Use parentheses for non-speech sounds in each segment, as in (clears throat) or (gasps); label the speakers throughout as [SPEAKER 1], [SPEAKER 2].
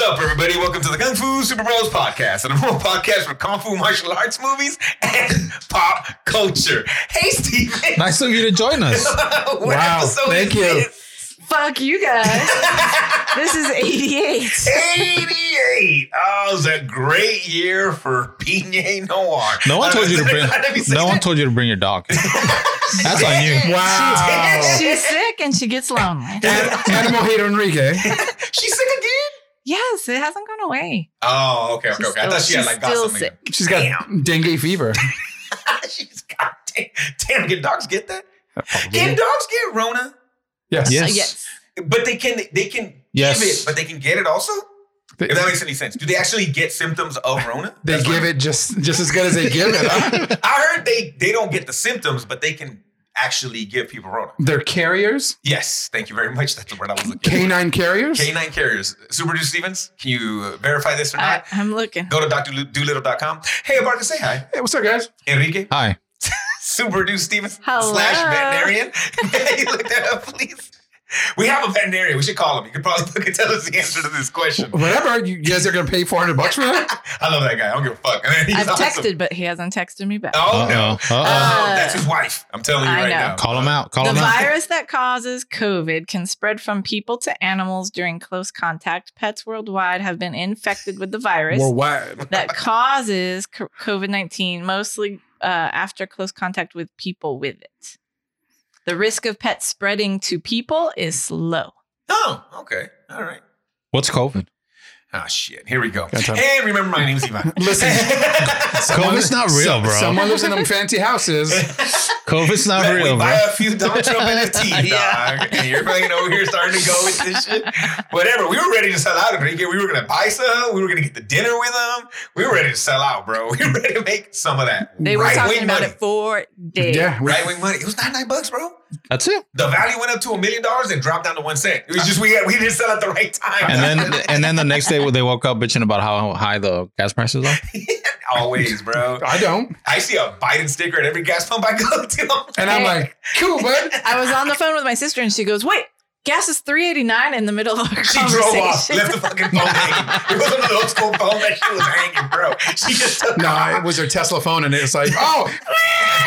[SPEAKER 1] everybody. Welcome to the Kung Fu Super Bros podcast, an immoral podcast for Kung Fu martial arts movies and (laughs) pop culture. Hey, Steven.
[SPEAKER 2] Nice of you to
[SPEAKER 1] (laughs)
[SPEAKER 2] join us.
[SPEAKER 1] what
[SPEAKER 2] Wow,
[SPEAKER 1] episode
[SPEAKER 2] thank
[SPEAKER 1] is
[SPEAKER 2] you.
[SPEAKER 1] this?
[SPEAKER 3] Fuck you (laughs) guys. this is 88.
[SPEAKER 1] 88. Oh, it was a great year for Pinot Noir.
[SPEAKER 2] No one told you to bring.
[SPEAKER 1] Let me say
[SPEAKER 2] No
[SPEAKER 1] that.
[SPEAKER 2] one told you to bring
[SPEAKER 1] (laughs)
[SPEAKER 2] your dog. That's on you. Oh.
[SPEAKER 1] Wow.
[SPEAKER 3] She's sick and she gets lonely.
[SPEAKER 4] Animal hater Enrique.
[SPEAKER 1] (laughs) She's sick again?
[SPEAKER 3] Yes, it hasn't gone away.
[SPEAKER 1] Oh, okay, okay,
[SPEAKER 3] She's
[SPEAKER 1] okay. I thought she had
[SPEAKER 3] still-
[SPEAKER 1] like
[SPEAKER 3] she's
[SPEAKER 1] got
[SPEAKER 3] still
[SPEAKER 1] something.
[SPEAKER 4] She's got dengue fever.
[SPEAKER 1] (laughs) She's got damn, damn. Can dogs get that? Can dogs get Rona?
[SPEAKER 4] Yes.
[SPEAKER 2] Yeah.
[SPEAKER 3] So,
[SPEAKER 2] Yes.
[SPEAKER 3] yes.
[SPEAKER 1] But they can they can
[SPEAKER 2] Yes.
[SPEAKER 1] give it, but they can get it also.
[SPEAKER 4] They, (laughs)
[SPEAKER 1] If that makes any sense, do they actually get symptoms of Rona?
[SPEAKER 4] they
[SPEAKER 1] That's
[SPEAKER 4] give
[SPEAKER 1] what-
[SPEAKER 4] it just just as good as they give it. huh?
[SPEAKER 1] (laughs) I heard they they don't get the symptoms, but they can actually give people Rona.
[SPEAKER 4] They're carriers,
[SPEAKER 1] Yes, thank you very much. That's the word I was looking. for.
[SPEAKER 4] canine carriers.
[SPEAKER 1] Canine carriers. Super Dude Stevens, can you uh, verify this or
[SPEAKER 3] I,
[SPEAKER 1] not?
[SPEAKER 3] I'm looking.
[SPEAKER 1] Go to drdoolittle.com. Hey, Barca, say hi.
[SPEAKER 4] Hey, what's up, guys?
[SPEAKER 1] Enrique,
[SPEAKER 2] Hi.
[SPEAKER 1] Super Dude Stevens
[SPEAKER 3] Hello.
[SPEAKER 1] slash veterinarian. (laughs) Can you look that up, please? We have a veterinarian. We should call him. He could probably look and tell us the answer to this question.
[SPEAKER 4] Whatever. You guys are gonna pay four hundred bucks for that?
[SPEAKER 1] I love that guy. I don't give a fuck. And then he's
[SPEAKER 3] I've
[SPEAKER 1] awesome.
[SPEAKER 3] texted, but he hasn't texted me back.
[SPEAKER 1] Oh, no. Uh,
[SPEAKER 2] Uh oh. Uh
[SPEAKER 1] Oh,
[SPEAKER 3] Uh,
[SPEAKER 1] that's his wife. I'm telling you
[SPEAKER 3] I
[SPEAKER 1] right
[SPEAKER 3] know.
[SPEAKER 1] now.
[SPEAKER 2] oh. Call him out. Call
[SPEAKER 3] The
[SPEAKER 2] him out.
[SPEAKER 3] virus that causes COVID can spread from people to animals during close contact. Pets worldwide have been infected with the virus
[SPEAKER 4] Worldwide.
[SPEAKER 3] that causes COVID 19, mostly uh, after close contact with people with it. The risk of pets spreading to people is low.
[SPEAKER 1] Oh, okay. All right.
[SPEAKER 2] What's COVID?
[SPEAKER 1] Oh, shit. Here we go.
[SPEAKER 4] Got time.
[SPEAKER 1] Hey, remember my name's
[SPEAKER 2] (laughs)
[SPEAKER 1] Ivan. (laughs)
[SPEAKER 4] Listen.
[SPEAKER 2] COVID's not real,
[SPEAKER 4] Some-
[SPEAKER 2] bro.
[SPEAKER 4] Someone lives in them fancy houses.
[SPEAKER 1] (laughs)
[SPEAKER 2] COVID's not
[SPEAKER 1] Man,
[SPEAKER 2] real,
[SPEAKER 1] we
[SPEAKER 2] bro.
[SPEAKER 1] buy a few Donald Trump
[SPEAKER 2] (laughs)
[SPEAKER 1] NFTs,
[SPEAKER 2] Yeah.
[SPEAKER 1] dog. And you're fucking over here starting to go with this shit. Whatever. We were ready to sell out, Enrique. We were going to buy some. We were going to get the dinner with them. We were ready to sell out, bro. (laughs) We were ready to make some of that.
[SPEAKER 3] They were talking about
[SPEAKER 1] money.
[SPEAKER 3] it for days.
[SPEAKER 4] Yeah. we-
[SPEAKER 1] Right wing money. It was 99 bucks, bro.
[SPEAKER 2] That's it.
[SPEAKER 1] The value went up to a million dollars and dropped down to one cent. It was just we, we didn't sell at the right time.
[SPEAKER 2] Uh, And then and then the next day they woke up bitching about how high the gas prices are.
[SPEAKER 1] (laughs) Always,
[SPEAKER 2] (laughs)
[SPEAKER 1] bro.
[SPEAKER 4] I don't.
[SPEAKER 1] I see a Biden sticker at every gas pump I go (laughs) to.
[SPEAKER 4] And I'm
[SPEAKER 3] Hey.
[SPEAKER 4] like, cool, bud.
[SPEAKER 3] I was on the phone with my sister and she goes, Wait, gas is 389 in the middle of our
[SPEAKER 1] She
[SPEAKER 3] conversation.
[SPEAKER 1] drove off,
[SPEAKER 3] (laughs)
[SPEAKER 1] left the fucking phone hanging. It was one of those school phone that she was hanging, bro. She just took
[SPEAKER 4] No, it was her Tesla phone, and it's like, oh,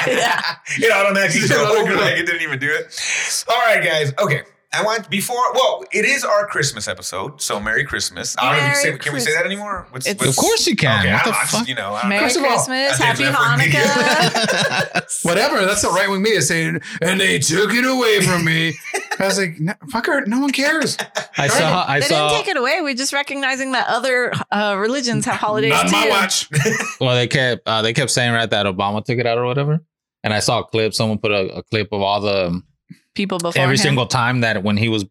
[SPEAKER 3] Yeah.
[SPEAKER 1] it automatically
[SPEAKER 4] She's
[SPEAKER 1] drove
[SPEAKER 4] another
[SPEAKER 1] over.
[SPEAKER 4] girl.
[SPEAKER 1] Like it didn't even do it. All right, guys. Okay. I want before. Well, it is our Christmas episode, so Merry Christmas. I don't even
[SPEAKER 3] Merry
[SPEAKER 1] say, can we say that anymore? What's,
[SPEAKER 3] It's-
[SPEAKER 2] Of course you can.
[SPEAKER 1] Okay, I
[SPEAKER 2] What
[SPEAKER 1] don't
[SPEAKER 2] the
[SPEAKER 1] know. I just,
[SPEAKER 2] fuck?
[SPEAKER 1] you know, I don't
[SPEAKER 3] Merry
[SPEAKER 4] First of all,
[SPEAKER 3] Christmas.
[SPEAKER 1] I
[SPEAKER 3] Happy
[SPEAKER 1] think that's (laughs)
[SPEAKER 3] Hanukkah.
[SPEAKER 4] whatever. That's the right wing media saying, and they took it away from me. I was like, no, fucker, no one cares.
[SPEAKER 2] I saw I
[SPEAKER 3] they
[SPEAKER 2] saw
[SPEAKER 3] didn't take it away. We're just recognizing that other uh, religions have holidays
[SPEAKER 4] Not
[SPEAKER 3] too.
[SPEAKER 4] my watch.
[SPEAKER 2] well they kept uh, they kept saying right that Obama took it out or whatever. And I saw a clip, someone put a, a clip of all the
[SPEAKER 3] People before
[SPEAKER 2] every
[SPEAKER 3] him. (laughs)
[SPEAKER 2] single time that when he was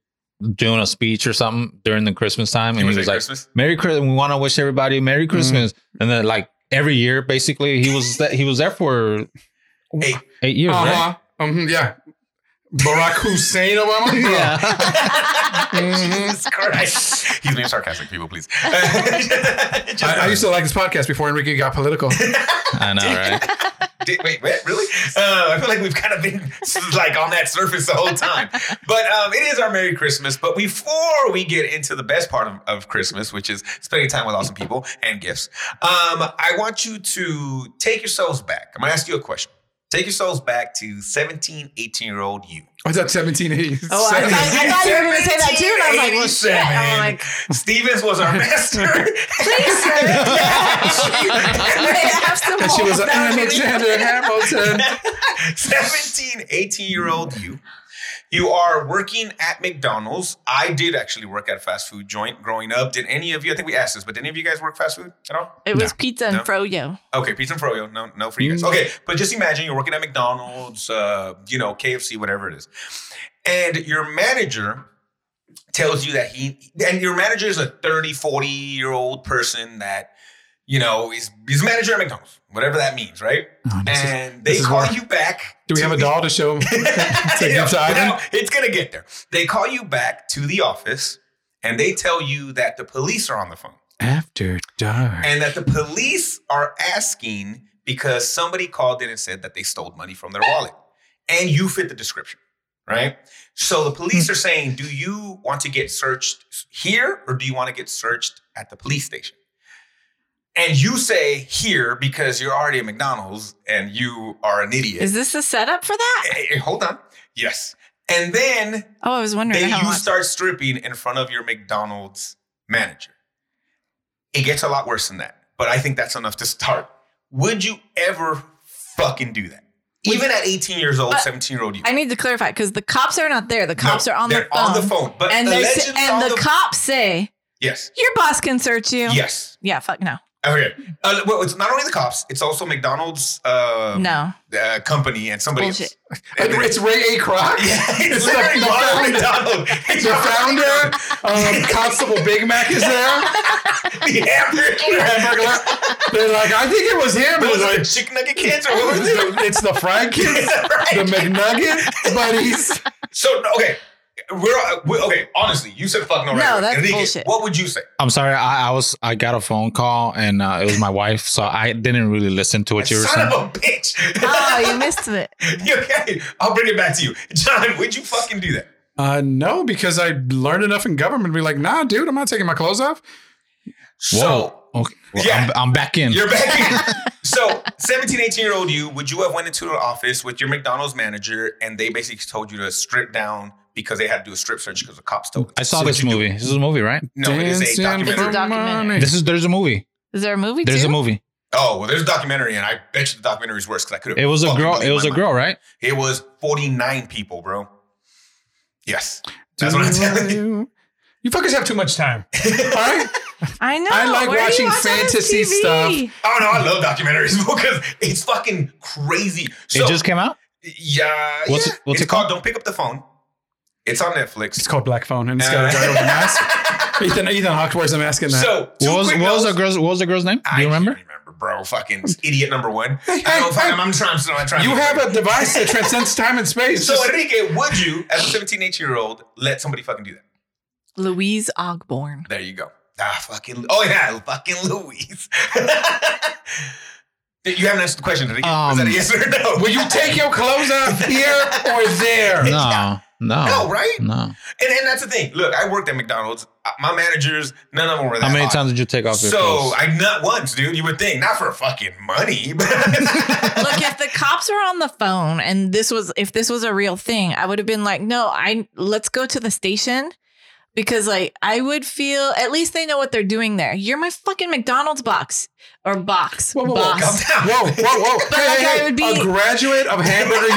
[SPEAKER 2] doing a speech or something during the Christmas time, and he was like,
[SPEAKER 1] Christmas.
[SPEAKER 2] "Merry Christmas! We want to wish everybody a Merry Christmas." And then, like every year, basically, he was that he was there for
[SPEAKER 1] Eight. Uh-huh.
[SPEAKER 2] eight years,
[SPEAKER 4] Uh
[SPEAKER 2] right?
[SPEAKER 4] huh. Um, yeah. Barack Hussein Obama. Mm-hmm. No.
[SPEAKER 2] (laughs) Yeah.
[SPEAKER 1] (laughs) Jesus Christ. He's being sarcastic, people, please. (laughs)
[SPEAKER 4] I, I used to like this podcast before Enrique got political.
[SPEAKER 2] I know, right?
[SPEAKER 1] Did, wait, what? Really? Uh, I feel like we've kind of been like on that surface the whole time. But um, it is our Merry Christmas. But before we get into the best part of, of Christmas, which is spending time with awesome people and gifts, um, I want you to take yourselves back. I'm going to ask you a question. Take yourselves back to 17, 18 year old you.
[SPEAKER 4] I was at 1780.
[SPEAKER 3] Oh, I, I, I thought you were going to say that too. And I was like, well, shit. I'm
[SPEAKER 1] 1787.
[SPEAKER 3] like,
[SPEAKER 1] Stevens was our (laughs) master. Please, (laughs)
[SPEAKER 3] have some
[SPEAKER 4] (laughs) and she was like,
[SPEAKER 3] more.
[SPEAKER 4] Alexander Hamilton.
[SPEAKER 1] 17, 18 year old you. You are working at McDonald's. I did actually work at a fast food joint growing up. Did any of you, I think we asked this, but did any of you guys work fast food at all?
[SPEAKER 3] It was pizza and
[SPEAKER 1] No.
[SPEAKER 3] froyo.
[SPEAKER 1] Okay, pizza and froyo. No, no for you guys.
[SPEAKER 4] Mm-hmm.
[SPEAKER 2] Mm.
[SPEAKER 1] Okay, but just imagine you're working at McDonald's, uh, you know, KFC, whatever it is, and your manager tells you that he, and your manager is a 30, 40 year old person that, you know, is he's a manager at McDonald's, whatever that means, right? and
[SPEAKER 4] this
[SPEAKER 1] they
[SPEAKER 4] is
[SPEAKER 1] call
[SPEAKER 4] where-
[SPEAKER 1] you back.
[SPEAKER 4] Do we have a
[SPEAKER 1] to-
[SPEAKER 4] doll to
[SPEAKER 1] (laughs)
[SPEAKER 4] show? Take
[SPEAKER 1] Yeah,
[SPEAKER 4] your time.
[SPEAKER 1] well, it's gonna get there. They call you back to the office and they tell you that the police are on the phone
[SPEAKER 4] After dark.
[SPEAKER 1] and that the police are asking because somebody called in and said that they stole money from their wallet. And you fit the description. right? So the
[SPEAKER 4] Hmm.
[SPEAKER 1] police are saying, do you want to get searched here or do you want to get searched at the police station? And you say here because you're already at McDonald's and you are an idiot.
[SPEAKER 3] Is this the setup for that?
[SPEAKER 1] Eh, eh, hold on. Yes. And then
[SPEAKER 3] Oh, I was wondering.
[SPEAKER 1] then
[SPEAKER 3] how
[SPEAKER 1] you
[SPEAKER 3] long-
[SPEAKER 1] start stripping in front of your McDonald's manager. It gets a lot worse than that, but I think that's enough to start. Would you ever fucking do that? Even at 18 years old,
[SPEAKER 3] But
[SPEAKER 1] 17 year old you.
[SPEAKER 3] I need to clarify because the cops are not there. The cops
[SPEAKER 1] No,
[SPEAKER 3] are on
[SPEAKER 1] they're
[SPEAKER 3] the phone.
[SPEAKER 1] on the phone. But and,
[SPEAKER 3] and they say,
[SPEAKER 1] allegedly
[SPEAKER 3] and
[SPEAKER 1] on
[SPEAKER 3] the,
[SPEAKER 1] the,
[SPEAKER 3] cops say
[SPEAKER 1] Yes.
[SPEAKER 3] your boss can search you.
[SPEAKER 1] Yes.
[SPEAKER 3] Yeah. Fuck no.
[SPEAKER 1] Okay. Uh, well, it's not only the cops; it's also McDonald's um,
[SPEAKER 3] no.
[SPEAKER 1] uh, company and somebody
[SPEAKER 3] Bullshit.
[SPEAKER 1] else.
[SPEAKER 4] It's Ray A. Kroc.
[SPEAKER 1] (laughs) yeah, it's
[SPEAKER 4] It's the
[SPEAKER 3] (laughs)
[SPEAKER 1] literally Ronald
[SPEAKER 4] founder.
[SPEAKER 1] McDonald. It's
[SPEAKER 4] The
[SPEAKER 1] (laughs)
[SPEAKER 4] founder, um, Constable Big Mac is there.
[SPEAKER 1] the (laughs) hamburger.
[SPEAKER 4] Hamburglar. They're like, I think it was him.
[SPEAKER 1] What
[SPEAKER 4] It was
[SPEAKER 1] was (laughs)
[SPEAKER 4] like,
[SPEAKER 1] it? Chicken nugget kids or what was it?
[SPEAKER 4] it's the fried kids, the
[SPEAKER 1] Right.
[SPEAKER 4] McNugget buddies.
[SPEAKER 1] (laughs) So no, okay, we're, uh, we okay. Honestly, you said fuck no.
[SPEAKER 3] No,
[SPEAKER 1] right away.
[SPEAKER 3] that's
[SPEAKER 1] Enrique,
[SPEAKER 3] bullshit.
[SPEAKER 1] What would you say?
[SPEAKER 2] I'm sorry. I, I was I got a phone call and uh, it was my wife, so I didn't really listen to what you were
[SPEAKER 1] Son
[SPEAKER 2] saying.
[SPEAKER 1] of a bitch.
[SPEAKER 3] Oh, you missed it.
[SPEAKER 1] (laughs) You okay, I'll bring it back to you, John. Would you fucking do that?
[SPEAKER 4] Uh, no, because I learned enough in government to be like, nah, dude, I'm not taking my clothes off.
[SPEAKER 1] So
[SPEAKER 2] Whoa. Okay. Well,
[SPEAKER 1] Yeah.
[SPEAKER 2] I'm, I'm back in.
[SPEAKER 1] You're
[SPEAKER 3] (laughs)
[SPEAKER 1] back. so, 17, 18 year old you, would you have went into an office with your McDonald's manager and they basically told you to strip down because they had to do a strip search because the cops told them?
[SPEAKER 2] I saw
[SPEAKER 1] Would
[SPEAKER 2] this
[SPEAKER 1] you do-
[SPEAKER 2] movie. This is a movie, right?
[SPEAKER 1] No, it is a
[SPEAKER 4] Dancing
[SPEAKER 1] documentary.
[SPEAKER 4] for
[SPEAKER 3] documentary.
[SPEAKER 4] money.
[SPEAKER 2] This is there's a movie.
[SPEAKER 3] Is there a movie?
[SPEAKER 2] There's
[SPEAKER 3] too?
[SPEAKER 2] a movie.
[SPEAKER 1] Oh, well, there's a documentary, and I bet you the documentary's worse because I could have.
[SPEAKER 2] It was a girl. It was a girl, right?
[SPEAKER 1] It was 49 people, bro. Yes. That's what I'm
[SPEAKER 4] Do
[SPEAKER 1] telling you.
[SPEAKER 4] You fuckers have too
[SPEAKER 1] (laughs)
[SPEAKER 4] much time. All right?
[SPEAKER 3] I know.
[SPEAKER 4] I like
[SPEAKER 3] Where do
[SPEAKER 4] watching
[SPEAKER 3] you watch all this
[SPEAKER 4] fantasy
[SPEAKER 3] TV?
[SPEAKER 4] stuff.
[SPEAKER 1] Oh, no, I love documentaries (laughs) because it's fucking crazy. So,
[SPEAKER 2] it just came out.
[SPEAKER 1] yeah.
[SPEAKER 2] What's
[SPEAKER 1] yeah.
[SPEAKER 2] it- what's
[SPEAKER 1] it's
[SPEAKER 2] it called?
[SPEAKER 1] Don't Pick Up the Phone. It's on Netflix.
[SPEAKER 4] It's called Black Phone, and it's got a guy with
[SPEAKER 1] (laughs)
[SPEAKER 4] a mask. Ethan, Ethan Hawke wears a mask in that.
[SPEAKER 1] So, two
[SPEAKER 2] What was
[SPEAKER 1] quick
[SPEAKER 2] what was
[SPEAKER 1] notes.
[SPEAKER 2] the girl's what was the girl's name? Do you
[SPEAKER 1] I
[SPEAKER 2] remember?
[SPEAKER 1] can't remember, bro. Fucking idiot number one. I
[SPEAKER 4] Hey, hey,
[SPEAKER 1] don't, fucking-
[SPEAKER 4] hey.
[SPEAKER 1] I'm trying. I'm trying. I'm trying
[SPEAKER 4] you have a device that transcends time and space.
[SPEAKER 1] So
[SPEAKER 4] Just-
[SPEAKER 1] Enrique, would you, as a 17, 18 year old, let somebody fucking do that?
[SPEAKER 3] Louise
[SPEAKER 4] (laughs)
[SPEAKER 3] Ogborn.
[SPEAKER 1] There you go. Ah, fucking. Oh yeah, fucking Louise. (laughs) you haven't answered the question, Enrique. Was that a
[SPEAKER 2] Um,
[SPEAKER 1] yes or no?
[SPEAKER 4] will you take your clothes off here or there?
[SPEAKER 2] No,
[SPEAKER 1] No,
[SPEAKER 2] no,
[SPEAKER 1] right?
[SPEAKER 2] no.
[SPEAKER 1] And, and that's the thing. Look, I worked at McDonald's. Uh, My managers, none of them were that.
[SPEAKER 2] How many
[SPEAKER 1] hot.
[SPEAKER 2] times did you take off your
[SPEAKER 1] So
[SPEAKER 2] clothes?
[SPEAKER 1] I not once, dude. You would think not for fucking money. (laughs)
[SPEAKER 2] (laughs)
[SPEAKER 1] but-
[SPEAKER 3] Look, if the cops were on the phone and this was if this was a real thing, I would have been like, no, I let's go to the station because like I would feel at least they know what they're doing there. You're my fucking McDonald's box or box
[SPEAKER 4] Whoa, whoa, whoa,
[SPEAKER 3] boss.
[SPEAKER 1] Calm down.
[SPEAKER 4] Whoa, whoa, whoa.
[SPEAKER 3] But
[SPEAKER 4] hey,
[SPEAKER 3] like,
[SPEAKER 4] hey,
[SPEAKER 3] I
[SPEAKER 4] hey,
[SPEAKER 3] would be-
[SPEAKER 4] a graduate of Hamburger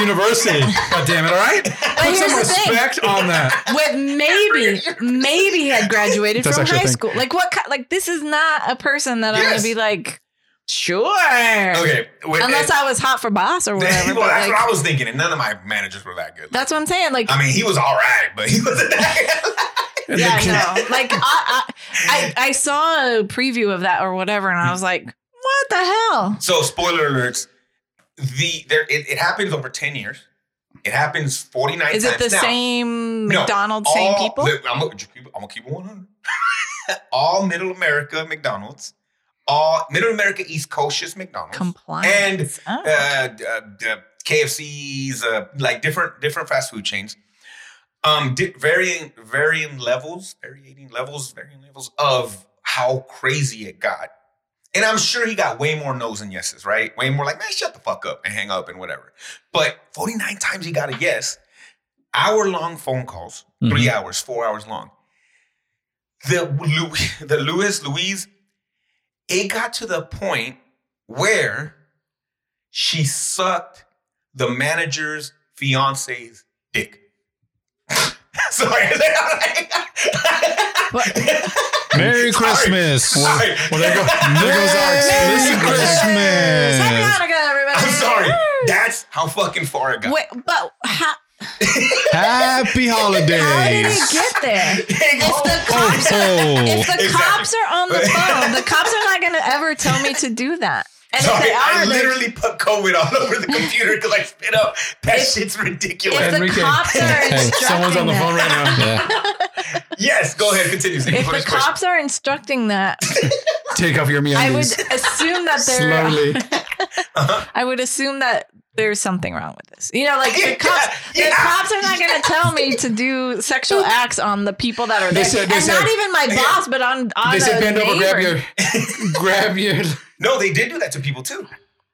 [SPEAKER 1] (laughs)
[SPEAKER 4] University. God damn it, all right? Put
[SPEAKER 3] here's
[SPEAKER 4] some
[SPEAKER 3] the thing.
[SPEAKER 4] respect on that.
[SPEAKER 1] (laughs)
[SPEAKER 3] with maybe maybe had graduated
[SPEAKER 4] That's
[SPEAKER 3] from
[SPEAKER 4] actually a
[SPEAKER 3] high
[SPEAKER 4] thing.
[SPEAKER 3] school. Like what? ki- Like this is not a person that I'm
[SPEAKER 1] Yes.
[SPEAKER 3] gonna be like sure.
[SPEAKER 1] Okay. wait,
[SPEAKER 3] Unless
[SPEAKER 1] and-
[SPEAKER 3] I was hot for boss or whatever.
[SPEAKER 1] (laughs) well,
[SPEAKER 3] but,
[SPEAKER 1] that's
[SPEAKER 3] like,
[SPEAKER 1] what I was thinking, and none of my managers were that good.
[SPEAKER 3] that's what I'm saying. Like
[SPEAKER 1] I mean, he was all right, but he wasn't
[SPEAKER 3] (laughs)
[SPEAKER 1] that good.
[SPEAKER 4] And
[SPEAKER 3] yeah,
[SPEAKER 4] then-
[SPEAKER 3] no. Like
[SPEAKER 1] (laughs)
[SPEAKER 3] I, I, I, I saw a preview of that or whatever, and I was like, "What the hell?"
[SPEAKER 1] So, spoiler alerts: the there it, it happens over ten years. It happens forty nine.
[SPEAKER 3] Is it the same
[SPEAKER 1] No,
[SPEAKER 3] McDonald's, same people?
[SPEAKER 1] I'm gonna keep, I'm gonna keep it one hundred. (laughs) all Middle America McDonald's, all Middle America East Coast is McDonald's,
[SPEAKER 3] Compliance.
[SPEAKER 1] uh,
[SPEAKER 3] Oh.
[SPEAKER 1] uh, uh, KFC's, uh, like different different fast food chains. Um, di- varying varying levels, varying levels, varying levels of how crazy it got. And I'm sure he got way more no's and yeses, right? Way more like, man, shut the fuck up and hang up and whatever. But 49 times he got a yes. Hour long phone calls, three hours, four hours long. The Lu- the Louis (laughs) Louise, it got to the point where she sucked the manager's fiance's dick. (laughs) Sorry. (laughs) (laughs) Sorry.
[SPEAKER 2] Merry Christmas.
[SPEAKER 1] Sorry.
[SPEAKER 4] Well, there, go, there goes our
[SPEAKER 2] Merry
[SPEAKER 4] explicit
[SPEAKER 2] Christmas.
[SPEAKER 4] Christmas.
[SPEAKER 3] Happy Hanukkah, everybody.
[SPEAKER 1] I'm sorry. That's how fucking far it got. (laughs)
[SPEAKER 3] Wait, but how,
[SPEAKER 2] Happy
[SPEAKER 3] how did
[SPEAKER 2] holidays.
[SPEAKER 3] it get
[SPEAKER 4] (laughs)
[SPEAKER 3] there?
[SPEAKER 1] Hey,
[SPEAKER 3] If
[SPEAKER 1] go-
[SPEAKER 3] the
[SPEAKER 4] Oh,
[SPEAKER 3] cops, if
[SPEAKER 2] Oh,
[SPEAKER 3] the
[SPEAKER 1] Exactly.
[SPEAKER 3] cops are on
[SPEAKER 4] (laughs)
[SPEAKER 3] the phone, the cops are not going to ever tell me to do that. And
[SPEAKER 1] (laughs)
[SPEAKER 3] if
[SPEAKER 1] Sorry,
[SPEAKER 3] they
[SPEAKER 1] I
[SPEAKER 3] are, they're
[SPEAKER 1] literally put COVID all (laughs) over the computer because I spit up. That shit's ridiculous.
[SPEAKER 3] If the
[SPEAKER 4] Enrique.
[SPEAKER 3] cops are
[SPEAKER 4] Hey, someone's on the phone right now.
[SPEAKER 3] (laughs)
[SPEAKER 2] yeah.
[SPEAKER 1] yes, go ahead, continue. Zeke,
[SPEAKER 3] if
[SPEAKER 1] for
[SPEAKER 3] the
[SPEAKER 1] this question.
[SPEAKER 3] cops are instructing that,
[SPEAKER 4] Take off your
[SPEAKER 3] I would
[SPEAKER 1] (laughs)
[SPEAKER 4] meandies.
[SPEAKER 3] assume that they're.
[SPEAKER 4] Slowly.
[SPEAKER 3] I would assume that there's something wrong with this. You know, like
[SPEAKER 1] Yeah,
[SPEAKER 3] the cops,
[SPEAKER 1] yeah.
[SPEAKER 3] the cops are not going to tell me to do sexual acts on the people that are
[SPEAKER 4] They
[SPEAKER 3] there,
[SPEAKER 4] said- they
[SPEAKER 3] and
[SPEAKER 4] said-
[SPEAKER 3] not even my
[SPEAKER 1] yeah.
[SPEAKER 3] boss, but on on
[SPEAKER 4] they
[SPEAKER 3] a
[SPEAKER 4] said bend over, grab
[SPEAKER 3] neighbor.
[SPEAKER 4] your, (laughs) grab your,
[SPEAKER 1] No, they did do that to people too.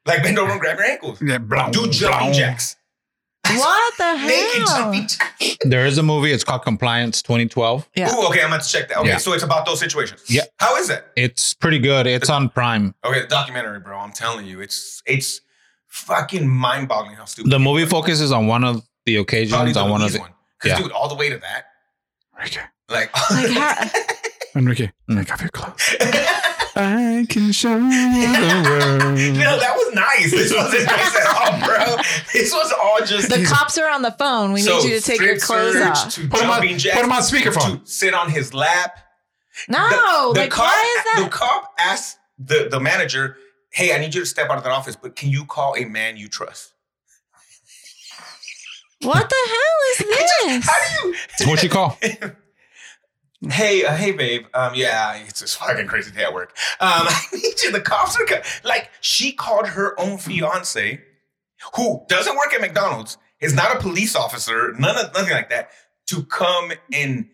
[SPEAKER 1] Like bend over and grab your ankles.
[SPEAKER 4] yeah, blow,
[SPEAKER 1] Do jumping
[SPEAKER 4] blow.
[SPEAKER 1] jacks.
[SPEAKER 3] What the
[SPEAKER 1] Naked jumping
[SPEAKER 3] hell?
[SPEAKER 1] jacks.
[SPEAKER 2] There is a movie. It's called Compliance 2012.
[SPEAKER 3] Yeah.
[SPEAKER 1] Ooh, okay, I'm about to check that. Okay,
[SPEAKER 2] Yeah.
[SPEAKER 1] so it's about those situations.
[SPEAKER 2] Yeah.
[SPEAKER 1] How is that?
[SPEAKER 2] It's pretty good. It's on Prime.
[SPEAKER 1] Okay, the documentary, bro. I'm telling you, it's it's fucking mind boggling how stupid.
[SPEAKER 2] The movie focuses on one of
[SPEAKER 1] Probably
[SPEAKER 2] the occasions
[SPEAKER 1] the
[SPEAKER 2] on one of
[SPEAKER 1] Louise
[SPEAKER 2] the.
[SPEAKER 1] one. Cause
[SPEAKER 2] yeah.
[SPEAKER 1] dude, all the way to that,
[SPEAKER 4] Enrique,
[SPEAKER 1] like, (laughs)
[SPEAKER 3] Like how,
[SPEAKER 4] Enrique,
[SPEAKER 2] Mm.
[SPEAKER 4] take off your clothes. I can
[SPEAKER 1] (laughs)
[SPEAKER 4] show the world.
[SPEAKER 1] no, that was nice.
[SPEAKER 2] (laughs)
[SPEAKER 1] This wasn't nice at all, bro. This was all just (laughs)
[SPEAKER 3] the cops are on the phone. We
[SPEAKER 1] So,
[SPEAKER 3] need you to take your
[SPEAKER 1] strip
[SPEAKER 3] clothes
[SPEAKER 1] search
[SPEAKER 3] off.
[SPEAKER 1] To
[SPEAKER 4] Put him on,
[SPEAKER 1] jumping
[SPEAKER 4] put
[SPEAKER 1] jacks,
[SPEAKER 4] him on speakerphone.
[SPEAKER 1] to sit on his lap.
[SPEAKER 3] No,
[SPEAKER 1] the
[SPEAKER 3] Oh, like
[SPEAKER 1] cop,
[SPEAKER 3] why is
[SPEAKER 1] The
[SPEAKER 3] that?
[SPEAKER 1] cop asked the, the manager, "Hey, I need you to step out of that office, but can you call a man you trust?"
[SPEAKER 3] what the
[SPEAKER 1] (laughs)
[SPEAKER 3] hell is this?
[SPEAKER 1] How do you?
[SPEAKER 2] What
[SPEAKER 1] (laughs)
[SPEAKER 2] you call?
[SPEAKER 1] Hey, uh, hey, babe. Um, yeah, it's this fucking crazy day at work. Um, (laughs) I need you. The cops are co- like, she called her own fiance, who doesn't work at McDonald's, is not a police officer, none of nothing like that, to come and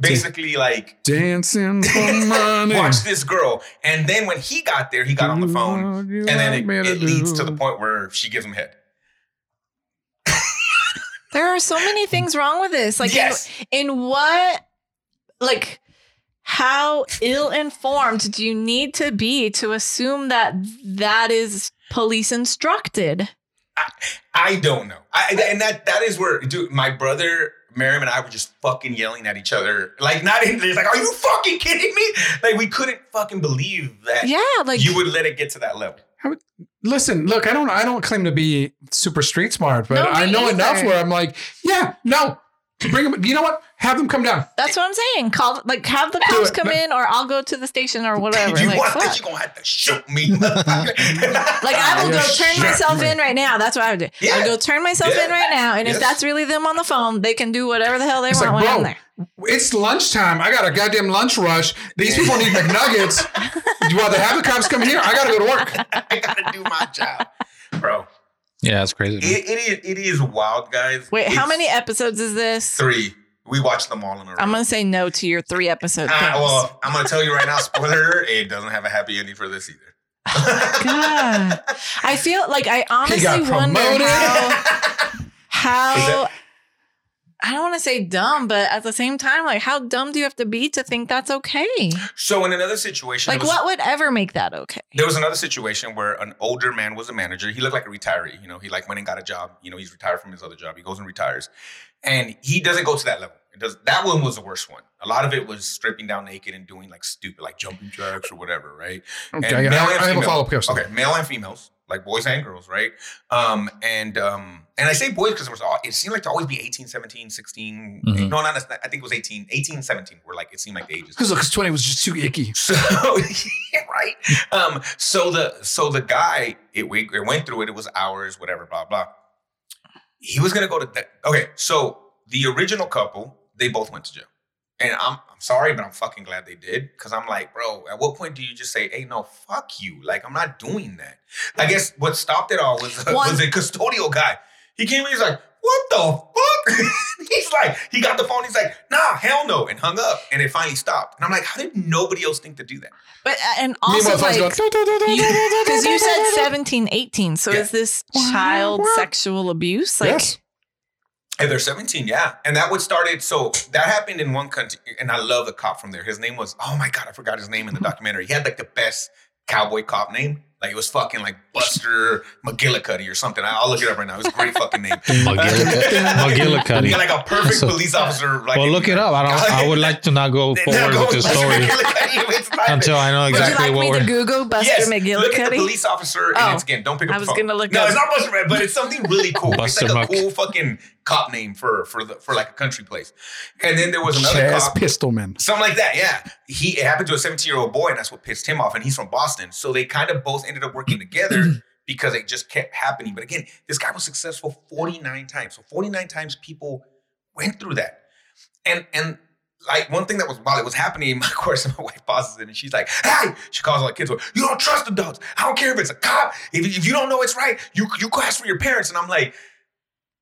[SPEAKER 1] basically like
[SPEAKER 4] Dancing for money.
[SPEAKER 1] (laughs) watch this girl. And then when he got there, he got on the phone,
[SPEAKER 4] Mm-hmm.
[SPEAKER 1] and then it, it leads to the point where she gives him head.
[SPEAKER 3] There are so many things wrong with this. Like,
[SPEAKER 1] yes,
[SPEAKER 3] in, in what, like, how ill informed do you need to be to assume that that is police instructed?
[SPEAKER 1] I don't know. I, and that that is where, dude, my brother Miriam and I were just fucking yelling at each other. Like, not in it's like, are you fucking kidding me? Like, we couldn't fucking believe that
[SPEAKER 3] Yeah, like,
[SPEAKER 1] you would let it get to that level.
[SPEAKER 4] Listen, look, I don't I don't claim to be super street smart, but
[SPEAKER 3] No, me
[SPEAKER 4] I know enough
[SPEAKER 3] either.
[SPEAKER 4] where I'm like, yeah, no. Bring them you know what? Have them come down.
[SPEAKER 3] that's what I'm saying. Call, like, have the cops
[SPEAKER 4] it.
[SPEAKER 3] come in, or I'll go to the station or whatever.
[SPEAKER 1] if you
[SPEAKER 3] like,
[SPEAKER 1] want
[SPEAKER 3] fuck.
[SPEAKER 1] this, you're gonna have to shoot me. motherfucker.
[SPEAKER 3] (laughs) Like
[SPEAKER 1] (laughs)
[SPEAKER 3] I will
[SPEAKER 4] Yeah,
[SPEAKER 3] go turn
[SPEAKER 4] sure.
[SPEAKER 3] myself in right now. That's what I would do.
[SPEAKER 1] Yeah.
[SPEAKER 3] I'll go turn myself
[SPEAKER 1] Yeah.
[SPEAKER 3] in right now, and
[SPEAKER 1] Yes.
[SPEAKER 3] if that's really them on the phone, they can do whatever the hell they
[SPEAKER 4] It's
[SPEAKER 3] want
[SPEAKER 4] like,
[SPEAKER 3] when
[SPEAKER 4] bro,
[SPEAKER 3] I'm there.
[SPEAKER 4] It's lunchtime. I got a goddamn lunch rush. These people
[SPEAKER 1] (laughs)
[SPEAKER 4] need McNuggets. Do you want to have the cops come here? I gotta go to work.
[SPEAKER 1] I gotta do my job, bro.
[SPEAKER 2] Yeah, it's crazy. man.
[SPEAKER 1] It, it is it is wild, guys.
[SPEAKER 3] Wait, how
[SPEAKER 1] It's
[SPEAKER 3] many episodes is this?
[SPEAKER 1] Three. We watched them all in a row.
[SPEAKER 3] I'm gonna say no to your three episode
[SPEAKER 1] Uh,
[SPEAKER 3] things.
[SPEAKER 1] well, I'm gonna tell you right now, spoiler, it doesn't have a happy ending for this either. (laughs)
[SPEAKER 3] God, I feel like I honestly wonder
[SPEAKER 4] promoted.
[SPEAKER 3] how,
[SPEAKER 1] (laughs) Is
[SPEAKER 3] how
[SPEAKER 1] that-
[SPEAKER 3] I don't want to say dumb, but at the same time, like how dumb do you have to be to think that's okay?
[SPEAKER 1] So in another situation,
[SPEAKER 3] Like
[SPEAKER 1] there was-
[SPEAKER 3] what would ever make that okay?
[SPEAKER 1] There was another situation where an older man was a manager. He looked like a retiree. You know, he like went and got a job. You know, he's retired from his other job. He goes and retires, and he doesn't go to that level. It does. That one was the worst one. A lot of it was stripping down naked and doing like stupid, like jumping jacks or whatever, right? And
[SPEAKER 4] Okay, I,
[SPEAKER 1] male and
[SPEAKER 4] I have a
[SPEAKER 1] female.
[SPEAKER 4] follow up question.
[SPEAKER 1] Okay, male and females, like boys and girls, right? Um, and um, and I say boys because it was all, it seemed like to always be 18, 17, 16.
[SPEAKER 2] Mhm.
[SPEAKER 1] No, not I think it was 18, 18, 17 were like it seemed like the ages.
[SPEAKER 4] Because look, 20 was just too icky.
[SPEAKER 1] So (laughs) yeah, right. Um, so the so the guy, it we it went through it, it was hours, whatever, blah, blah. He was gonna go to that. Okay, so the original couple, they both went to jail. And I'm I'm sorry, but I'm fucking glad they did. Cause I'm like, bro, at what point do you just say, hey, no, fuck you? Like, I'm not doing that. I guess what stopped it all was uh,
[SPEAKER 3] One-
[SPEAKER 1] was a custodial guy. He came in, he's like, what the fuck? (laughs) he's like, he got the phone, he's like, nah, hell no, and hung up. And it finally stopped. And I'm like, how did nobody else think to do that?
[SPEAKER 3] But uh, and
[SPEAKER 4] Meanwhile,
[SPEAKER 3] also
[SPEAKER 4] phone's
[SPEAKER 3] like.
[SPEAKER 4] going, "Doo, doo, doo, doo, doo, doo,
[SPEAKER 3] (laughs)
[SPEAKER 4] doo,
[SPEAKER 3] Because
[SPEAKER 4] doo,
[SPEAKER 3] you
[SPEAKER 4] doo, doo,
[SPEAKER 3] said
[SPEAKER 4] doo."
[SPEAKER 3] 17, 18. So
[SPEAKER 1] Yeah.
[SPEAKER 3] is this child sexual abuse? Like,
[SPEAKER 4] Yes.
[SPEAKER 1] And they're 17, yeah. And that would started. So that happened in one country. And I love the cop from there. His name was, oh my God, I forgot his name in the documentary. He had like the best cowboy cop name. Like it was fucking like Buster McGillicuddy or something. I- I'll look it up right now. It was a great fucking name.
[SPEAKER 2] (laughs)
[SPEAKER 1] (laughs)
[SPEAKER 2] McGillicuddy.
[SPEAKER 1] Yeah,
[SPEAKER 2] McGillicuddy.
[SPEAKER 1] like a perfect
[SPEAKER 2] That's a-
[SPEAKER 1] police officer. Like
[SPEAKER 2] Well, look it up. I don't. I would like to not
[SPEAKER 1] (laughs)
[SPEAKER 2] go forward with this story until I know
[SPEAKER 1] Would you
[SPEAKER 2] exactly
[SPEAKER 3] would you
[SPEAKER 2] what
[SPEAKER 3] like me
[SPEAKER 2] (laughs)
[SPEAKER 3] to
[SPEAKER 2] we're.
[SPEAKER 3] Google Buster
[SPEAKER 1] Yes, look at the
[SPEAKER 3] McGillicuddy?
[SPEAKER 1] police officer, and
[SPEAKER 3] Oh.
[SPEAKER 1] it's again, don't pick up
[SPEAKER 3] I
[SPEAKER 1] the
[SPEAKER 3] was
[SPEAKER 1] phone.
[SPEAKER 3] gonna look
[SPEAKER 1] no,
[SPEAKER 3] up-
[SPEAKER 1] it's not Buster Red, but it's something really cool.
[SPEAKER 2] Buster
[SPEAKER 1] it's like
[SPEAKER 2] Muck.
[SPEAKER 1] a cool fucking cop name for for the, for like a country place. And then there was another
[SPEAKER 4] Chaz
[SPEAKER 1] cop,
[SPEAKER 4] Pistolman.
[SPEAKER 1] something like that. Yeah, he it happened to a 17 year old boy, and that's what pissed him off. And he's from Boston, so they kind of both ended up working together because it just kept happening. But again, this guy was successful 49 times. So 49 times people went through that, and and like one thing that was while it was happening, (laughs) of course, my wife pauses it and she's like, "Hey!" She calls all the kids. You don't trust adults. I don't care if it's a cop. If, if you don't know it's right, you you go ask for your parents. And I'm like,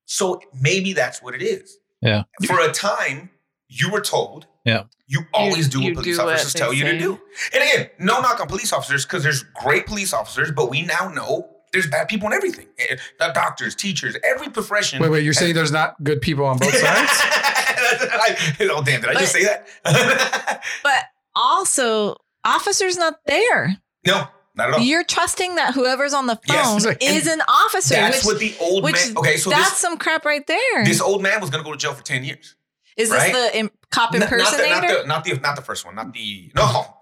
[SPEAKER 1] so maybe that's what it is.
[SPEAKER 2] Yeah.
[SPEAKER 1] For a time, you were told.
[SPEAKER 2] Yeah.
[SPEAKER 1] You always do
[SPEAKER 3] you
[SPEAKER 1] what police
[SPEAKER 3] do what
[SPEAKER 1] officers
[SPEAKER 3] they
[SPEAKER 1] tell you
[SPEAKER 3] say.
[SPEAKER 1] to do. And again, no knock on police officers because there's great police officers, but we now know there's bad people in everything. Eh, eh, Doctors, teachers, every profession.
[SPEAKER 4] Wait, wait, you're saying there's not good people on
[SPEAKER 1] (laughs)
[SPEAKER 4] both sides?
[SPEAKER 1] Like, oh damn! Did I just
[SPEAKER 3] But-
[SPEAKER 1] say that? (laughs)
[SPEAKER 3] But also, officer's not there.
[SPEAKER 1] no, not at all.
[SPEAKER 3] You're trusting that whoever's on the
[SPEAKER 1] Oh. Yes.
[SPEAKER 3] phone
[SPEAKER 4] Exactly.
[SPEAKER 3] is an officer.
[SPEAKER 1] That's
[SPEAKER 3] which,
[SPEAKER 1] what the old
[SPEAKER 3] which
[SPEAKER 1] man. Okay, so
[SPEAKER 3] that's
[SPEAKER 1] this
[SPEAKER 3] some crap right there. Is
[SPEAKER 1] this old man was gonna go to jail for ten years.
[SPEAKER 3] this
[SPEAKER 1] right?
[SPEAKER 3] the Im- cop
[SPEAKER 1] N- not, the,
[SPEAKER 3] impersonator?
[SPEAKER 1] not the not the not the first one. Not the no. (laughs)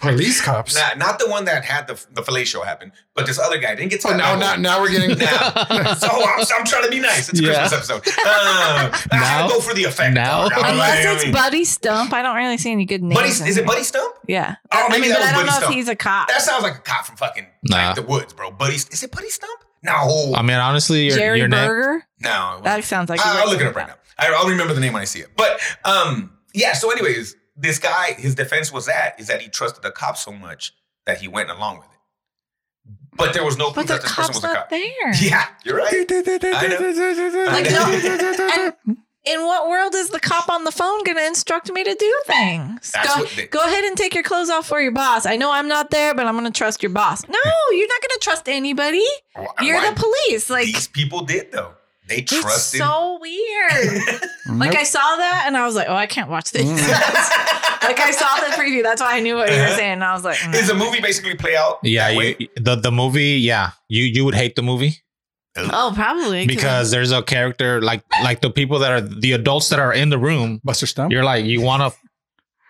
[SPEAKER 4] Police cops.
[SPEAKER 1] Not, not the one that had the the fellatio happen, but this other guy didn't get to
[SPEAKER 4] So
[SPEAKER 1] that
[SPEAKER 4] Oh, now,
[SPEAKER 1] level.
[SPEAKER 4] now, now we're getting. (laughs)
[SPEAKER 1] Now. (laughs) So I'm, I'm trying to be nice. It's a
[SPEAKER 2] Yeah.
[SPEAKER 1] Christmas episode. Um, I had
[SPEAKER 2] Now-
[SPEAKER 1] to go for the effect.
[SPEAKER 2] now-
[SPEAKER 1] dog. I'm like,
[SPEAKER 3] Unless
[SPEAKER 1] I
[SPEAKER 3] it's
[SPEAKER 1] mean,
[SPEAKER 3] Buddy Stump. I don't really see any good names.
[SPEAKER 1] Oh, Buddy.
[SPEAKER 3] in
[SPEAKER 1] Is
[SPEAKER 3] here.
[SPEAKER 1] it Buddy Stump?
[SPEAKER 3] Yeah.
[SPEAKER 1] Oh,
[SPEAKER 3] I
[SPEAKER 1] maybe
[SPEAKER 3] mean,
[SPEAKER 1] that
[SPEAKER 3] but
[SPEAKER 1] was
[SPEAKER 3] I don't
[SPEAKER 1] Buddy
[SPEAKER 3] know if
[SPEAKER 1] Stump.
[SPEAKER 3] he's a cop.
[SPEAKER 1] That sounds like a cop from fucking
[SPEAKER 2] Nah.
[SPEAKER 1] like, the woods, bro. Buddy, is it Buddy Stump? No,
[SPEAKER 2] I mean, honestly, your
[SPEAKER 3] Jerry
[SPEAKER 2] your name.
[SPEAKER 3] Berger.
[SPEAKER 1] no. it
[SPEAKER 3] That sounds like.
[SPEAKER 1] Uh, I'll look it up right now. I, I'll remember the name when I see it. But um, yeah. So, anyways, this guy, his defense was that is that he trusted the cop so much that he went along with it. But there was no proof
[SPEAKER 3] But the
[SPEAKER 1] that this person
[SPEAKER 3] cop's
[SPEAKER 1] was a
[SPEAKER 3] not
[SPEAKER 1] cop.
[SPEAKER 3] there.
[SPEAKER 1] (laughs) Yeah, you're right.
[SPEAKER 2] (laughs)
[SPEAKER 1] (laughs)
[SPEAKER 3] Like,
[SPEAKER 4] no.
[SPEAKER 3] In what world is the cop on the phone going to instruct me to do things?
[SPEAKER 1] That's
[SPEAKER 3] Go,
[SPEAKER 1] what they-
[SPEAKER 3] go ahead and take your clothes off for your boss. I know I'm not there, but I'm going to trust your boss. No, you're not going to trust anybody.
[SPEAKER 1] Why-
[SPEAKER 3] You're
[SPEAKER 1] why
[SPEAKER 3] the police. Like
[SPEAKER 1] these people did though. They
[SPEAKER 3] it's
[SPEAKER 1] trusted.
[SPEAKER 3] so
[SPEAKER 1] (laughs)
[SPEAKER 3] weird. like I saw that and I was like, oh, I can't watch this. (laughs) like I saw the preview. That's why I knew what you were
[SPEAKER 1] Mm. Uh-huh.
[SPEAKER 3] saying. And I was like, mm.
[SPEAKER 1] Is the movie basically play out?
[SPEAKER 2] Yeah,
[SPEAKER 1] that way?
[SPEAKER 2] you, the the movie. Yeah, you you would hate the movie.
[SPEAKER 3] oh, probably
[SPEAKER 2] because there's a character like like the people that are the adults that are in the room.
[SPEAKER 4] Buster Stump.
[SPEAKER 2] You're like you want to,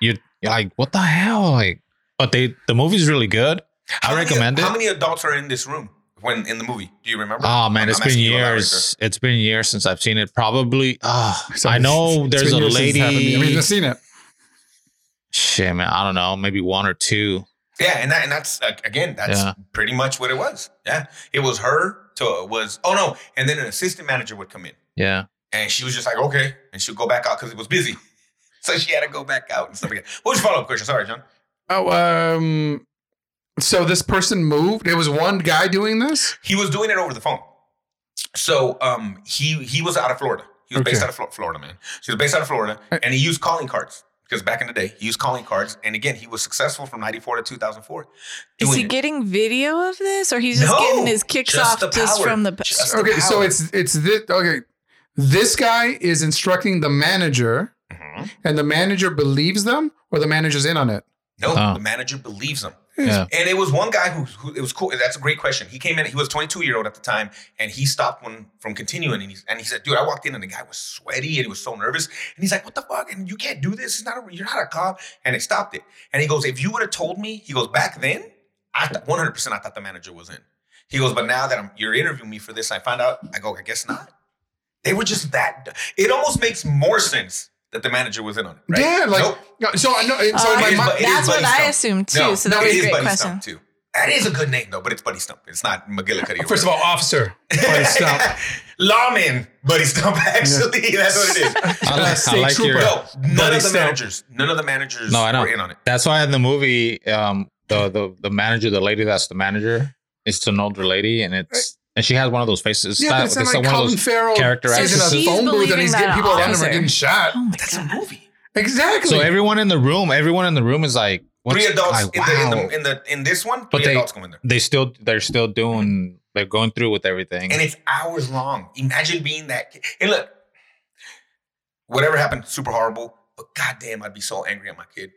[SPEAKER 2] you're, you're like what the hell like. But they the movie's really good.
[SPEAKER 1] How
[SPEAKER 2] I
[SPEAKER 1] many-
[SPEAKER 2] recommend
[SPEAKER 1] How
[SPEAKER 2] it.
[SPEAKER 1] many adults are in this room when in the movie? Do you remember?
[SPEAKER 2] Oh man,
[SPEAKER 1] I'm-
[SPEAKER 2] it's
[SPEAKER 1] I'm
[SPEAKER 2] been
[SPEAKER 1] asking you a lot right
[SPEAKER 2] years. It's been years since I've seen it. Probably. Uh, I know
[SPEAKER 4] It's
[SPEAKER 2] there's a
[SPEAKER 4] been years since it's happened to me. I mean,
[SPEAKER 2] lady.
[SPEAKER 4] I've seen it.
[SPEAKER 2] Shit, man. I don't know. Maybe one or two.
[SPEAKER 1] Yeah, and that, and that's uh, again, that's
[SPEAKER 2] Yeah.
[SPEAKER 1] pretty much what it was. Yeah, it was her. To it was oh no, and then an assistant manager would come in,
[SPEAKER 2] Yeah.
[SPEAKER 1] and she was just like okay, and she'd go back out because it was busy, (laughs) so she had to go back out and stuff like that. What was your follow up question? Sorry, John.
[SPEAKER 4] Oh, um. So this person moved. It was one guy doing this.
[SPEAKER 1] He was doing it over the phone. So um, he he was out of Florida. He was based
[SPEAKER 4] Okay.
[SPEAKER 1] out of Flo- Florida, man. She was based out of Florida, and he used calling cards because back in the day he used calling cards, and again he was successful from '94 to 2004.
[SPEAKER 3] Is
[SPEAKER 1] doing
[SPEAKER 3] he
[SPEAKER 1] it.
[SPEAKER 3] getting video of this, or he's just
[SPEAKER 1] No,
[SPEAKER 3] getting his kicks
[SPEAKER 1] just
[SPEAKER 3] off
[SPEAKER 1] the
[SPEAKER 3] just
[SPEAKER 1] power.
[SPEAKER 3] from the?
[SPEAKER 1] Just- That's the
[SPEAKER 4] Okay, so
[SPEAKER 1] power.
[SPEAKER 4] it's it's this. Okay, this guy is instructing the manager,
[SPEAKER 1] Mhm.
[SPEAKER 4] and the manager believes them, or the manager's in on it.
[SPEAKER 1] No,
[SPEAKER 2] Oh.
[SPEAKER 1] the manager believes him.
[SPEAKER 2] Yeah.
[SPEAKER 1] And it was one guy who, who it was cool. That's a great question. He came in. He was 22 year old at the time, and he stopped one from continuing. And he and he said, "Dude, I walked in, and the guy was sweaty, and he was so nervous. And he's like, "What the fuck? And you can't do this. It's not a, you're not a cop." And they stopped it. And he goes, "If you would have told me," he goes, "Back then, I th- 100 percent I thought the manager was in." He goes, "But now that I'm, you're interviewing me for this, I find out. I go, I guess not. They were just that. d- It almost makes more sense that the manager was in on it. Right?
[SPEAKER 4] Yeah, like
[SPEAKER 1] Nope.
[SPEAKER 4] so. I know. So
[SPEAKER 1] Uh,
[SPEAKER 3] Oh,
[SPEAKER 4] in my
[SPEAKER 1] it is,
[SPEAKER 4] mind,
[SPEAKER 1] but it
[SPEAKER 3] that's
[SPEAKER 1] is
[SPEAKER 3] what
[SPEAKER 1] Buddy
[SPEAKER 3] I
[SPEAKER 1] Stump.
[SPEAKER 3] assumed too.
[SPEAKER 1] No,
[SPEAKER 3] so that
[SPEAKER 1] no,
[SPEAKER 3] was
[SPEAKER 1] it
[SPEAKER 3] a
[SPEAKER 1] is
[SPEAKER 3] great
[SPEAKER 1] Buddy
[SPEAKER 3] question.
[SPEAKER 1] Stump too. That is a good name though, but it's Buddy Stump. It's not McGillicuddy.
[SPEAKER 4] first of all,
[SPEAKER 1] (laughs)
[SPEAKER 4] officer, (laughs) Buddy Stump.
[SPEAKER 1] lawman Buddy Stump. (laughs) Actually, that's what it
[SPEAKER 2] (laughs)
[SPEAKER 1] is.
[SPEAKER 2] I like, I
[SPEAKER 4] State
[SPEAKER 2] like your.
[SPEAKER 4] trooper.
[SPEAKER 1] No, none
[SPEAKER 4] Buddy
[SPEAKER 1] of the
[SPEAKER 4] Stump.
[SPEAKER 1] managers, none of the managers
[SPEAKER 2] No, I know.
[SPEAKER 1] were in on it.
[SPEAKER 2] That's why in the movie, um, the the the manager, the lady that's the manager, is an older lady, and it's and she has one of those faces.
[SPEAKER 4] Yeah,
[SPEAKER 2] That-
[SPEAKER 4] but it's not
[SPEAKER 2] it's
[SPEAKER 4] like
[SPEAKER 2] one of
[SPEAKER 4] Colin
[SPEAKER 2] those-
[SPEAKER 4] Farrell
[SPEAKER 2] character
[SPEAKER 4] sits in
[SPEAKER 3] actresses.
[SPEAKER 4] a phone booth and
[SPEAKER 3] She's believing
[SPEAKER 4] he's getting
[SPEAKER 3] that
[SPEAKER 4] people around him
[SPEAKER 3] officer.
[SPEAKER 4] are getting shot.
[SPEAKER 3] Oh my
[SPEAKER 1] That's
[SPEAKER 3] god!
[SPEAKER 1] a movie.
[SPEAKER 4] Exactly.
[SPEAKER 2] So everyone in the room, everyone in the room is like what's-
[SPEAKER 1] Three adults
[SPEAKER 2] like,
[SPEAKER 1] in, the,
[SPEAKER 2] wow.
[SPEAKER 1] in the in the in this one.
[SPEAKER 2] But
[SPEAKER 1] three
[SPEAKER 2] they-
[SPEAKER 1] adults go in there,
[SPEAKER 2] they still they're still doing they're going through with everything.
[SPEAKER 1] and it's hours long. Imagine being that. kid. And look, whatever happened, super horrible. But goddamn, I'd be so angry at my kid.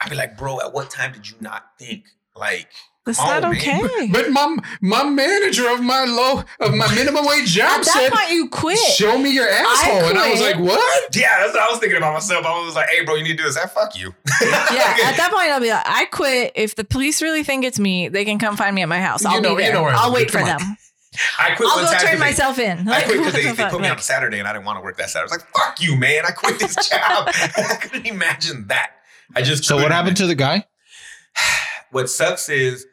[SPEAKER 1] I'd be like, bro, at what time did you not think? Like,
[SPEAKER 3] That's
[SPEAKER 1] Oh,
[SPEAKER 3] not
[SPEAKER 1] man. (laughs)
[SPEAKER 3] okay.
[SPEAKER 4] but my my manager of my low of my minimum wage job
[SPEAKER 3] At that
[SPEAKER 4] said,
[SPEAKER 3] point, you quit.
[SPEAKER 4] "Show me your asshole," and I was
[SPEAKER 3] quit.
[SPEAKER 4] like, "What?"
[SPEAKER 1] yeah, that's what I was thinking about myself. I was like, hey, bro, you need to do this. I fuck you.
[SPEAKER 3] yeah, at that point, I'll be like, I quit. If the police really think it's me, they can come find me at my house.
[SPEAKER 4] You
[SPEAKER 3] I'll
[SPEAKER 4] know-
[SPEAKER 3] be
[SPEAKER 4] you
[SPEAKER 3] there.
[SPEAKER 4] know where I
[SPEAKER 3] I'll
[SPEAKER 4] live.
[SPEAKER 3] wait for
[SPEAKER 4] Come on.
[SPEAKER 3] them.
[SPEAKER 1] (laughs) I quit one
[SPEAKER 3] I'll go
[SPEAKER 1] time 'cause
[SPEAKER 3] turn
[SPEAKER 1] they-
[SPEAKER 3] myself in.
[SPEAKER 1] I
[SPEAKER 3] Like, (laughs)
[SPEAKER 1] quit because
[SPEAKER 3] what
[SPEAKER 1] they,
[SPEAKER 3] the
[SPEAKER 1] they
[SPEAKER 3] fuck,
[SPEAKER 1] put me on
[SPEAKER 3] like-
[SPEAKER 1] Saturday and I didn't want to work that Saturday. I was like, fuck you, man. I quit this (laughs) job. I couldn't imagine that. I just
[SPEAKER 2] so what happened to the guy?
[SPEAKER 1] what sucks is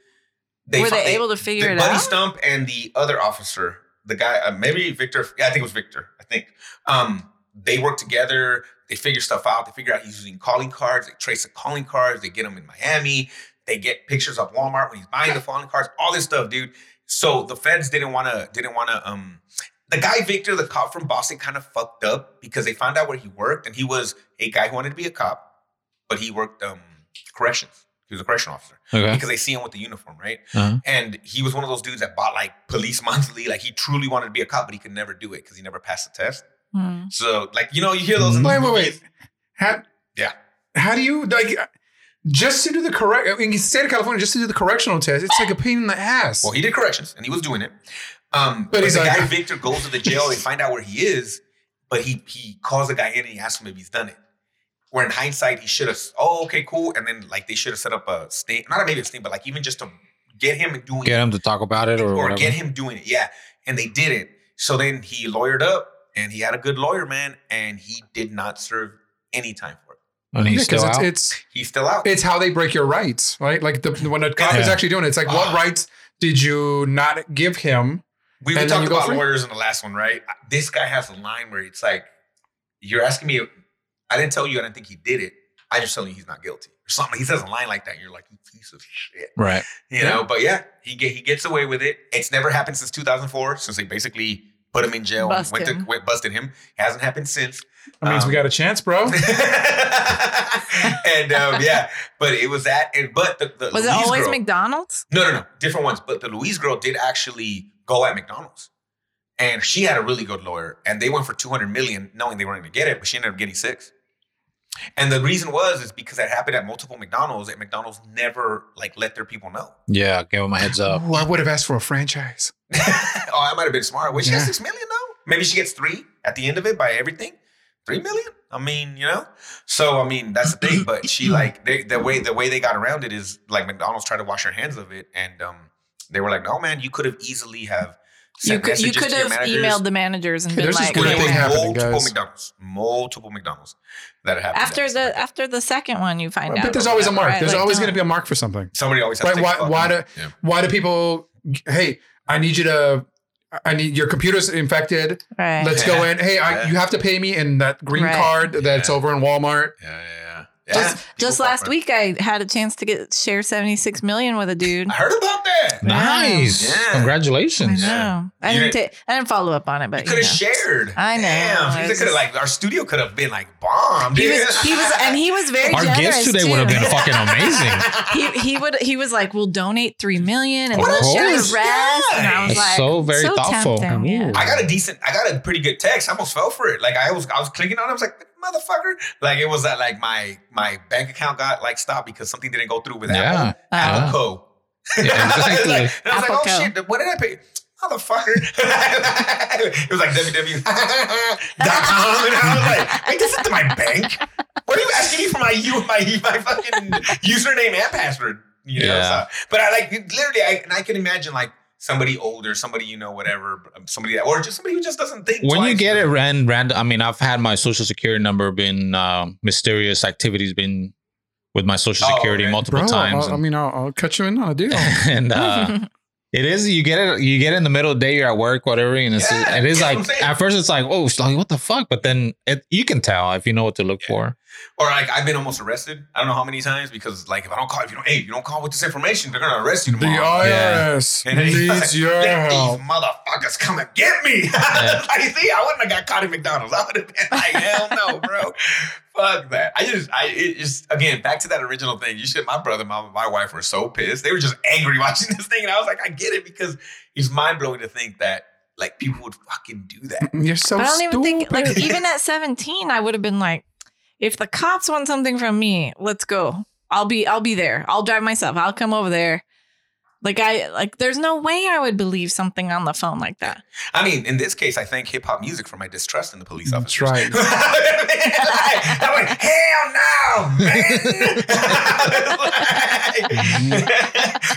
[SPEAKER 3] Were
[SPEAKER 1] fi-
[SPEAKER 3] they able to figure
[SPEAKER 1] the
[SPEAKER 3] it
[SPEAKER 1] Buddy
[SPEAKER 3] out?
[SPEAKER 1] Stump and the other officer, the guy, uh, maybe Victor. Yeah, I think it was Victor. I think um, they work together. They figure stuff out. They figure out he's using calling cards. They trace the calling cards. They get him in Miami. They get pictures of Walmart when he's buying the calling cards. All this stuff, dude. So the feds didn't want to. Didn't want to. Um, the guy Victor, the cop from Boston, kind of fucked up because they found out where he worked, and he was a guy who wanted to be a cop, but he worked um corrections. He was a correction officer
[SPEAKER 2] Okay.
[SPEAKER 1] because they see him with the uniform, right?
[SPEAKER 2] Uh-huh.
[SPEAKER 1] And he was one of those dudes that bought like police (laughs) monthly. Like he truly wanted to be a cop, but he could never do it because he never passed the test.
[SPEAKER 3] Hmm.
[SPEAKER 1] So like you know you hear those. in
[SPEAKER 4] Wait,
[SPEAKER 1] those
[SPEAKER 4] wait,
[SPEAKER 1] movies.
[SPEAKER 4] wait. How,
[SPEAKER 1] Yeah.
[SPEAKER 4] How do you like just to do the correct I mean, in the state of California just to do the correctional test? It's like a pain in the ass.
[SPEAKER 1] Well, he did corrections and he was doing it. Um, but
[SPEAKER 4] But he's
[SPEAKER 1] the
[SPEAKER 4] like-
[SPEAKER 1] guy Victor goes to the jail.
[SPEAKER 4] (laughs)
[SPEAKER 1] They find out where he is, but he he calls the guy in and he asks him if he's done it. Where in hindsight he should have. Oh, okay, cool. And then like they should have set up a sting, not maybe a sting, but like even just to get him doing
[SPEAKER 2] Get him to talk about it or,
[SPEAKER 1] or,
[SPEAKER 2] whatever.
[SPEAKER 1] get him doing it. Yeah. And they didn't. So then he lawyered up and he had a good lawyer, man, and he did not serve any time for it.
[SPEAKER 2] and
[SPEAKER 4] Yeah,
[SPEAKER 2] he's
[SPEAKER 4] 'cause
[SPEAKER 2] still
[SPEAKER 4] it's,
[SPEAKER 2] out.
[SPEAKER 4] it's
[SPEAKER 1] He's still out.
[SPEAKER 4] it's how they break your rights, right? Like the when a cop is
[SPEAKER 2] Yeah.
[SPEAKER 4] actually doing it, it's like what
[SPEAKER 1] Ah.
[SPEAKER 4] rights did you not give him?
[SPEAKER 1] we we
[SPEAKER 4] and then
[SPEAKER 1] talked
[SPEAKER 4] you go
[SPEAKER 1] about
[SPEAKER 4] free.
[SPEAKER 1] lawyers in the last one, right? I- This guy has a line where it's like, you're asking me, I didn't tell you, I didn't think he did it. I just tell you he's not guilty or something. He says a line like that. And you're like, you piece of shit.
[SPEAKER 2] right.
[SPEAKER 1] You know, but yeah, he get, he gets away with it. It's never happened since 2004, since they basically put him in jail and
[SPEAKER 3] Bust
[SPEAKER 1] went
[SPEAKER 3] him.
[SPEAKER 1] to went, busted him. hasn't happened since.
[SPEAKER 4] That means
[SPEAKER 1] Um,
[SPEAKER 4] we got a chance,
[SPEAKER 1] (laughs)
[SPEAKER 4] bro.
[SPEAKER 1] and um, yeah, but it was that. And but the, the
[SPEAKER 3] Was it
[SPEAKER 1] Louise
[SPEAKER 3] always
[SPEAKER 1] girl,
[SPEAKER 3] McDonald's?
[SPEAKER 1] no, no, no, different ones. But the Louise girl did actually go at McDonald's, and she had a really good lawyer, and they went for two hundred million, knowing they weren't going to get it, but she ended up getting six. And the reason was is because that happened at multiple McDonald's, and McDonald's never like let their people know.
[SPEAKER 2] Yeah. Give him a heads up.
[SPEAKER 4] Ooh, I would have asked for a franchise.
[SPEAKER 1] (laughs) oh, I might have been smart. Wait, she has
[SPEAKER 4] Yeah.
[SPEAKER 1] six million now. Maybe she gets three at the end of it by everything. Three million. I mean, you know. So I mean, that's the thing. But
[SPEAKER 4] (laughs)
[SPEAKER 1] she like they, the way the way they got around it is like McDonald's tried to wash their hands of it, and um, they were like, "No, man, you could have easily have
[SPEAKER 3] You
[SPEAKER 1] sent
[SPEAKER 3] could you
[SPEAKER 1] messages
[SPEAKER 3] could
[SPEAKER 1] to your
[SPEAKER 3] have
[SPEAKER 1] managers."
[SPEAKER 3] emailed the managers and
[SPEAKER 4] Hey,
[SPEAKER 3] been
[SPEAKER 4] there's this
[SPEAKER 3] like,
[SPEAKER 4] good
[SPEAKER 1] There
[SPEAKER 4] thing
[SPEAKER 1] was
[SPEAKER 3] "Hey,
[SPEAKER 4] happening,
[SPEAKER 1] multiple
[SPEAKER 4] guys.
[SPEAKER 1] McDonald's, multiple McDonald's that had happened
[SPEAKER 3] after the after the second one, you find out.
[SPEAKER 4] But there's always a mark. There's always going to
[SPEAKER 3] to
[SPEAKER 4] be a mark for something.
[SPEAKER 1] somebody always has
[SPEAKER 4] Right,
[SPEAKER 1] to
[SPEAKER 4] why-
[SPEAKER 1] take
[SPEAKER 4] why
[SPEAKER 1] fucking-
[SPEAKER 4] do- Why do people? Hey, I need you to. I need your computer's infected.
[SPEAKER 3] right.
[SPEAKER 4] Let's go in. Hey, I,
[SPEAKER 1] Yeah.
[SPEAKER 4] you have to pay me in that green
[SPEAKER 3] Right.
[SPEAKER 4] card that's
[SPEAKER 1] Yeah.
[SPEAKER 4] over in Walmart.
[SPEAKER 1] yeah, yeah, yeah, yeah.
[SPEAKER 3] Just
[SPEAKER 1] People
[SPEAKER 3] just
[SPEAKER 1] fuck
[SPEAKER 3] last
[SPEAKER 1] around.
[SPEAKER 3] week, I had a chance to get share seventy six million with a dude.
[SPEAKER 1] I heard about that.
[SPEAKER 2] Nice.
[SPEAKER 1] Yeah.
[SPEAKER 3] I
[SPEAKER 2] Congratulations.
[SPEAKER 3] know. I
[SPEAKER 1] You
[SPEAKER 3] didn't
[SPEAKER 1] didn't-
[SPEAKER 3] take. I didn't follow up on it, but
[SPEAKER 1] could
[SPEAKER 3] (laughs)
[SPEAKER 1] have
[SPEAKER 3] you know.
[SPEAKER 1] shared.
[SPEAKER 3] I know.
[SPEAKER 1] Damn,
[SPEAKER 3] It's
[SPEAKER 1] could have
[SPEAKER 3] just-
[SPEAKER 1] like our studio could have been like bombed.
[SPEAKER 3] He was he was
[SPEAKER 1] (laughs)
[SPEAKER 3] and he was very
[SPEAKER 2] Our
[SPEAKER 3] generous
[SPEAKER 2] guest today
[SPEAKER 3] too.
[SPEAKER 2] would have been fucking amazing.
[SPEAKER 3] (laughs) he he would he was like, "We'll donate three million and
[SPEAKER 1] Of
[SPEAKER 3] we'll share the
[SPEAKER 1] course.
[SPEAKER 3] rest." And I was
[SPEAKER 2] That's
[SPEAKER 3] like,
[SPEAKER 2] so very thoughtful.
[SPEAKER 3] tempting, yeah.
[SPEAKER 2] Ooh.
[SPEAKER 1] I got a decent. I got a pretty good text. I almost fell for it. Like I was, I was clicking on. it. I was like, motherfucker. Like it was that like my my bank account got like stopped because something didn't go through with
[SPEAKER 2] Yeah.
[SPEAKER 1] Apple.
[SPEAKER 3] Uh,
[SPEAKER 1] Apple Co.
[SPEAKER 2] Ah. Yeah,
[SPEAKER 1] (laughs)
[SPEAKER 2] exactly.
[SPEAKER 1] like, and I was
[SPEAKER 3] Apple
[SPEAKER 1] like, oh
[SPEAKER 3] Co.
[SPEAKER 1] shit, what did I pay? Motherfucker. (laughs) it was like www.com. And I was like, wait, this isn't my bank. What are you asking me for my you my, my fucking username and password? You know,
[SPEAKER 2] Yeah.
[SPEAKER 1] so- but I like literally I and I can imagine like somebody older, somebody you know, whatever, somebody that or just somebody who just doesn't think
[SPEAKER 2] when you
[SPEAKER 1] twice.
[SPEAKER 2] get it ran random i mean i've had my social security number been uh, mysterious activities been with my social
[SPEAKER 1] Oh,
[SPEAKER 2] security
[SPEAKER 1] okay.
[SPEAKER 2] multiple
[SPEAKER 4] Bro,
[SPEAKER 2] times
[SPEAKER 4] I'll,
[SPEAKER 2] (laughs)
[SPEAKER 4] I
[SPEAKER 2] and,
[SPEAKER 4] mean, oh. I'll, I'll cut you in on
[SPEAKER 1] (laughs)
[SPEAKER 4] a deal.
[SPEAKER 2] and,
[SPEAKER 4] (laughs)
[SPEAKER 2] uh,
[SPEAKER 3] (laughs)
[SPEAKER 2] it is you get it you get it in the middle of the day you're at work whatever and it's,
[SPEAKER 1] Yeah,
[SPEAKER 2] it is
[SPEAKER 1] yeah, I'm
[SPEAKER 2] like
[SPEAKER 1] saying.
[SPEAKER 2] at first it's like oh it's like, what the fuck but then it, you can tell if you know what to look
[SPEAKER 1] Yeah.
[SPEAKER 2] for
[SPEAKER 1] or like I've been almost arrested. I don't know how many times because like if I don't call, if you don't, hey, if you don't call with this information, they're gonna arrest you
[SPEAKER 4] The
[SPEAKER 1] tomorrow.
[SPEAKER 4] IRS
[SPEAKER 1] And he's (laughs)
[SPEAKER 4] needs
[SPEAKER 1] like,
[SPEAKER 4] your
[SPEAKER 1] Let
[SPEAKER 4] help.
[SPEAKER 1] these motherfuckers come and get me. (laughs) like, see, I wouldn't have got caught at McDonald's. (laughs) I would have been like, hell no, bro. Fuck that. I just, I it just again back to that original thing. You should. My brother, my my wife were so pissed. They were just angry (laughs) watching this thing, and I was like, I get it because it's mind blowing to think that like people would fucking do that.
[SPEAKER 4] You're so
[SPEAKER 3] But I don't
[SPEAKER 4] stupid.
[SPEAKER 3] even think like even at seventeen, I would have been like, "If the cops want something from me, let's go. I'll be I'll be there. I'll drive myself. I'll come over there." Like I like, there's no way I would believe something on the phone like that.
[SPEAKER 1] I mean, in this case, I thank hip hop music for my distrust in the police officers. (laughs)
[SPEAKER 4] That's right.
[SPEAKER 1] I went, hell no, man. (laughs)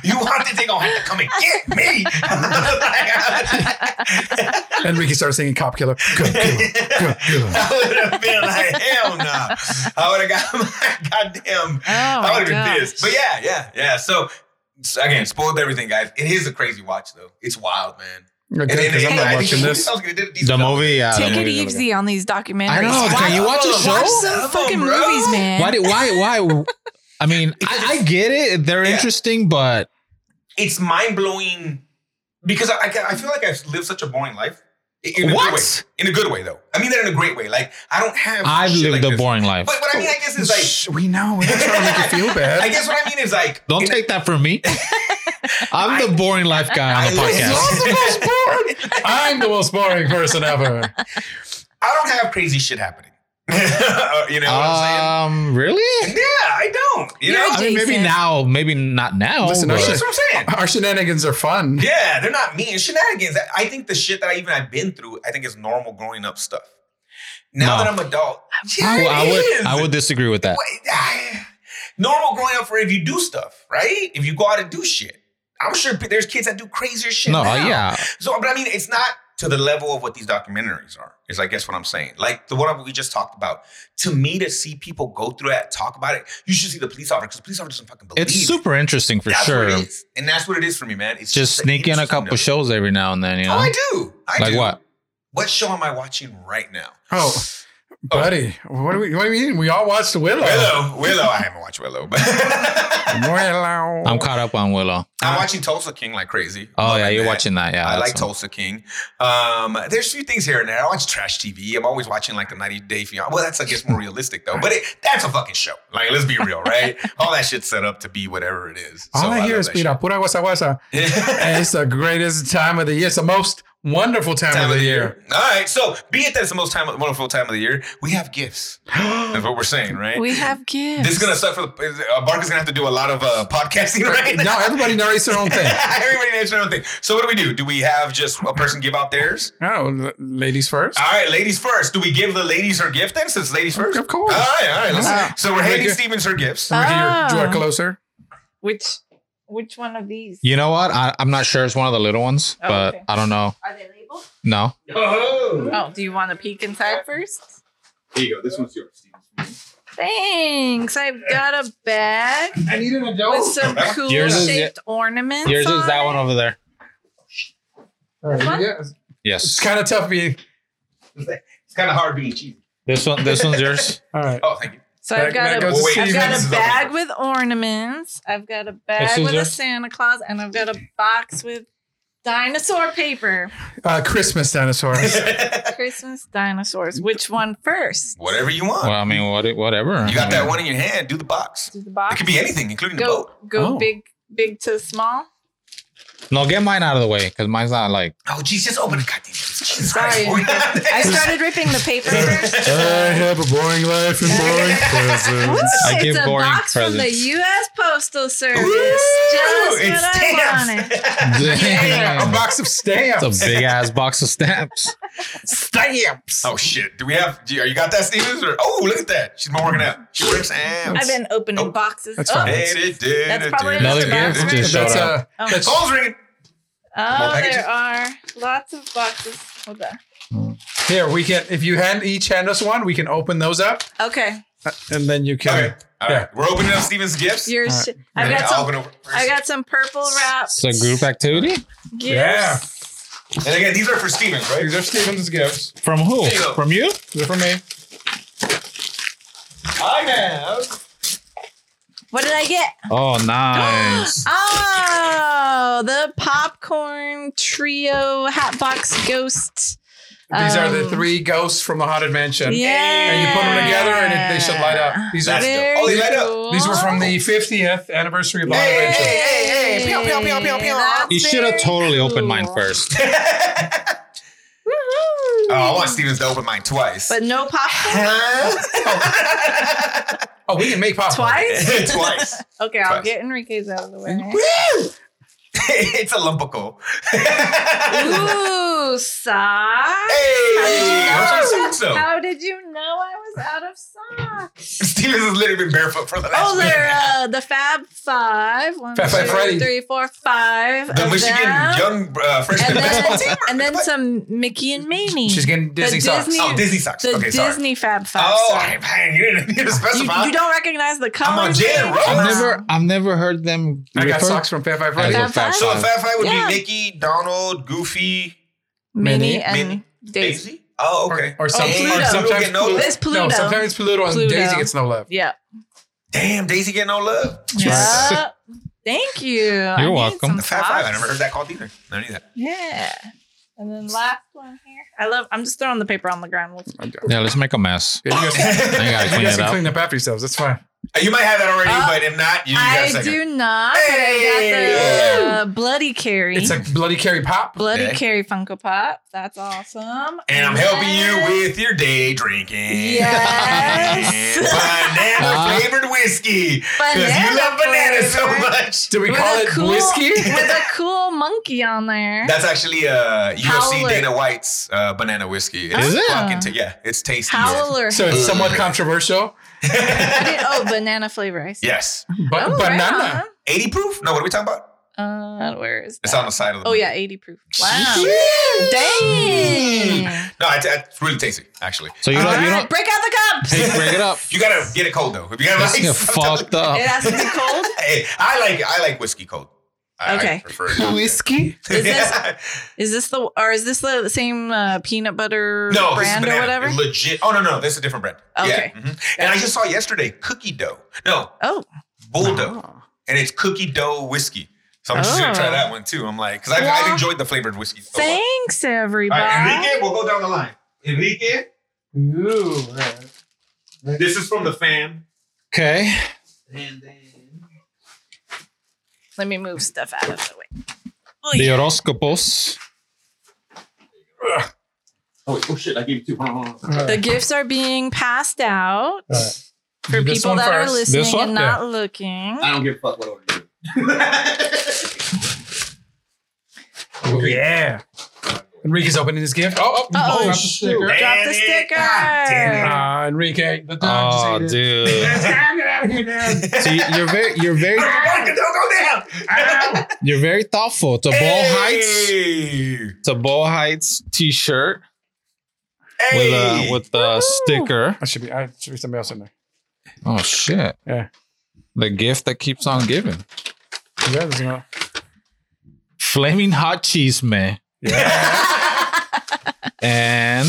[SPEAKER 1] you want this, they gonna have to come and get me. (laughs) I
[SPEAKER 4] And we can start singing cop killer. Cop killer. Cop killer.
[SPEAKER 1] would have been like, hell no. I would have got my (laughs) goddamn
[SPEAKER 3] Oh,
[SPEAKER 1] I
[SPEAKER 3] my
[SPEAKER 1] would have
[SPEAKER 3] gosh.
[SPEAKER 1] been pissed. But yeah, yeah, yeah. So, so again, spoiled everything, guys. It is a crazy watch though. It's wild, man. And-
[SPEAKER 4] Okay,
[SPEAKER 1] and-
[SPEAKER 4] 'cause I'm
[SPEAKER 1] and
[SPEAKER 4] not
[SPEAKER 1] I think
[SPEAKER 4] watching
[SPEAKER 1] he- I
[SPEAKER 4] this.
[SPEAKER 1] was gonna do these-
[SPEAKER 2] The movie. Yeah,
[SPEAKER 3] Take
[SPEAKER 2] the
[SPEAKER 3] it
[SPEAKER 2] movie
[SPEAKER 3] easy on these documentaries.
[SPEAKER 2] I know.
[SPEAKER 3] Why-
[SPEAKER 2] Can you watch a
[SPEAKER 1] Oh, Watch
[SPEAKER 2] show?
[SPEAKER 3] Watch
[SPEAKER 1] Come
[SPEAKER 3] some
[SPEAKER 1] on,
[SPEAKER 3] fucking
[SPEAKER 1] bro.
[SPEAKER 3] movies, man.
[SPEAKER 2] Why? Did, why?
[SPEAKER 3] (laughs)
[SPEAKER 2] Why? I mean, I, I get it. They're
[SPEAKER 1] Yeah.
[SPEAKER 2] interesting, but
[SPEAKER 1] It's mind blowing because I, I I feel like I've lived such a boring life. In a
[SPEAKER 2] What?
[SPEAKER 1] Good way. In a good way, though. I mean that in a great way. Like I don't have.
[SPEAKER 2] I've
[SPEAKER 1] shit
[SPEAKER 2] lived
[SPEAKER 1] like
[SPEAKER 2] a
[SPEAKER 1] this.
[SPEAKER 2] boring life.
[SPEAKER 1] But what I mean, I guess is like.
[SPEAKER 4] Shh, we know. We're not trying to make you feel bad.
[SPEAKER 1] I guess what I mean is like.
[SPEAKER 2] Don't
[SPEAKER 1] in-
[SPEAKER 2] take that
[SPEAKER 1] (laughs)
[SPEAKER 2] from me. I'm the boring life guy
[SPEAKER 1] I
[SPEAKER 2] on the
[SPEAKER 1] live-
[SPEAKER 2] podcast.
[SPEAKER 4] I'm the most boring person ever.
[SPEAKER 1] (laughs) I don't have crazy shit happening. (laughs) you know what I'm
[SPEAKER 2] Um, really?
[SPEAKER 1] saying? Yeah, I don't. You
[SPEAKER 3] You're
[SPEAKER 1] know,
[SPEAKER 3] a
[SPEAKER 2] I mean, maybe
[SPEAKER 3] Jason.
[SPEAKER 2] now, maybe not now.
[SPEAKER 4] Listen, I
[SPEAKER 2] but-
[SPEAKER 1] that's what I'm saying.
[SPEAKER 4] Our shenanigans are fun.
[SPEAKER 1] Yeah, they're not mean shenanigans. I- I think the shit that I even I've been through, I think is normal growing up stuff. Now
[SPEAKER 2] No.
[SPEAKER 1] that I'm adult, yeah,
[SPEAKER 2] I, I
[SPEAKER 1] it is.
[SPEAKER 2] would, I would disagree with that.
[SPEAKER 1] What- ah, (sighs) normal growing up for if you do stuff, right? If you go out and do shit, I'm sure p- there's kids that do crazier shit.
[SPEAKER 2] No, uh,
[SPEAKER 1] now.
[SPEAKER 2] yeah,
[SPEAKER 1] So, but I mean, it's not to the level of what these documentaries are. Is I guess what I'm saying. Like the one we just talked about. To me, to see people go through that, talk about it, you should see the police officer because the police officer doesn't fucking believe.
[SPEAKER 2] it's
[SPEAKER 1] it.
[SPEAKER 2] super interesting for
[SPEAKER 1] That's
[SPEAKER 2] sure.
[SPEAKER 1] what it is. and that's what it is for me, man. It's
[SPEAKER 2] Just
[SPEAKER 1] an
[SPEAKER 2] sneak in a
[SPEAKER 1] interesting
[SPEAKER 2] couple
[SPEAKER 1] note.
[SPEAKER 2] shows every now and then, you know.
[SPEAKER 1] Oh, I do. I
[SPEAKER 2] Like
[SPEAKER 1] do.
[SPEAKER 2] what?
[SPEAKER 1] What show am I watching right
[SPEAKER 2] (laughs)
[SPEAKER 1] now?
[SPEAKER 4] Oh, buddy, what do we? What do you mean? We all watched Willow.
[SPEAKER 1] Willow. Willow. I haven't watched Willow, but (laughs)
[SPEAKER 4] Willow.
[SPEAKER 2] I'm caught up on Willow.
[SPEAKER 1] I'm watching Tulsa King like crazy.
[SPEAKER 2] Uh, Oh yeah,
[SPEAKER 1] Loving
[SPEAKER 2] you're
[SPEAKER 1] that.
[SPEAKER 2] watching that. Yeah,
[SPEAKER 1] I like
[SPEAKER 2] that's one.
[SPEAKER 1] Tulsa King. Um, there's a few things here and there. I watch trash TV. I'm always watching like the 90 Day Fiance. Well, that's I
[SPEAKER 4] (laughs)
[SPEAKER 1] guess more realistic though. But it, that's a fucking show. Like, let's be real, right? All that shit's set up to be whatever it is.
[SPEAKER 4] All
[SPEAKER 1] So
[SPEAKER 4] I, hear
[SPEAKER 1] love
[SPEAKER 4] is
[SPEAKER 1] that
[SPEAKER 4] Pira Pura Wasa Wasa.
[SPEAKER 1] shit. (laughs)
[SPEAKER 4] And it's the greatest time of the year. It's the most wonderful time, of the, year.
[SPEAKER 1] All right. So, be it that it's the most time, wonderful time of the year, we have
[SPEAKER 4] (gasps)
[SPEAKER 1] gifts. That's what we're saying, right?
[SPEAKER 3] We have gifts.
[SPEAKER 1] This is gonna suck for the uh, Barker's gonna have to do a lot of uh, podcasting (laughs) right
[SPEAKER 4] now everybody narrates their
[SPEAKER 1] (laughs)
[SPEAKER 4] own thing.
[SPEAKER 1] Everybody knows their own thing. So what do we do? Do we have just a person give out theirs?
[SPEAKER 4] Oh, l- ladies first.
[SPEAKER 1] All right, ladies first. Do we give the ladies her gift then? Since ladies first.
[SPEAKER 4] Of course.
[SPEAKER 1] All right, all right. Let's,
[SPEAKER 4] Yeah.
[SPEAKER 1] So we're handing
[SPEAKER 4] Okay.
[SPEAKER 1] Stevens her gifts.
[SPEAKER 4] Over here,
[SPEAKER 3] Ah.
[SPEAKER 4] draw closer.
[SPEAKER 3] which which one of these?
[SPEAKER 2] You know what? I, I'm not sure. It's one of the little ones,
[SPEAKER 3] Oh,
[SPEAKER 2] but
[SPEAKER 3] okay.
[SPEAKER 2] I don't know.
[SPEAKER 3] Are they labeled?
[SPEAKER 2] No.
[SPEAKER 1] Oh.
[SPEAKER 3] Oh, do you want to peek inside first?
[SPEAKER 1] Here you go. This one's yours, Stevens.
[SPEAKER 3] Thanks. I've got a bag
[SPEAKER 4] (laughs) I need an adult.
[SPEAKER 3] with some cool
[SPEAKER 2] Yours is-
[SPEAKER 3] shaped ornaments.
[SPEAKER 2] Yours is
[SPEAKER 3] on
[SPEAKER 2] that
[SPEAKER 3] it.
[SPEAKER 2] one over there.
[SPEAKER 3] What?
[SPEAKER 4] It's
[SPEAKER 2] Yes.
[SPEAKER 4] kind of tough being.
[SPEAKER 1] It's kind of hard being cheesy.
[SPEAKER 2] This one. This
[SPEAKER 1] (laughs)
[SPEAKER 2] one's yours.
[SPEAKER 4] All right.
[SPEAKER 1] Oh, thank you.
[SPEAKER 3] So
[SPEAKER 4] That-
[SPEAKER 3] I've got
[SPEAKER 4] that
[SPEAKER 3] a
[SPEAKER 4] goes to
[SPEAKER 1] Wait,
[SPEAKER 3] I've
[SPEAKER 4] Stevens.
[SPEAKER 1] This
[SPEAKER 3] got
[SPEAKER 1] is
[SPEAKER 3] a
[SPEAKER 1] over
[SPEAKER 3] bag
[SPEAKER 1] here.
[SPEAKER 3] with ornaments. I've got a
[SPEAKER 2] This
[SPEAKER 3] bag
[SPEAKER 2] is
[SPEAKER 3] with a
[SPEAKER 2] yours?
[SPEAKER 3] Santa Claus, and I've got a box with dinosaur paper.
[SPEAKER 4] Uh, Christmas (laughs) dinosaurs.
[SPEAKER 1] (laughs)
[SPEAKER 3] Christmas dinosaurs. Which one first?
[SPEAKER 1] Whatever you want.
[SPEAKER 2] Well, I mean, what? Whatever.
[SPEAKER 1] you got
[SPEAKER 2] I
[SPEAKER 1] that
[SPEAKER 2] mean,
[SPEAKER 1] one in your hand. Do the box.
[SPEAKER 3] Do the
[SPEAKER 1] It
[SPEAKER 3] box.
[SPEAKER 1] could be anything, including the
[SPEAKER 3] Go
[SPEAKER 1] boat.
[SPEAKER 3] go
[SPEAKER 4] Oh.
[SPEAKER 3] big big to small.
[SPEAKER 2] No, get mine out of the way because mine's not like.
[SPEAKER 1] Oh, geez, just open it. God damn it. Jesus
[SPEAKER 3] Sorry.
[SPEAKER 1] Christ.
[SPEAKER 3] I started ripping the paper first.
[SPEAKER 4] I
[SPEAKER 3] (laughs)
[SPEAKER 4] have a boring life and boring
[SPEAKER 3] Ooh,
[SPEAKER 4] presents.
[SPEAKER 2] I give
[SPEAKER 3] it's a
[SPEAKER 2] boring
[SPEAKER 3] box from the
[SPEAKER 2] presents.
[SPEAKER 3] U.S. Postal Service.
[SPEAKER 1] Ooh,
[SPEAKER 3] Just what I wanted.
[SPEAKER 1] (laughs)
[SPEAKER 4] A
[SPEAKER 2] Damn.
[SPEAKER 4] box of stamps.
[SPEAKER 2] It's a big (laughs) ass box of stamps.
[SPEAKER 4] stamps.
[SPEAKER 1] Oh shit! Do we have? Do you, are you got that, Stevens? Or oh, look at that! She's been working out. She works out.
[SPEAKER 3] I've been opening
[SPEAKER 1] Oh,
[SPEAKER 3] boxes.
[SPEAKER 4] that's
[SPEAKER 3] oh,
[SPEAKER 4] fine.
[SPEAKER 1] That's
[SPEAKER 3] probably
[SPEAKER 2] Another gift just showed
[SPEAKER 4] That's
[SPEAKER 2] up.
[SPEAKER 4] a.
[SPEAKER 3] oh.
[SPEAKER 4] That's
[SPEAKER 1] Phone's ringing.
[SPEAKER 3] Oh,
[SPEAKER 1] packages?
[SPEAKER 3] there are lots of boxes. Hold on.
[SPEAKER 4] Here we can. If you hand each hand us one, we can open those up,
[SPEAKER 3] Okay,
[SPEAKER 4] uh, and then you can.
[SPEAKER 1] Okay. All
[SPEAKER 4] Yeah.
[SPEAKER 1] right. We're opening up Stevens' gifts.
[SPEAKER 3] yours.
[SPEAKER 4] All
[SPEAKER 3] sh- I've
[SPEAKER 1] Yeah,
[SPEAKER 3] got
[SPEAKER 1] I'll
[SPEAKER 3] some.
[SPEAKER 1] open up first.
[SPEAKER 3] I got some purple wrap.
[SPEAKER 2] It's a group activity.
[SPEAKER 3] gifts.
[SPEAKER 4] Yeah.
[SPEAKER 1] And again, these are for Stevens, right?
[SPEAKER 4] These are Stevens' gifts.
[SPEAKER 2] From who?
[SPEAKER 1] There you go.
[SPEAKER 2] From you?
[SPEAKER 4] They're for me.
[SPEAKER 1] I have.
[SPEAKER 3] What did I get?
[SPEAKER 2] Oh, nice.
[SPEAKER 3] (gasps) Oh, the popcorn trio hatbox ghost.
[SPEAKER 4] These are the
[SPEAKER 3] Um,
[SPEAKER 4] three ghosts from the haunted mansion.
[SPEAKER 3] Yeah.
[SPEAKER 4] And you put them together, and it, they should light up. These are
[SPEAKER 1] That's dope.
[SPEAKER 3] Very
[SPEAKER 1] Oh, they light up.
[SPEAKER 3] cool.
[SPEAKER 4] these were from the 50th anniversary of the haunted
[SPEAKER 1] Hey,
[SPEAKER 4] mansion.
[SPEAKER 1] hey, hey, hey, pew, pew, pew, pew, pew.
[SPEAKER 3] That's
[SPEAKER 2] You should have
[SPEAKER 3] very
[SPEAKER 2] totally opened
[SPEAKER 3] cool.
[SPEAKER 2] mine first.
[SPEAKER 1] (laughs)
[SPEAKER 3] Woohoo.
[SPEAKER 1] oh, I want Stevens to open mine twice.
[SPEAKER 3] But no popcorn
[SPEAKER 1] Huh?
[SPEAKER 4] Oh, we can make popcorn.
[SPEAKER 3] twice.
[SPEAKER 1] (laughs)
[SPEAKER 3] (laughs)
[SPEAKER 1] twice.
[SPEAKER 3] Okay, I'll
[SPEAKER 1] Twice.
[SPEAKER 3] get Enrique's out of the way.
[SPEAKER 1] Woo! (laughs) it's a lumpicle.
[SPEAKER 3] Ooh, socks.
[SPEAKER 1] Hey!
[SPEAKER 3] How did you know?
[SPEAKER 1] I'm so- so- so.
[SPEAKER 3] How did you know I was out of socks?
[SPEAKER 1] Stevens has literally been barefoot for the last.
[SPEAKER 3] Oh,
[SPEAKER 1] minute.
[SPEAKER 3] they're uh, the Fab Five. One,
[SPEAKER 4] Fab Five
[SPEAKER 3] two,
[SPEAKER 4] Freddy.
[SPEAKER 3] three, four, five
[SPEAKER 1] the
[SPEAKER 3] of
[SPEAKER 1] Michigan
[SPEAKER 3] them.
[SPEAKER 1] young uh, freshman
[SPEAKER 3] and
[SPEAKER 1] basketball team.
[SPEAKER 3] then, and then some Mickey and Mamie.
[SPEAKER 4] She's getting Disney socks.
[SPEAKER 3] Disney-
[SPEAKER 1] oh, Disney socks.
[SPEAKER 3] the
[SPEAKER 1] okay, sorry.
[SPEAKER 3] Disney Fab Five.
[SPEAKER 1] Oh,
[SPEAKER 3] song.
[SPEAKER 1] hey, man, you didn't (laughs) need to
[SPEAKER 3] you,
[SPEAKER 1] specify.
[SPEAKER 3] you don't recognize the colors.
[SPEAKER 1] I'm on Jan
[SPEAKER 3] name?
[SPEAKER 1] Rose.
[SPEAKER 2] I've
[SPEAKER 1] Wow.
[SPEAKER 2] never, I've never heard them.
[SPEAKER 4] I got
[SPEAKER 2] refer-
[SPEAKER 4] socks from Fat Five
[SPEAKER 2] as
[SPEAKER 4] Friday.
[SPEAKER 2] a
[SPEAKER 3] Fab
[SPEAKER 2] Fab
[SPEAKER 3] Five?
[SPEAKER 1] so a
[SPEAKER 2] Five.
[SPEAKER 1] Fat Five would
[SPEAKER 3] Yeah.
[SPEAKER 1] be Mickey, Donald, Goofy,
[SPEAKER 3] Minnie
[SPEAKER 4] Minnie,
[SPEAKER 3] and
[SPEAKER 1] Minnie,
[SPEAKER 3] Daisy.
[SPEAKER 1] Daisy. Oh,
[SPEAKER 4] Or,
[SPEAKER 1] okay.
[SPEAKER 4] or, some,
[SPEAKER 3] Pluto.
[SPEAKER 4] or sometimes
[SPEAKER 1] Pluto.
[SPEAKER 4] Pluto.
[SPEAKER 3] It's Pluto.
[SPEAKER 4] No, sometimes Pluto and
[SPEAKER 3] Pluto.
[SPEAKER 4] Daisy gets no love.
[SPEAKER 3] Yeah.
[SPEAKER 1] Damn, Daisy getting no love.
[SPEAKER 2] Right.
[SPEAKER 3] Yeah. Thank you. You're
[SPEAKER 2] welcome.
[SPEAKER 1] The Fat Five. I never heard that called either. I
[SPEAKER 2] (laughs)
[SPEAKER 1] knew that.
[SPEAKER 3] Yeah. And then last one here. I love. I'm just throwing the paper on the ground. We'll-
[SPEAKER 4] Yeah, you
[SPEAKER 2] Yeah, let's make a mess.
[SPEAKER 4] guys,
[SPEAKER 2] I gotta
[SPEAKER 4] you
[SPEAKER 2] (laughs) clean it
[SPEAKER 4] guys can
[SPEAKER 2] up.
[SPEAKER 4] clean up after yourselves. That's fine.
[SPEAKER 1] (laughs) You might have that already,
[SPEAKER 3] Uh,
[SPEAKER 1] but if not, you, you got a
[SPEAKER 3] I
[SPEAKER 1] second.
[SPEAKER 3] do not. but I got the uh, bloody carry.
[SPEAKER 4] It's a bloody carry pop.
[SPEAKER 3] bloody
[SPEAKER 1] Okay.
[SPEAKER 3] carry Funko Pop. That's awesome.
[SPEAKER 1] And I'm helping
[SPEAKER 3] then-
[SPEAKER 1] you with your day drinking. (laughs)
[SPEAKER 3] Yes.
[SPEAKER 1] banana
[SPEAKER 2] Uh-huh.
[SPEAKER 1] flavored whiskey. Because
[SPEAKER 3] Banana
[SPEAKER 1] you love bananas so
[SPEAKER 3] flavor.
[SPEAKER 1] much.
[SPEAKER 4] Do we
[SPEAKER 3] With
[SPEAKER 4] call
[SPEAKER 3] a
[SPEAKER 4] it
[SPEAKER 3] cool-
[SPEAKER 2] (laughs)
[SPEAKER 3] (laughs)
[SPEAKER 4] whiskey?
[SPEAKER 3] with a cool monkey on there.
[SPEAKER 1] That's actually uh, UFC
[SPEAKER 3] Howler.
[SPEAKER 1] Dana White's uh, banana whiskey. It's
[SPEAKER 2] Is it?
[SPEAKER 1] fucking ta- yeah, it's tasty.
[SPEAKER 3] Howler.
[SPEAKER 4] So it's somewhat
[SPEAKER 1] Ugh.
[SPEAKER 4] controversial.
[SPEAKER 3] I did-
[SPEAKER 1] (laughs)
[SPEAKER 3] oh, banana flavor. I see.
[SPEAKER 1] yes.
[SPEAKER 4] But
[SPEAKER 3] Oh, right
[SPEAKER 4] banana.
[SPEAKER 1] 80 proof? No, what are we talking about?
[SPEAKER 3] on. Uh, where is
[SPEAKER 1] It's
[SPEAKER 3] that?
[SPEAKER 1] on the side of the
[SPEAKER 3] Oh yeah, 80 proof. Wow.
[SPEAKER 1] Jeez.
[SPEAKER 3] Dang.
[SPEAKER 1] No, it's, it's really tasty, actually.
[SPEAKER 2] So you
[SPEAKER 3] All
[SPEAKER 2] don't, you
[SPEAKER 3] right,
[SPEAKER 2] don't
[SPEAKER 3] break out the cups.
[SPEAKER 2] hey, break it up.
[SPEAKER 1] You gotta get it cold though. If you gotta
[SPEAKER 2] This
[SPEAKER 1] like, (laughs)
[SPEAKER 2] nigga
[SPEAKER 1] I'm telling
[SPEAKER 2] fucked
[SPEAKER 1] you.
[SPEAKER 3] It
[SPEAKER 2] up.
[SPEAKER 3] has to be cold.
[SPEAKER 1] (laughs) Hey, I like I like whiskey cold. I, I
[SPEAKER 3] Okay.
[SPEAKER 1] prefer it. (laughs)
[SPEAKER 4] Whiskey?
[SPEAKER 3] Is this- Is this the or is this the same uh, peanut butter
[SPEAKER 1] no, this is
[SPEAKER 3] brand or
[SPEAKER 1] banana.
[SPEAKER 3] whatever?
[SPEAKER 1] Legit. Oh no, no, this is a different brand.
[SPEAKER 3] Okay.
[SPEAKER 1] Yeah. mhm. And I just saw yesterday cookie dough. No,
[SPEAKER 3] oh,
[SPEAKER 1] bull dough, and it's cookie dough whiskey. So I'm just gonna try
[SPEAKER 3] Oh.
[SPEAKER 1] that one too. I'm like, because I've, I've
[SPEAKER 3] Well,
[SPEAKER 1] enjoyed the flavored whiskey. So much.
[SPEAKER 3] thanks
[SPEAKER 1] All
[SPEAKER 3] everybody.
[SPEAKER 1] right, Enrique, we'll go down the line. Enrique,
[SPEAKER 4] Ooh.
[SPEAKER 1] this is from the fan.
[SPEAKER 2] Okay.
[SPEAKER 1] And then
[SPEAKER 3] Let me move stuff out of the way.
[SPEAKER 2] The horoscopos.
[SPEAKER 1] oh, wait, oh shit, I gave you two. Hold on, hold on.
[SPEAKER 3] The gifts are being passed out for
[SPEAKER 4] This
[SPEAKER 3] people
[SPEAKER 4] one
[SPEAKER 3] that are
[SPEAKER 4] first.
[SPEAKER 2] This
[SPEAKER 3] listening
[SPEAKER 2] one?
[SPEAKER 3] and not looking.
[SPEAKER 1] I don't give a fuck what order you do.
[SPEAKER 4] Yeah. Enrique's opening his gift. Oh, oh,
[SPEAKER 3] Uh-oh.
[SPEAKER 4] drop the sticker.
[SPEAKER 1] Damn
[SPEAKER 3] Drop the
[SPEAKER 1] it.
[SPEAKER 3] sticker.
[SPEAKER 1] Ah, damn
[SPEAKER 4] Ah, Enrique. The dog just
[SPEAKER 2] Oh,
[SPEAKER 4] ate it.
[SPEAKER 2] dude.
[SPEAKER 1] (laughs)
[SPEAKER 4] Get out of here now.
[SPEAKER 3] (laughs)
[SPEAKER 2] So you- you're very, you're very,
[SPEAKER 1] Don't go down.
[SPEAKER 2] you're very thoughtful. It's a ball heights.
[SPEAKER 1] Hey.
[SPEAKER 2] It's a ball heights T-shirt with
[SPEAKER 1] Hey.
[SPEAKER 2] a with a sticker.
[SPEAKER 4] I should be. I should be somebody else in there.
[SPEAKER 2] Oh shit!
[SPEAKER 4] Yeah.
[SPEAKER 2] The gift that keeps on giving.
[SPEAKER 4] You guys are not-
[SPEAKER 2] Flaming hot cheese man
[SPEAKER 1] (laughs)
[SPEAKER 2] and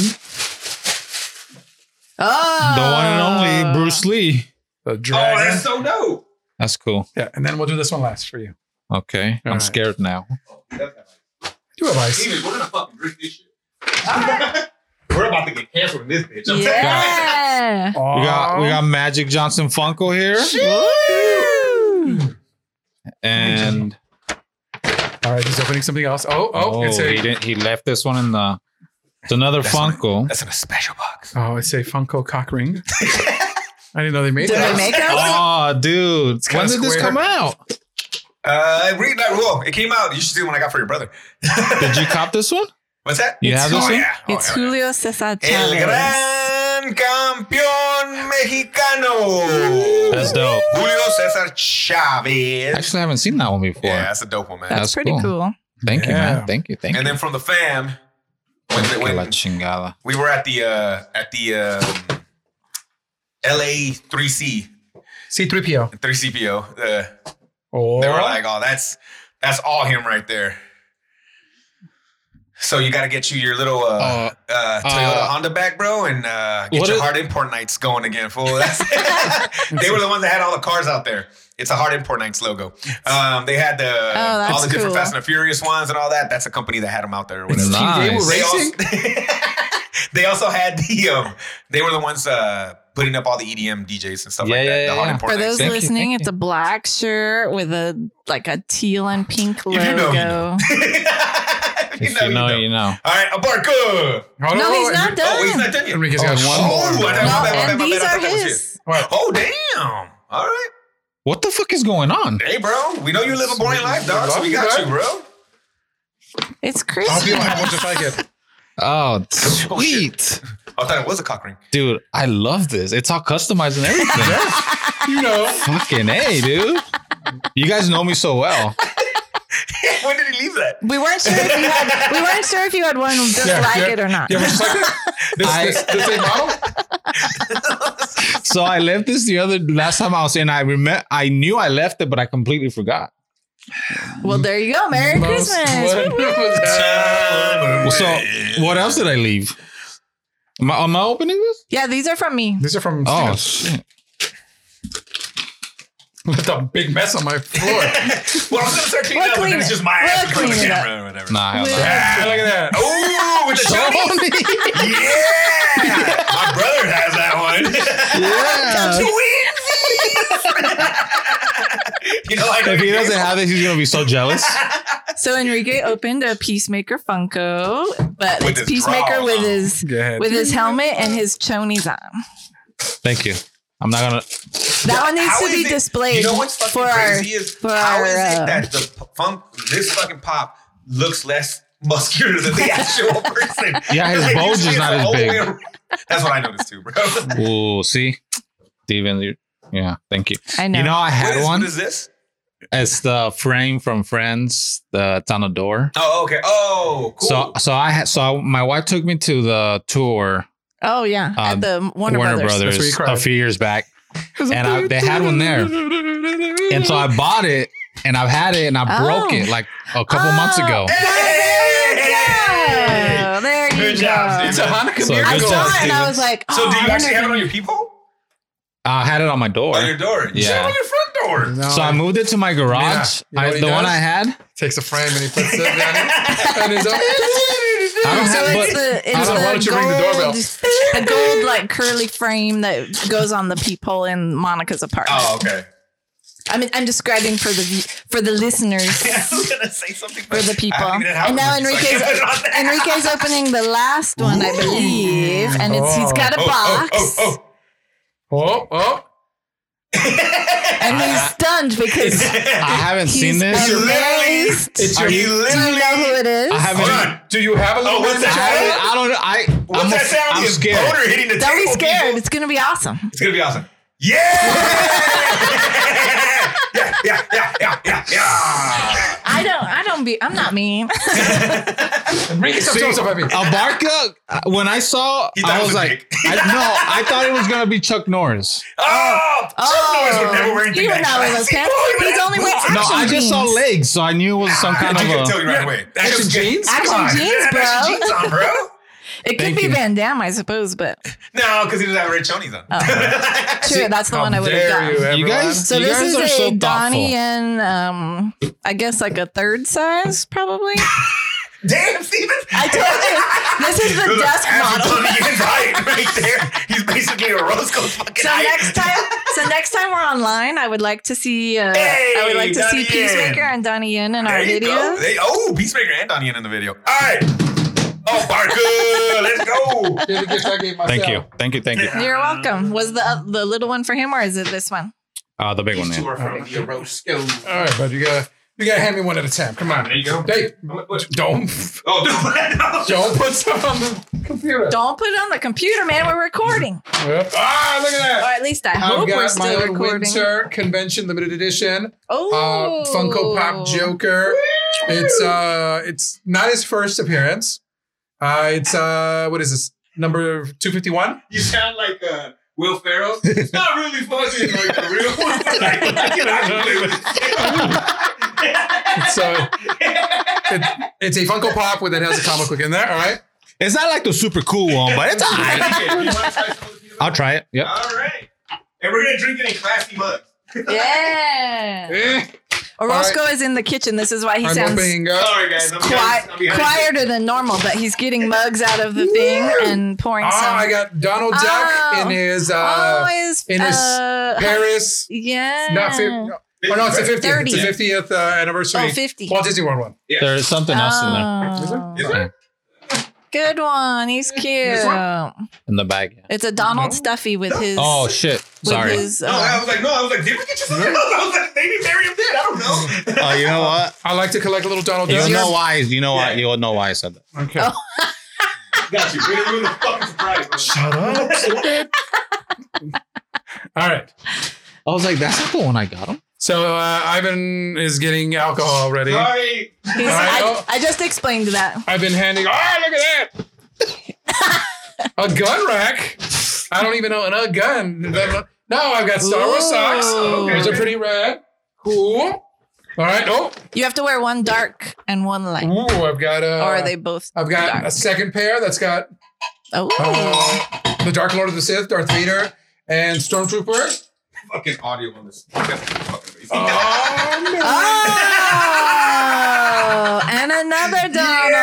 [SPEAKER 3] Oh,
[SPEAKER 2] the one and only Bruce Lee.
[SPEAKER 4] The
[SPEAKER 1] oh,
[SPEAKER 4] dragon.
[SPEAKER 1] that's so dope.
[SPEAKER 2] That's cool.
[SPEAKER 4] yeah, and then we'll do this one last for you.
[SPEAKER 2] Okay,
[SPEAKER 4] All
[SPEAKER 2] I'm
[SPEAKER 4] right.
[SPEAKER 2] scared now.
[SPEAKER 4] Do have ice.
[SPEAKER 1] Steven, we're gonna fucking drink this shit. (laughs) we're about to get canceled in this bitch. I'm
[SPEAKER 3] Yeah.
[SPEAKER 2] We got we got Magic Johnson Funko here and
[SPEAKER 4] All right, he's opening something else. Oh, oh,
[SPEAKER 2] oh,
[SPEAKER 4] it's
[SPEAKER 2] he
[SPEAKER 4] a.
[SPEAKER 2] didn't he left this one in the. It's another
[SPEAKER 1] That's what-
[SPEAKER 2] Funko.
[SPEAKER 1] That's in a special box.
[SPEAKER 4] Oh, it's a Funko cock
[SPEAKER 3] (laughs)
[SPEAKER 4] ring. I didn't know they made
[SPEAKER 3] Did they
[SPEAKER 4] that.
[SPEAKER 3] make us?
[SPEAKER 2] Oh, dude!
[SPEAKER 4] kinda
[SPEAKER 2] When did this
[SPEAKER 4] square.
[SPEAKER 2] come out?
[SPEAKER 1] Uh, it really, like, whoa, it came out. You should see the one I got for your brother.
[SPEAKER 2] Did you cop this one?
[SPEAKER 1] (laughs) What's that?
[SPEAKER 2] You have this
[SPEAKER 1] oh,
[SPEAKER 2] one?
[SPEAKER 1] yeah. Oh,
[SPEAKER 3] It's
[SPEAKER 1] yeah.
[SPEAKER 3] Julio Cesar
[SPEAKER 1] El
[SPEAKER 3] Chavez.
[SPEAKER 1] gran campeón mexicano.
[SPEAKER 2] That's dope.
[SPEAKER 1] Julio Cesar Chavez.
[SPEAKER 2] Actually, I haven't seen that one before.
[SPEAKER 1] yeah, that's a dope one, man.
[SPEAKER 3] That's,
[SPEAKER 2] That's
[SPEAKER 3] pretty
[SPEAKER 2] cool.
[SPEAKER 3] cool.
[SPEAKER 2] Thank you,
[SPEAKER 4] Yeah.
[SPEAKER 2] man. Thank you. Thank
[SPEAKER 1] and
[SPEAKER 2] you.
[SPEAKER 1] then from the fam, when,
[SPEAKER 2] Que
[SPEAKER 1] when
[SPEAKER 2] la chingada.
[SPEAKER 1] we were at the uh, at the um, LA three C
[SPEAKER 4] C3PO.
[SPEAKER 1] three CPO, uh,
[SPEAKER 4] Oh,
[SPEAKER 1] they were like, "Oh, that's that's all him right there." So you got to get you your little uh, uh,
[SPEAKER 2] Uh,
[SPEAKER 1] Toyota
[SPEAKER 2] uh,
[SPEAKER 1] Honda back, bro, and uh, get
[SPEAKER 2] what
[SPEAKER 1] your
[SPEAKER 2] is-
[SPEAKER 1] hard import nights going again,
[SPEAKER 2] (laughs)
[SPEAKER 1] fool. That's- they were the ones that had all the cars out there. It's a hard import nights logo. Um, they had the
[SPEAKER 3] Oh, that's
[SPEAKER 1] all the different
[SPEAKER 3] cool.
[SPEAKER 1] Fast and the Furious ones and all that. That's a company that had them out there. Or whatever.
[SPEAKER 2] It's
[SPEAKER 4] They were
[SPEAKER 2] nice.
[SPEAKER 1] They also, (laughs)
[SPEAKER 4] racing.
[SPEAKER 1] they also had the um, they were the ones uh, putting up all the EDM DJs and stuff
[SPEAKER 2] Yeah,
[SPEAKER 1] like that.
[SPEAKER 2] yeah,
[SPEAKER 1] the Hot
[SPEAKER 2] yeah.
[SPEAKER 1] Import
[SPEAKER 3] For
[SPEAKER 1] Nights.
[SPEAKER 3] those
[SPEAKER 2] Thank you,
[SPEAKER 3] listening,
[SPEAKER 2] thank
[SPEAKER 3] it's a black shirt with a like a teal and pink
[SPEAKER 1] you
[SPEAKER 3] logo.
[SPEAKER 1] know, you know. (laughs) (laughs) you
[SPEAKER 2] If
[SPEAKER 1] know, you know.
[SPEAKER 2] you know.
[SPEAKER 1] All right, Abarca.
[SPEAKER 4] Hold
[SPEAKER 3] No,
[SPEAKER 4] on,
[SPEAKER 3] he's
[SPEAKER 4] wait,
[SPEAKER 3] not
[SPEAKER 4] wait.
[SPEAKER 1] Oh, he's
[SPEAKER 3] done.
[SPEAKER 1] not done yet.
[SPEAKER 4] Enrique's got
[SPEAKER 2] Oh,
[SPEAKER 4] one
[SPEAKER 2] shit.
[SPEAKER 4] more.
[SPEAKER 1] Oh, I My
[SPEAKER 3] No,
[SPEAKER 1] bad, my bad,
[SPEAKER 3] and
[SPEAKER 1] my
[SPEAKER 3] these
[SPEAKER 1] bad. I
[SPEAKER 3] are
[SPEAKER 1] thought that was
[SPEAKER 3] his.
[SPEAKER 4] What?
[SPEAKER 1] Oh damn! All right,
[SPEAKER 2] What the fuck is going on?
[SPEAKER 1] hey bro, we know you live a boring life, dog. So we got you, bro.
[SPEAKER 3] It's
[SPEAKER 4] I hope
[SPEAKER 3] Christmas.
[SPEAKER 4] you don't have one just like it.
[SPEAKER 2] Oh, sweet.
[SPEAKER 1] Oh, I thought it was a cock ring. (laughs)
[SPEAKER 2] Dude, I love this. It's all customized and everything.
[SPEAKER 4] You
[SPEAKER 3] (laughs)
[SPEAKER 4] know,
[SPEAKER 2] Fucking A, dude. You guys know me so well.
[SPEAKER 1] when did he leave that?
[SPEAKER 3] We weren't sure if you had we weren't sure if you had one just
[SPEAKER 4] Yeah,
[SPEAKER 3] like
[SPEAKER 4] yeah,
[SPEAKER 3] it or not.
[SPEAKER 4] yeah, we're just like
[SPEAKER 3] (laughs)
[SPEAKER 4] this.
[SPEAKER 2] I-
[SPEAKER 4] this, this ain't model.
[SPEAKER 2] (laughs) So I left this the other last time I was in. I remember I knew I left it, but I completely forgot.
[SPEAKER 3] Well, there you go. Merry
[SPEAKER 4] Most-
[SPEAKER 3] Christmas.
[SPEAKER 4] what was that?
[SPEAKER 1] Time
[SPEAKER 2] So what else did I leave? Am I, am I opening this?
[SPEAKER 3] Yeah, these are from me.
[SPEAKER 4] These are from
[SPEAKER 2] Oh,
[SPEAKER 4] oh. left a big mess on my floor.
[SPEAKER 1] (laughs) Well, I'm gonna start cleaning
[SPEAKER 3] We'll
[SPEAKER 1] up, and
[SPEAKER 3] clean
[SPEAKER 1] then it's
[SPEAKER 3] it.
[SPEAKER 1] just my
[SPEAKER 3] We'll
[SPEAKER 1] ass in front of the
[SPEAKER 3] clean it up.
[SPEAKER 1] camera or whatever.
[SPEAKER 2] Nah, hell no.
[SPEAKER 1] (laughs)
[SPEAKER 3] Well-
[SPEAKER 4] ah, look
[SPEAKER 3] (laughs)
[SPEAKER 4] at that.
[SPEAKER 1] Oh, with the shiny.
[SPEAKER 2] Sony.
[SPEAKER 1] Yeah, my brother has that
[SPEAKER 3] (laughs)
[SPEAKER 1] one.
[SPEAKER 2] yeah.
[SPEAKER 1] (laughs) you know, like
[SPEAKER 2] If he doesn't have this, he's gonna be so jealous.
[SPEAKER 3] So Enrique opened a Peacemaker Funko, but
[SPEAKER 1] With
[SPEAKER 3] it's
[SPEAKER 1] his
[SPEAKER 3] Peacemaker
[SPEAKER 1] drawers
[SPEAKER 3] with
[SPEAKER 1] on.
[SPEAKER 3] his
[SPEAKER 4] Go ahead.
[SPEAKER 3] with his helmet and his chonies on.
[SPEAKER 2] Thank you. I'm not gonna.
[SPEAKER 3] That one needs
[SPEAKER 1] How
[SPEAKER 3] to
[SPEAKER 1] is
[SPEAKER 3] be
[SPEAKER 1] it-
[SPEAKER 3] displayed
[SPEAKER 1] You know what's fucking
[SPEAKER 3] for our
[SPEAKER 1] crazy is
[SPEAKER 3] for
[SPEAKER 1] how
[SPEAKER 3] our,
[SPEAKER 1] is
[SPEAKER 3] uh,
[SPEAKER 1] it that the p- funk this fucking pop looks less muscular than
[SPEAKER 3] (laughs)
[SPEAKER 1] the actual person?
[SPEAKER 2] Yeah, (laughs)
[SPEAKER 1] (laughs)
[SPEAKER 2] his
[SPEAKER 1] Like, oh, you
[SPEAKER 2] bulge
[SPEAKER 1] see
[SPEAKER 2] is
[SPEAKER 1] it
[SPEAKER 2] not
[SPEAKER 1] the
[SPEAKER 2] as
[SPEAKER 1] whole
[SPEAKER 2] big.
[SPEAKER 1] way around. That's what I noticed too, bro. (laughs) What
[SPEAKER 2] Ooh, see, Steven. you- Yeah, thank you.
[SPEAKER 3] I know.
[SPEAKER 2] You know, I had
[SPEAKER 1] is,
[SPEAKER 2] one.
[SPEAKER 1] what is this?
[SPEAKER 2] It's the frame from Friends. The it's on the door.
[SPEAKER 1] Oh, okay. Oh, cool.
[SPEAKER 3] (gasps)
[SPEAKER 2] So, so I had. So I, my wife took me to the tour
[SPEAKER 3] oh yeah,
[SPEAKER 2] um,
[SPEAKER 3] at the Warner, Brothers.
[SPEAKER 4] That's where you cried.
[SPEAKER 2] a few years back, and I, they had one there, and so
[SPEAKER 3] (laughs)
[SPEAKER 2] I bought it, and I've had it, and I broke
[SPEAKER 3] Oh.
[SPEAKER 2] it like a couple months
[SPEAKER 3] Oh.
[SPEAKER 2] ago.
[SPEAKER 1] Hey!
[SPEAKER 3] Oh, there you
[SPEAKER 1] Good
[SPEAKER 3] go.
[SPEAKER 1] job,
[SPEAKER 4] It's a Hanukkah
[SPEAKER 2] So Good
[SPEAKER 3] I
[SPEAKER 4] miracle.
[SPEAKER 3] saw
[SPEAKER 2] job,
[SPEAKER 3] it and
[SPEAKER 2] Steven.
[SPEAKER 3] I was like, oh,
[SPEAKER 1] so do
[SPEAKER 3] I
[SPEAKER 1] you
[SPEAKER 3] wonder
[SPEAKER 1] actually
[SPEAKER 3] if
[SPEAKER 1] have it
[SPEAKER 3] I- (laughs)
[SPEAKER 1] on your peephole?
[SPEAKER 2] I had it on my door,
[SPEAKER 1] On your door? You should
[SPEAKER 2] Yeah.
[SPEAKER 1] have it on your front
[SPEAKER 2] (laughs)
[SPEAKER 1] door.
[SPEAKER 4] No,
[SPEAKER 2] so I moved it to my garage.
[SPEAKER 4] Mira, you
[SPEAKER 2] I, the
[SPEAKER 4] know what he
[SPEAKER 2] one
[SPEAKER 4] does?
[SPEAKER 2] I had.
[SPEAKER 4] takes a frame and he puts it down
[SPEAKER 3] (laughs)
[SPEAKER 4] it, and he's like,
[SPEAKER 2] I don't
[SPEAKER 3] So
[SPEAKER 2] have,
[SPEAKER 3] it's
[SPEAKER 2] but
[SPEAKER 3] the
[SPEAKER 4] I
[SPEAKER 3] it's
[SPEAKER 4] don't know, why don't
[SPEAKER 3] the
[SPEAKER 4] you ring the
[SPEAKER 3] gold,
[SPEAKER 4] doorbell?
[SPEAKER 3] the, gold like curly frame that goes on the peephole in Monica's
[SPEAKER 1] (laughs)
[SPEAKER 3] apartment.
[SPEAKER 1] Oh,
[SPEAKER 3] (laughs)
[SPEAKER 1] okay.
[SPEAKER 3] I mean, I'm describing for the view- for the
[SPEAKER 1] (laughs)
[SPEAKER 3] listeners.
[SPEAKER 1] I was gonna say something
[SPEAKER 3] For the people. And now Enrique's-
[SPEAKER 1] Enrique's
[SPEAKER 3] Enrique's opening the last one, I believe, and it's he's got a
[SPEAKER 1] oh,
[SPEAKER 3] box,
[SPEAKER 1] Oh, oh, (laughs)
[SPEAKER 4] oh, oh.
[SPEAKER 3] and he's stunned
[SPEAKER 1] (laughs)
[SPEAKER 3] because
[SPEAKER 2] I haven't
[SPEAKER 3] he's
[SPEAKER 2] seen this.
[SPEAKER 1] It's your-
[SPEAKER 3] amazed.
[SPEAKER 4] It's
[SPEAKER 1] Are
[SPEAKER 4] your.
[SPEAKER 1] you
[SPEAKER 3] Do you
[SPEAKER 1] literally?
[SPEAKER 3] know who it is?
[SPEAKER 2] I haven't.
[SPEAKER 1] Hold on.
[SPEAKER 4] Do you have a little?
[SPEAKER 1] Oh, what's
[SPEAKER 2] I,
[SPEAKER 1] that?
[SPEAKER 2] haven't- I don't. I.
[SPEAKER 1] What's
[SPEAKER 2] I'm,
[SPEAKER 1] that
[SPEAKER 2] af-
[SPEAKER 1] sound?
[SPEAKER 2] I'm
[SPEAKER 1] Your
[SPEAKER 2] scared.
[SPEAKER 1] Boner hitting the
[SPEAKER 3] Don't be
[SPEAKER 1] table,
[SPEAKER 3] scared.
[SPEAKER 1] people.
[SPEAKER 3] It's gonna be awesome.
[SPEAKER 1] It's gonna be awesome.
[SPEAKER 2] (laughs)
[SPEAKER 1] Yeah. yeah, yeah, yeah, yeah, yeah, yeah.
[SPEAKER 3] I don't. I don't be. I'm not mean.
[SPEAKER 4] Enrique, stop doing stuff at me.
[SPEAKER 2] Abarca, uh, when I saw,
[SPEAKER 1] He thought
[SPEAKER 2] I
[SPEAKER 1] it
[SPEAKER 2] was
[SPEAKER 1] was a
[SPEAKER 2] like,
[SPEAKER 1] dick.
[SPEAKER 2] I, no, I thought it was gonna be Chuck Norris.
[SPEAKER 1] Oh,
[SPEAKER 3] Oh.
[SPEAKER 1] Chuck Norris would never wear anything
[SPEAKER 3] You would
[SPEAKER 1] that
[SPEAKER 3] not wear those
[SPEAKER 1] classy.
[SPEAKER 3] pants.
[SPEAKER 1] Oh, he would
[SPEAKER 3] He's
[SPEAKER 1] have
[SPEAKER 3] only wear
[SPEAKER 1] boots.
[SPEAKER 2] No, I just saw
[SPEAKER 3] jeans.
[SPEAKER 2] legs, so I knew it was some kind
[SPEAKER 1] I can
[SPEAKER 2] of
[SPEAKER 1] tell
[SPEAKER 2] a.
[SPEAKER 1] you right away.
[SPEAKER 4] Action jeans?
[SPEAKER 3] Action
[SPEAKER 1] Come on,
[SPEAKER 3] jeans,
[SPEAKER 1] you gotta have
[SPEAKER 3] bro.
[SPEAKER 1] Action jeans on,
[SPEAKER 3] (laughs)
[SPEAKER 1] bro.
[SPEAKER 3] (laughs) It could
[SPEAKER 2] Thank
[SPEAKER 3] be
[SPEAKER 2] you.
[SPEAKER 3] Van Damme, I suppose, but
[SPEAKER 1] No, because he doesn't have red chonies on.
[SPEAKER 3] Oh, sure, that's the
[SPEAKER 4] How
[SPEAKER 3] one I would have
[SPEAKER 4] dare
[SPEAKER 3] done.
[SPEAKER 4] you,
[SPEAKER 2] You
[SPEAKER 4] everyone.
[SPEAKER 2] guys,
[SPEAKER 3] So
[SPEAKER 2] you
[SPEAKER 3] this
[SPEAKER 2] guys
[SPEAKER 3] is
[SPEAKER 2] are
[SPEAKER 3] a
[SPEAKER 2] so
[SPEAKER 3] Donnie
[SPEAKER 2] thoughtful.
[SPEAKER 3] and um, I guess like a third size probably.
[SPEAKER 1] (laughs) Damn, Steven.
[SPEAKER 3] I told you this is the
[SPEAKER 1] There's
[SPEAKER 3] desk
[SPEAKER 1] an (laughs)
[SPEAKER 3] model.
[SPEAKER 1] Anthony Hyde right there. He's basically a Roscoe fucking
[SPEAKER 3] So
[SPEAKER 1] Hyde.
[SPEAKER 3] next time, so next time we're online, I would like to see. Uh, I would like to
[SPEAKER 1] Hey,
[SPEAKER 3] see
[SPEAKER 1] Donnie Yen.
[SPEAKER 3] Peacemaker and Donnie Yen in our
[SPEAKER 1] There you go.
[SPEAKER 3] videos.
[SPEAKER 1] They, oh, Peacemaker and Donnie in the video. All right. Oh, Barker, let's
[SPEAKER 4] (laughs)
[SPEAKER 1] go.
[SPEAKER 4] Did the gift I gave myself.
[SPEAKER 2] Thank you, thank you, thank you.
[SPEAKER 3] You're welcome. Was the uh, the little one for him or is it this one?
[SPEAKER 2] Uh, the big one. yeah.
[SPEAKER 1] are from the Roscoe.
[SPEAKER 4] All right, bud. You gotta, you gotta hand me one at a time. Come on.
[SPEAKER 1] There you go.
[SPEAKER 4] Hey, don't,
[SPEAKER 1] Oh, (laughs) no, no.
[SPEAKER 4] don't put stuff on the computer.
[SPEAKER 3] Don't put it on the computer, man. We're recording,
[SPEAKER 4] Yep. Ah, look at
[SPEAKER 3] or
[SPEAKER 4] that.
[SPEAKER 3] at least I
[SPEAKER 4] I've
[SPEAKER 3] hope we're
[SPEAKER 4] got my
[SPEAKER 3] still
[SPEAKER 4] own
[SPEAKER 3] recording.
[SPEAKER 4] winter uh, convention limited edition.
[SPEAKER 3] Oh,
[SPEAKER 4] uh, Funko Pop Joker. It's uh, it's not his first appearance. Uh, it's uh, what is this number two fifty one?
[SPEAKER 1] You sound like uh, Will Ferrell. It's not really fuzzy like the real (laughs) one. Like, you know, I can play with
[SPEAKER 4] So uh,
[SPEAKER 3] (laughs)
[SPEAKER 4] it, it's a Funko Pop with that has a comic book in there. All right,
[SPEAKER 2] It's not like the super cool one, but it's alright.
[SPEAKER 1] it.
[SPEAKER 2] I'll try it. Yep.
[SPEAKER 1] All right. And we're going to drink it in classy mugs.
[SPEAKER 3] (laughs)
[SPEAKER 4] (laughs)
[SPEAKER 3] Yeah.
[SPEAKER 4] Eh,
[SPEAKER 3] Orozco is in the kitchen. This is why he
[SPEAKER 4] I'm
[SPEAKER 3] sounds
[SPEAKER 4] opening up.
[SPEAKER 1] Sorry, guys. I'm
[SPEAKER 3] quiet,
[SPEAKER 1] I'm behind
[SPEAKER 3] quieter than normal, but he's getting mugs out of the thing and pouring
[SPEAKER 4] Oh,
[SPEAKER 3] some.
[SPEAKER 4] I got Donald Duck
[SPEAKER 3] Oh.
[SPEAKER 4] in his
[SPEAKER 3] oh,
[SPEAKER 4] uh,
[SPEAKER 3] is
[SPEAKER 4] in his
[SPEAKER 3] uh,
[SPEAKER 4] Paris.
[SPEAKER 3] yeah,
[SPEAKER 4] Not fi- no, oh, no, it's the
[SPEAKER 1] you.
[SPEAKER 4] fiftieth. It's the
[SPEAKER 3] 30.
[SPEAKER 4] fiftieth uh, anniversary.
[SPEAKER 3] Oh, 50.
[SPEAKER 4] Walt Disney World one.
[SPEAKER 1] Yeah.
[SPEAKER 2] There's something else in there
[SPEAKER 3] Oh.
[SPEAKER 1] Is there?
[SPEAKER 3] Good one. He's cute.
[SPEAKER 4] This Mm-hmm.
[SPEAKER 2] in the bag.
[SPEAKER 3] It's a Donald Stuffy with his.
[SPEAKER 2] Oh shit!
[SPEAKER 3] with
[SPEAKER 2] Sorry.
[SPEAKER 3] his,
[SPEAKER 1] No, I
[SPEAKER 3] uh,
[SPEAKER 1] was like, no, I was like, did we get you something (laughs) else? I was like, maybe Miriam did. I don't know.
[SPEAKER 4] Uh,
[SPEAKER 2] Oh, you know what?
[SPEAKER 4] I like to collect little Donald
[SPEAKER 2] You'll
[SPEAKER 4] Ducks.
[SPEAKER 2] know why. You know why.
[SPEAKER 1] Yeah.
[SPEAKER 3] Oh.
[SPEAKER 2] You'll know why I said that.
[SPEAKER 4] Okay.
[SPEAKER 1] Got you. We're gonna ruin the fucking surprise. bro.
[SPEAKER 4] Shut up. so good. All right.
[SPEAKER 2] I was like, that's not the one I got him.
[SPEAKER 4] So uh, Ivan is getting alcohol ready.
[SPEAKER 1] Sorry.
[SPEAKER 3] He's-
[SPEAKER 4] All right,
[SPEAKER 3] I,
[SPEAKER 4] oh.
[SPEAKER 3] I just explained that.
[SPEAKER 4] I've been handing. Oh, look
[SPEAKER 3] (laughs)
[SPEAKER 4] at that! a gun rack. I don't even own a gun. No, I've got Star Wars socks.
[SPEAKER 3] Ooh.
[SPEAKER 4] Those are pretty rad. Cool. All right. Oh,
[SPEAKER 3] You have to wear one dark and one light,
[SPEAKER 4] ooh, I've got a.
[SPEAKER 3] or are they both?
[SPEAKER 4] I've got
[SPEAKER 3] dark?
[SPEAKER 4] a second pair that's got
[SPEAKER 3] Oh,
[SPEAKER 4] uh, the Dark Lord of the Sith, Darth Vader, and Stormtrooper.
[SPEAKER 1] Fucking audio on this. That's fucking crazy.
[SPEAKER 4] Oh, no.
[SPEAKER 3] Oh, and another Donald,
[SPEAKER 1] Yeah!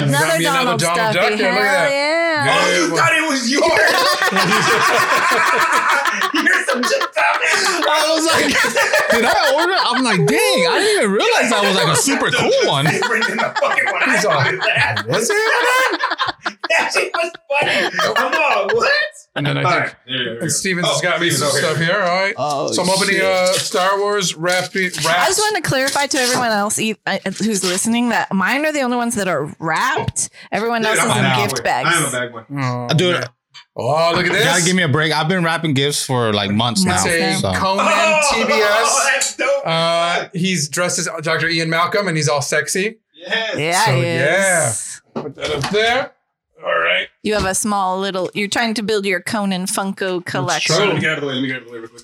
[SPEAKER 4] Gotta
[SPEAKER 3] another
[SPEAKER 4] be another
[SPEAKER 3] Donald,
[SPEAKER 4] Donald
[SPEAKER 3] Stuffy.
[SPEAKER 4] Duck there,
[SPEAKER 3] Hell
[SPEAKER 4] look at
[SPEAKER 3] yeah!
[SPEAKER 1] Oh, you thought it was yours. You're some shit
[SPEAKER 2] I was like, did I order? I'm like, dang, I didn't even realize that was like a super cool one.
[SPEAKER 1] Bring in the fucking one. I
[SPEAKER 4] He's all,
[SPEAKER 1] ordered that.
[SPEAKER 4] What's happening?
[SPEAKER 1] That shit was funny. I'm all, what?
[SPEAKER 4] And then I
[SPEAKER 1] All
[SPEAKER 4] think
[SPEAKER 1] right. Yeah, yeah, yeah.
[SPEAKER 4] and Steven's
[SPEAKER 1] Oh,
[SPEAKER 4] has got me
[SPEAKER 1] Steven's
[SPEAKER 4] some
[SPEAKER 1] over
[SPEAKER 4] stuff here. All right.
[SPEAKER 2] Oh,
[SPEAKER 4] so I'm opening
[SPEAKER 2] shit.
[SPEAKER 4] uh, Star Wars wrapped.
[SPEAKER 3] I just want to clarify to everyone else e- uh, who's listening that mine are the only ones that are wrapped. Everyone
[SPEAKER 1] Dude,
[SPEAKER 3] else is
[SPEAKER 1] I'm
[SPEAKER 3] in
[SPEAKER 1] an
[SPEAKER 3] gift
[SPEAKER 1] hour.
[SPEAKER 3] bags.
[SPEAKER 1] I am a bag one.
[SPEAKER 4] Oh,
[SPEAKER 2] Dude,
[SPEAKER 4] man. oh look at
[SPEAKER 2] you
[SPEAKER 4] this.
[SPEAKER 2] gotta give me a break. I've been wrapping gifts for like months now.
[SPEAKER 4] It's a
[SPEAKER 2] so.
[SPEAKER 4] Conan
[SPEAKER 1] Oh,
[SPEAKER 4] TBS.
[SPEAKER 1] that's dope.
[SPEAKER 4] Uh, he's dressed as Dr. Ian Malcolm, and he's all sexy.
[SPEAKER 1] yes.
[SPEAKER 3] Yeah,
[SPEAKER 4] So,
[SPEAKER 3] he is.
[SPEAKER 4] Put that up there. All right.
[SPEAKER 3] You have a small little. You're trying to build your Conan Funko collection.
[SPEAKER 4] try
[SPEAKER 1] Let me get out of the way. Let me get out of the way real quick.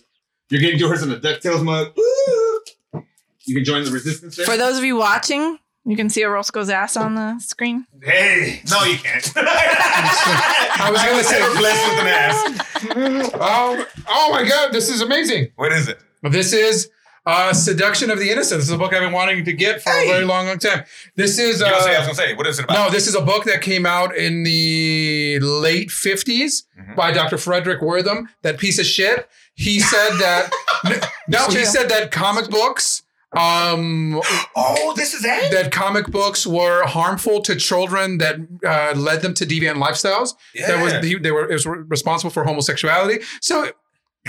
[SPEAKER 1] You're getting yours in a DuckTales mug. Woo! You can join the resistance there.
[SPEAKER 3] For those of you watching, you can see Orozco's ass on the screen.
[SPEAKER 1] hey, no, you (laughs) can't. I
[SPEAKER 4] was gonna
[SPEAKER 1] (laughs)
[SPEAKER 4] say-
[SPEAKER 1] never blessed with an ass.
[SPEAKER 4] Oh, oh my God, this is amazing.
[SPEAKER 1] What is it?
[SPEAKER 4] This is uh, Seduction of the Innocent. This is a book I've been wanting to get for
[SPEAKER 1] Hey.
[SPEAKER 4] a very long, long time. This is.
[SPEAKER 1] You know what I was
[SPEAKER 4] Uh,
[SPEAKER 1] gonna say? What is it about?
[SPEAKER 4] no, this is a book that came out in the late 50s
[SPEAKER 1] Mhm.
[SPEAKER 4] by Dr. Frederick Wortham, that piece of shit. He said
[SPEAKER 1] (laughs)
[SPEAKER 4] that. no,
[SPEAKER 3] It's
[SPEAKER 4] he
[SPEAKER 3] true.
[SPEAKER 4] said that comic books. Um,
[SPEAKER 1] Oh, this is it.
[SPEAKER 4] that comic books were harmful to children that uh, led them to deviant lifestyles. That was they, they were it was responsible for homosexuality. So it,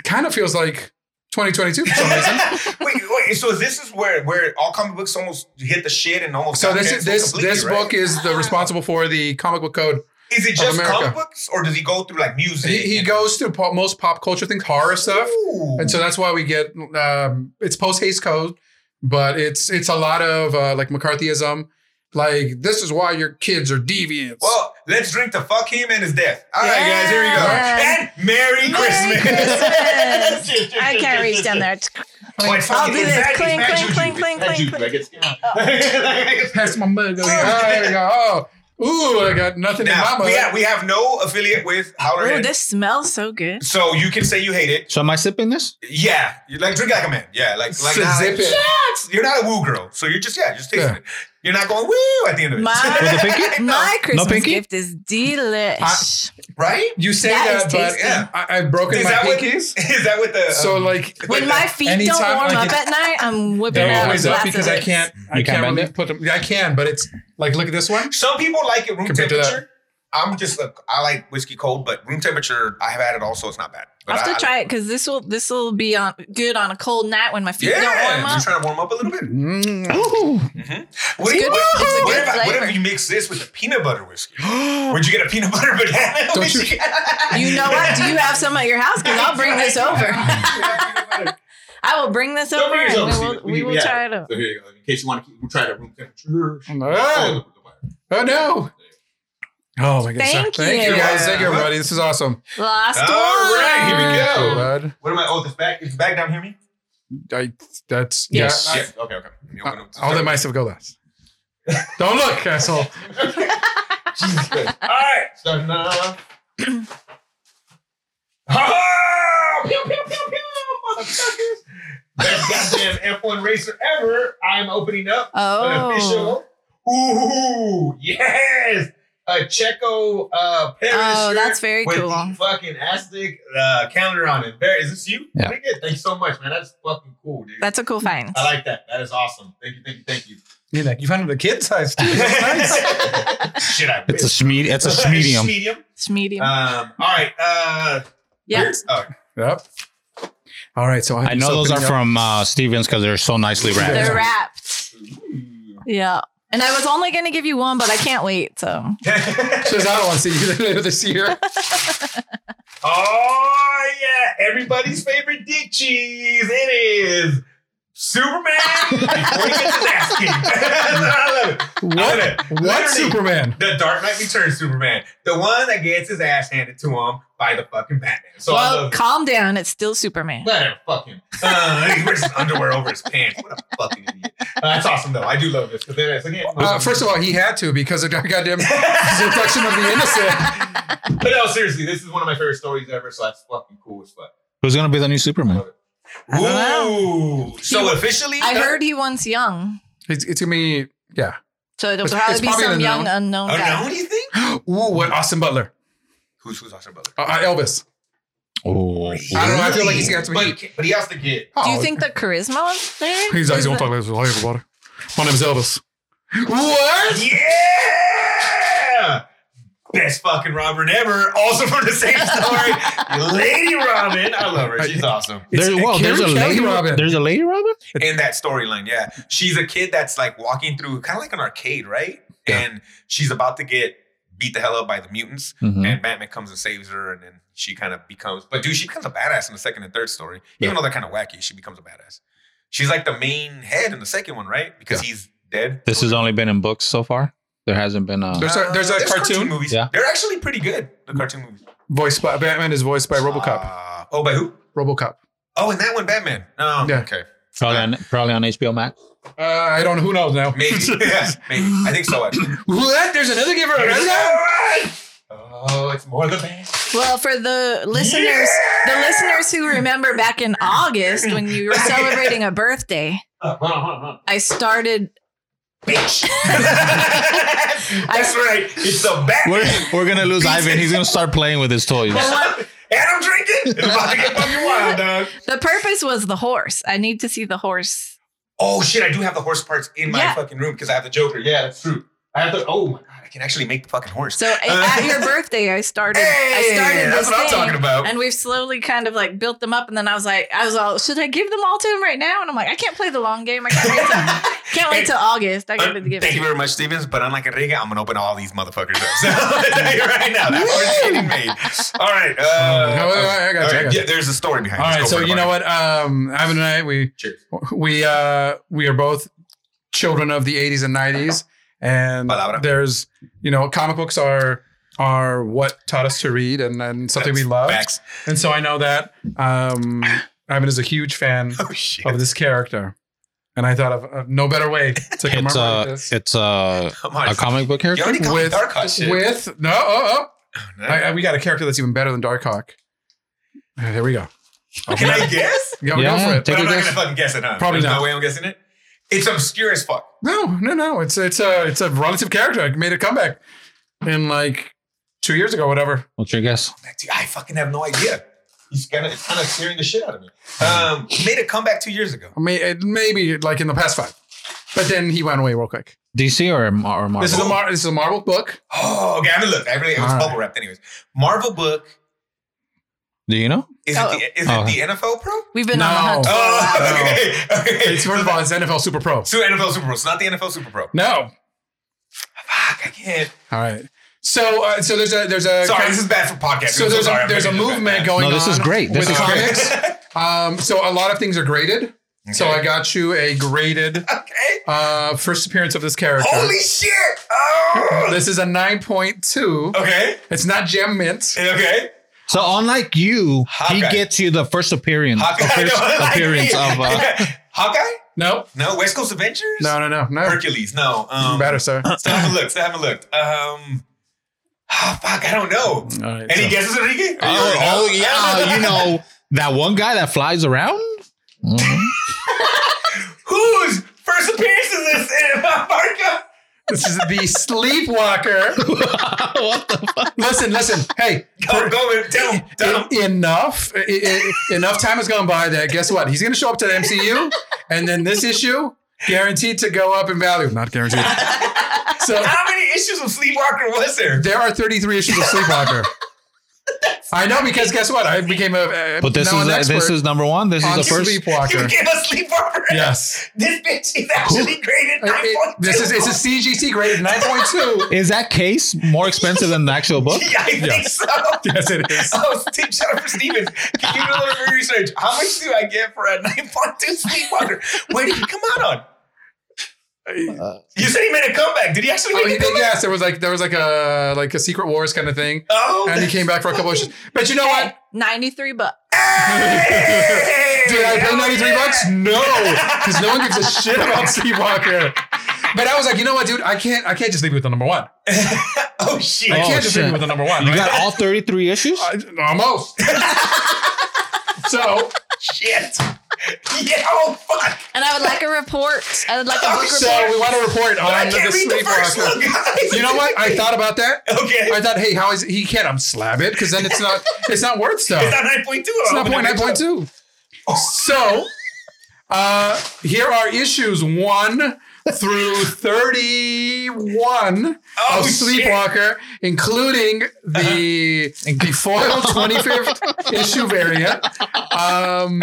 [SPEAKER 4] kind of feels like 2022 for
[SPEAKER 1] (laughs)
[SPEAKER 4] some reason.
[SPEAKER 1] (laughs) wait, wait. So this is where where all comic books almost hit the shit and almost
[SPEAKER 4] So
[SPEAKER 1] got
[SPEAKER 4] this is
[SPEAKER 1] canceled
[SPEAKER 4] this
[SPEAKER 1] completely,
[SPEAKER 4] this
[SPEAKER 1] right?
[SPEAKER 4] book is the responsible for the comic book code.
[SPEAKER 1] Is it
[SPEAKER 4] of
[SPEAKER 1] just
[SPEAKER 4] America.
[SPEAKER 1] comic books, or does he go through like music?
[SPEAKER 4] He, he
[SPEAKER 1] and-
[SPEAKER 4] goes through pop, most pop culture things, horror stuff,
[SPEAKER 1] Ooh.
[SPEAKER 4] and so that's why we get um, it's post haste code, but it's it's a lot of uh, like McCarthyism. Like this is why your kids are deviants.
[SPEAKER 1] Well, let's drink to fuck him and his death. All right,
[SPEAKER 3] Yeah.
[SPEAKER 1] guys, here we go. And Merry, Christmas.
[SPEAKER 3] Christmas. I can't reach down there.
[SPEAKER 1] Oh, it's
[SPEAKER 3] I'll
[SPEAKER 1] fucking-
[SPEAKER 3] do
[SPEAKER 1] it's
[SPEAKER 3] this.
[SPEAKER 1] bad- it's
[SPEAKER 3] Clink,
[SPEAKER 1] bad
[SPEAKER 3] clink,
[SPEAKER 1] juju.
[SPEAKER 3] clink,
[SPEAKER 1] It's
[SPEAKER 3] clink,
[SPEAKER 1] bad
[SPEAKER 3] clink,
[SPEAKER 1] juju.
[SPEAKER 3] clink.
[SPEAKER 1] Like, it's-
[SPEAKER 4] Pass my mug over here. Oh,
[SPEAKER 1] (laughs)
[SPEAKER 4] there we go. Oh. Ooh, I got nothing in my
[SPEAKER 1] Now,
[SPEAKER 4] mug.
[SPEAKER 1] we have, we have no affiliate with
[SPEAKER 3] Oh,
[SPEAKER 1] Howlerhead.
[SPEAKER 3] this smells so good.
[SPEAKER 1] so you can say you hate it.
[SPEAKER 2] So am I sipping this?
[SPEAKER 1] Yeah. You like drink like a man. Yeah. Like like
[SPEAKER 4] So
[SPEAKER 1] nah, like,
[SPEAKER 4] zip it.
[SPEAKER 1] shots. You're not a woo girl. So you're just yeah, just tasting
[SPEAKER 4] Yeah.
[SPEAKER 1] it. You're not going woo at the end of it. (laughs)
[SPEAKER 3] My,
[SPEAKER 2] With a pinky?
[SPEAKER 3] (laughs) my Christmas
[SPEAKER 2] pinky?
[SPEAKER 3] gift is delish.
[SPEAKER 1] right?
[SPEAKER 4] You say
[SPEAKER 3] That
[SPEAKER 4] that,
[SPEAKER 3] is
[SPEAKER 4] but
[SPEAKER 3] tasty.
[SPEAKER 1] Yeah.
[SPEAKER 4] I, I've broken
[SPEAKER 1] Is
[SPEAKER 4] my
[SPEAKER 1] that what (laughs)
[SPEAKER 4] pinkies.
[SPEAKER 1] Is that what the
[SPEAKER 4] So
[SPEAKER 1] um,
[SPEAKER 4] like
[SPEAKER 3] when my feet
[SPEAKER 4] Anytime
[SPEAKER 3] don't warm
[SPEAKER 4] I
[SPEAKER 3] up
[SPEAKER 4] get-
[SPEAKER 3] at night, I'm whipping
[SPEAKER 4] they're
[SPEAKER 3] out
[SPEAKER 4] always up
[SPEAKER 3] glasses
[SPEAKER 4] because
[SPEAKER 3] of
[SPEAKER 4] I
[SPEAKER 3] this.
[SPEAKER 4] can't. I
[SPEAKER 2] You can't
[SPEAKER 4] can't
[SPEAKER 2] bend
[SPEAKER 4] really
[SPEAKER 2] it?
[SPEAKER 4] put them. I can, but it's like look at this one.
[SPEAKER 1] Some people like it room
[SPEAKER 4] Compared to that.
[SPEAKER 1] temperature. I'm just look. I like whiskey cold, but room temperature. I have had it also. It's not bad. But
[SPEAKER 3] I'll have
[SPEAKER 1] I-
[SPEAKER 3] to try it because this will this will be on good on a cold night when my feet
[SPEAKER 1] Yeah,
[SPEAKER 3] don't warm
[SPEAKER 1] I'm
[SPEAKER 3] up.
[SPEAKER 1] trying to warm up a little bit.
[SPEAKER 4] Mm. (gasps)
[SPEAKER 1] What, do
[SPEAKER 3] It's
[SPEAKER 1] you,
[SPEAKER 3] good-
[SPEAKER 1] what,
[SPEAKER 3] it's a
[SPEAKER 1] what
[SPEAKER 3] good
[SPEAKER 1] if, I- what
[SPEAKER 3] flavor.
[SPEAKER 1] if you mix this with a peanut butter whiskey? Would you get a peanut (laughs) butter banana?
[SPEAKER 4] Don't you-
[SPEAKER 1] whiskey?
[SPEAKER 3] (laughs) You know what? Do you have
[SPEAKER 1] (laughs)
[SPEAKER 3] some at your house? Because I'll bring this over. I will bring this
[SPEAKER 1] Don't
[SPEAKER 3] over
[SPEAKER 1] bring it
[SPEAKER 3] and
[SPEAKER 1] over,
[SPEAKER 3] we will,
[SPEAKER 1] Steven.
[SPEAKER 3] we will
[SPEAKER 1] yeah.
[SPEAKER 3] try it out.
[SPEAKER 1] So here you go. In case you want to keep, we'll try it at room temperature.
[SPEAKER 4] Oh, oh no. Oh my goodness.
[SPEAKER 3] Thank
[SPEAKER 4] Thank
[SPEAKER 3] you.
[SPEAKER 4] you guys. Thank you,
[SPEAKER 1] Yeah.
[SPEAKER 4] everybody. This is awesome.
[SPEAKER 3] Last
[SPEAKER 1] All right,
[SPEAKER 3] one.
[SPEAKER 1] Here we go.
[SPEAKER 4] Thank you, bud.
[SPEAKER 1] What am I? Oh, this back. Is the back down here? Me?
[SPEAKER 4] I, that's
[SPEAKER 2] Yes.
[SPEAKER 4] yeah. I-
[SPEAKER 1] Yes. Okay. Okay. You
[SPEAKER 4] I-
[SPEAKER 1] open up-
[SPEAKER 4] I'll let myself go last. Don't look, asshole.
[SPEAKER 1] Jesus Christ. (laughs) All right. So (clears throat) now. Oh! Pew, pew, pew, pew, motherfuckers. Best goddamn F1 racer ever. I'm opening up an
[SPEAKER 3] Oh.
[SPEAKER 1] official. Ooh, yes. A Checo uh, Paris
[SPEAKER 3] Oh,
[SPEAKER 1] shirt
[SPEAKER 3] that's very
[SPEAKER 1] with
[SPEAKER 3] cool.
[SPEAKER 1] the fucking Aztec uh, calendar on it. There, is this you?
[SPEAKER 2] Yeah.
[SPEAKER 1] Pretty good. Thank you so much, man. That's fucking cool, dude.
[SPEAKER 3] That's a cool find.
[SPEAKER 1] I like that. That is awesome. Thank you, thank you, thank you.
[SPEAKER 4] You like you found the kid size too.
[SPEAKER 1] (laughs) Shit, I
[SPEAKER 2] It's a
[SPEAKER 1] wish.
[SPEAKER 2] schmedium. It's a
[SPEAKER 1] It's
[SPEAKER 2] schmedium.
[SPEAKER 1] medium.
[SPEAKER 3] It's medium.
[SPEAKER 1] Um, all right. Uh, (laughs)
[SPEAKER 3] yeah.
[SPEAKER 1] weird- oh,
[SPEAKER 4] (laughs) Yep. All right, so
[SPEAKER 2] I know
[SPEAKER 4] so (laughs)
[SPEAKER 2] those are
[SPEAKER 4] opening up-
[SPEAKER 2] from uh, Stevens because they're so nicely wrapped.
[SPEAKER 3] They're wrapped. Yeah. And I was only going to give you one, but I can't wait. So
[SPEAKER 4] She goes, I don't want to see you later (laughs) this year.
[SPEAKER 1] oh yeah, everybody's favorite dick cheese. It is Superman. Before he gets his ass kicked. (laughs) I love it.
[SPEAKER 4] What?
[SPEAKER 1] I love it.
[SPEAKER 4] What
[SPEAKER 1] Literally,
[SPEAKER 4] Superman?
[SPEAKER 1] The Dark Knight Returns Superman, the one that gets his ass handed to him by the fucking Batman. So I
[SPEAKER 3] well,
[SPEAKER 1] love
[SPEAKER 3] calm down. It's still Superman.
[SPEAKER 1] Whatever, fuck him. Uh, he wears his underwear over his pants. What a fucking idiot. Uh, that's awesome though. I do love this because then it's again.
[SPEAKER 4] Uh, first of all, he had to because of (laughs) goddamn seduction of the innocent.
[SPEAKER 1] but no, seriously, this is one of my favorite stories ever. So that's fucking cool as fuck.
[SPEAKER 2] Who's gonna be the new Superman?
[SPEAKER 3] I don't
[SPEAKER 1] Ooh. So officially,
[SPEAKER 3] I heard he once young.
[SPEAKER 4] It's, it's gonna be yeah. (gasps)
[SPEAKER 3] So it'll
[SPEAKER 4] It's-
[SPEAKER 3] probably
[SPEAKER 4] it's
[SPEAKER 3] be
[SPEAKER 4] probably
[SPEAKER 3] some
[SPEAKER 4] an
[SPEAKER 3] young
[SPEAKER 4] unknown.
[SPEAKER 3] unknown guy.
[SPEAKER 1] Unknown, Oh, you think?
[SPEAKER 4] Ooh, what Austin Butler?
[SPEAKER 1] Who's who's Austin Butler?
[SPEAKER 4] Uh, uh, Elvis.
[SPEAKER 2] Oh,
[SPEAKER 4] I don't know, I feel like he's got some
[SPEAKER 1] But, but he has to get.
[SPEAKER 3] Do
[SPEAKER 4] Oh,
[SPEAKER 3] you think the charisma was there?
[SPEAKER 4] he's like
[SPEAKER 3] Is
[SPEAKER 4] don't
[SPEAKER 3] the-
[SPEAKER 4] talk like this like everybody. My name's Elvis. What?
[SPEAKER 1] Yeah. Best fucking Robin ever. Also from the same
[SPEAKER 4] (laughs)
[SPEAKER 1] story, Lady Robin. I love her. She's awesome.
[SPEAKER 2] There,
[SPEAKER 4] It's
[SPEAKER 2] well, there's a
[SPEAKER 4] Carrie
[SPEAKER 2] lady
[SPEAKER 4] Kelly
[SPEAKER 2] Robin. There's a lady Robin.
[SPEAKER 1] in that storyline. Yeah, she's a kid that's like walking through kind of like an arcade, right?
[SPEAKER 4] Yeah.
[SPEAKER 1] And she's about to get beat the hell up by the mutants,
[SPEAKER 2] Mhm.
[SPEAKER 1] and Batman comes and saves her, and then she kind of becomes. But dude, she becomes a badass in the second and third story, even
[SPEAKER 2] Yeah.
[SPEAKER 1] though they're kind of wacky. She becomes a badass. She's like the main head in the second one, right? Because he's dead.
[SPEAKER 2] This has only been in books so far. There hasn't been uh, a.
[SPEAKER 4] There's a there's a cartoon
[SPEAKER 1] movies.
[SPEAKER 2] Yeah.
[SPEAKER 1] They're actually pretty good. The cartoon movies.
[SPEAKER 4] voiced by Batman is voiced by RoboCop.
[SPEAKER 1] Uh, oh, by who?
[SPEAKER 4] RoboCop.
[SPEAKER 1] Oh, and that one, Batman. Oh,
[SPEAKER 4] Yeah.
[SPEAKER 1] okay.
[SPEAKER 2] Probably on, probably on HBO Max.
[SPEAKER 4] Uh, I don't know who knows now.
[SPEAKER 1] Maybe. yeah, maybe. I think so. Actually.
[SPEAKER 4] (laughs) What? There's another giver.
[SPEAKER 1] Oh, it's more the band.
[SPEAKER 3] Well, for the listeners,
[SPEAKER 1] Yeah!
[SPEAKER 3] the listeners who remember back in August when you were celebrating a birthday,
[SPEAKER 1] Uh, hold on, hold on, hold on.
[SPEAKER 3] I started.
[SPEAKER 1] bitch. (laughs) That's right. It's a
[SPEAKER 2] We're,
[SPEAKER 1] Batman.
[SPEAKER 2] we're gonna lose Ivan. He's gonna start playing with his toys.
[SPEAKER 1] (laughs) and I'm drinking. It's about to get fucking wild,
[SPEAKER 2] uh,
[SPEAKER 1] dog.
[SPEAKER 3] (laughs) The purpose was the horse. I need to see the horse.
[SPEAKER 1] Oh shit! I do have the horse parts in my
[SPEAKER 3] Yeah.
[SPEAKER 1] fucking room because I have the Joker. Yeah, that's true. I have the. Oh my god! I can actually make the fucking horse. Uh,
[SPEAKER 3] So a-
[SPEAKER 1] (laughs)
[SPEAKER 3] at your birthday, I started. I
[SPEAKER 1] Hey,
[SPEAKER 3] started
[SPEAKER 1] that's
[SPEAKER 3] this
[SPEAKER 1] what I'm
[SPEAKER 3] thing,
[SPEAKER 1] talking about.
[SPEAKER 3] and we've slowly kind of like built them up. And then I was like, I was all, should I give them all to him right now? And I'm like, I can't play the long game. I can't wait
[SPEAKER 1] (laughs)
[SPEAKER 3] till, can't wait till August. I got to give
[SPEAKER 1] uh, Thank you
[SPEAKER 3] it.
[SPEAKER 1] very much, Stevens. But unlike Enrique, I'm gonna open all these motherfuckers up. (laughs) So I'll tell you right now, that horse getting made. All right. Uh,
[SPEAKER 4] No, Oh, wait, wait, I got you, I
[SPEAKER 1] all right,
[SPEAKER 4] got you.
[SPEAKER 1] yeah, there's a story behind.
[SPEAKER 4] All
[SPEAKER 1] this.
[SPEAKER 4] right,
[SPEAKER 1] Go
[SPEAKER 4] so
[SPEAKER 1] for it,
[SPEAKER 4] you know
[SPEAKER 1] buddy.
[SPEAKER 4] what? Um, Ivan and I, we
[SPEAKER 1] Cheers.
[SPEAKER 4] we uh, we are both children of the '80s and '90s, and
[SPEAKER 1] Palabra.
[SPEAKER 4] there's you know, comic books are are what taught us to read and, and something we
[SPEAKER 1] That's
[SPEAKER 4] love.
[SPEAKER 1] Facts.
[SPEAKER 4] And so I know that um, Ivan is a huge fan
[SPEAKER 1] Oh shit.
[SPEAKER 4] of this character, and I thought of, of no better way to
[SPEAKER 2] It's
[SPEAKER 4] commemorate
[SPEAKER 2] a
[SPEAKER 4] this.
[SPEAKER 2] it's a,
[SPEAKER 1] Come on.
[SPEAKER 2] a comic book
[SPEAKER 1] You
[SPEAKER 2] character.
[SPEAKER 1] already called
[SPEAKER 4] With-
[SPEAKER 1] dark hot shit.
[SPEAKER 4] With no, oh,
[SPEAKER 1] No.
[SPEAKER 4] oh. I, I- we got a character that's even better than Darkhawk. Uh, Here we go.
[SPEAKER 1] Can I guess?
[SPEAKER 4] Go, go
[SPEAKER 2] Yeah.
[SPEAKER 4] for it.
[SPEAKER 2] Take
[SPEAKER 1] but I'm
[SPEAKER 2] a
[SPEAKER 1] not
[SPEAKER 2] guess.
[SPEAKER 1] gonna fucking guess it, huh?
[SPEAKER 4] Probably
[SPEAKER 1] There's
[SPEAKER 4] not.
[SPEAKER 1] No way I'm guessing it. It's obscure as fuck.
[SPEAKER 4] No, no, no. It's it's a it's a relative character. It made a comeback in like two years ago, whatever.
[SPEAKER 2] What's your guess?
[SPEAKER 1] Like, dude, I fucking have no idea. He's kind of it's kind of scaring the shit out of me. Um, he made a comeback two years ago.
[SPEAKER 4] I mean, it, maybe like in the past five, but then he went away real quick.
[SPEAKER 2] DC or Mar- or Marvel?
[SPEAKER 4] This is a Mar- this is a Marvel book.
[SPEAKER 1] Oh, okay. I'm gonna look. I really it was
[SPEAKER 4] All right.
[SPEAKER 1] bubble wrapped, anyways. Marvel book
[SPEAKER 2] Do you know?
[SPEAKER 1] is
[SPEAKER 3] Oh.
[SPEAKER 1] it the, is
[SPEAKER 2] Oh.
[SPEAKER 1] it the NFL Pro?
[SPEAKER 3] We've been on
[SPEAKER 4] No.
[SPEAKER 3] the hunt. for a
[SPEAKER 1] Oh,
[SPEAKER 3] (laughs) while.
[SPEAKER 1] okay. okay.
[SPEAKER 4] It's one of it's NFL Super Pro.
[SPEAKER 1] so NFL (laughs) Super Pro. It's not the NFL Super Pro.
[SPEAKER 4] No.
[SPEAKER 1] Fuck, I can't.
[SPEAKER 4] All right. So uh, so there's a there's a
[SPEAKER 1] Sorry, this is bad for podcasting.
[SPEAKER 4] so
[SPEAKER 1] I'm
[SPEAKER 4] there's
[SPEAKER 1] sorry.
[SPEAKER 4] a
[SPEAKER 1] I'm
[SPEAKER 4] there's a
[SPEAKER 1] making this
[SPEAKER 4] movement
[SPEAKER 1] bad.
[SPEAKER 4] going on.
[SPEAKER 2] No, this is great. This
[SPEAKER 4] with
[SPEAKER 2] is
[SPEAKER 1] great.
[SPEAKER 4] comics. um, so a lot of things are graded. So
[SPEAKER 1] Okay.
[SPEAKER 4] I got you a
[SPEAKER 1] (laughs)
[SPEAKER 4] graded
[SPEAKER 1] Okay.
[SPEAKER 4] uh, first appearance of this character.
[SPEAKER 1] Holy shit! Oh.
[SPEAKER 4] This is a nine point two.
[SPEAKER 1] Okay.
[SPEAKER 4] It's not gem mint.
[SPEAKER 1] Okay.
[SPEAKER 2] So
[SPEAKER 1] Uh,
[SPEAKER 2] unlike you, he
[SPEAKER 1] Hawkeye.
[SPEAKER 2] gets you the first appearance
[SPEAKER 1] Hawkeye.
[SPEAKER 2] appearance,
[SPEAKER 1] (laughs) I know, like- (laughs)
[SPEAKER 2] appearance of. Uh,
[SPEAKER 1] Hawkeye?
[SPEAKER 4] No,
[SPEAKER 1] No, West Coast Avengers?
[SPEAKER 4] no, no, no, no.
[SPEAKER 1] (laughs) Hercules, no. Um, (laughs)
[SPEAKER 4] Better, sir. All
[SPEAKER 1] Still haven't looked. Still haven't looked. Um, ah, fuck, I don't know.
[SPEAKER 4] right.
[SPEAKER 1] Any
[SPEAKER 4] so-
[SPEAKER 1] guesses, Enrique? Are you
[SPEAKER 2] oh,
[SPEAKER 1] already
[SPEAKER 2] oh,
[SPEAKER 1] know? (laughs)
[SPEAKER 2] yeah, you know that one guy that flies around. Mm.
[SPEAKER 1] Whose first appearance is this (laughs) in Marco?
[SPEAKER 4] This is the
[SPEAKER 2] (laughs)
[SPEAKER 4] Sleepwalker.
[SPEAKER 2] what the fuck?
[SPEAKER 4] Listen, listen. Hey,
[SPEAKER 1] Go, go, and tell him. Tell him.
[SPEAKER 4] en- enough. e- e- e- enough time has gone by that guess what? He's going to show up to the MCU, and then this issue guaranteed to go up in value.
[SPEAKER 1] (laughs)
[SPEAKER 4] Not guaranteed. So
[SPEAKER 1] How many issues of Sleepwalker was there?
[SPEAKER 4] there are 33 issues of Sleepwalker. I know because guess what? I became a uh,
[SPEAKER 2] But this
[SPEAKER 4] now
[SPEAKER 2] is
[SPEAKER 4] an
[SPEAKER 2] uh,
[SPEAKER 4] expert
[SPEAKER 2] this is number one. This is
[SPEAKER 4] on
[SPEAKER 2] the first.
[SPEAKER 1] (laughs) You
[SPEAKER 4] Sleepwalker.
[SPEAKER 1] became a sleepwalker.
[SPEAKER 4] yes,
[SPEAKER 1] This bitch is actually graded
[SPEAKER 4] It- it-
[SPEAKER 1] 9.2.
[SPEAKER 4] this is it's a CGC grade nine point
[SPEAKER 2] (laughs)
[SPEAKER 4] two.
[SPEAKER 2] Is that case more expensive than the actual
[SPEAKER 1] (laughs)
[SPEAKER 2] book?
[SPEAKER 1] Yeah, I think
[SPEAKER 4] Yes.
[SPEAKER 1] so.
[SPEAKER 4] Yes, it
[SPEAKER 1] (laughs)
[SPEAKER 4] is.
[SPEAKER 1] Oh, Steve, shout out for Stevens. Can you do a little bit of research? How much do I get for a 9.2 sleepwalker? Where did he come out on? You said he made a comeback. Did he actually
[SPEAKER 4] Uh, Oh,
[SPEAKER 1] make
[SPEAKER 4] he
[SPEAKER 1] a
[SPEAKER 4] did,
[SPEAKER 1] comeback?
[SPEAKER 4] yes, there was like there was like a like a Secret Wars kind of thing,
[SPEAKER 1] Oh,
[SPEAKER 4] and he came back for a couple of issues. But you know what?
[SPEAKER 3] (laughs) 93 bucks.
[SPEAKER 1] Hey!
[SPEAKER 4] Did I pay
[SPEAKER 1] Hell
[SPEAKER 4] 93
[SPEAKER 1] yeah.
[SPEAKER 4] bucks? No, because no one gives a shit about Sleepwalker. But I was like, you know what, dude? I can't. I can't just leave you with the number one.
[SPEAKER 1] Oh shit!
[SPEAKER 4] I
[SPEAKER 2] Oh,
[SPEAKER 4] can't just leave
[SPEAKER 2] shit.
[SPEAKER 4] you with the number one.
[SPEAKER 2] You
[SPEAKER 4] right?
[SPEAKER 2] got all
[SPEAKER 1] (laughs)
[SPEAKER 2] 33 issues?
[SPEAKER 4] I- almost. (laughs) so,
[SPEAKER 1] Shit! Yeah! Oh fuck!
[SPEAKER 3] And I would like a report. I would
[SPEAKER 1] Oh,
[SPEAKER 3] like a book
[SPEAKER 1] (laughs)
[SPEAKER 4] so
[SPEAKER 3] report.
[SPEAKER 4] we want to report
[SPEAKER 1] But I
[SPEAKER 4] on
[SPEAKER 1] can't
[SPEAKER 4] the
[SPEAKER 1] read the first one,
[SPEAKER 4] Sleepwalker.
[SPEAKER 1] guys.
[SPEAKER 4] You know
[SPEAKER 1] (laughs)
[SPEAKER 4] what? I thought about that.
[SPEAKER 1] Okay.
[SPEAKER 4] I thought, hey, how is he can't unslab it because then it's not it's not worth stuff.
[SPEAKER 1] It's not Oh. nine point two.
[SPEAKER 4] It's not point nine point two. So uh here are issues one through thirty-one
[SPEAKER 1] Oh,
[SPEAKER 4] of Sleepwalker, including
[SPEAKER 1] (laughs)
[SPEAKER 4] the the foil twenty-fifth issue variant, um,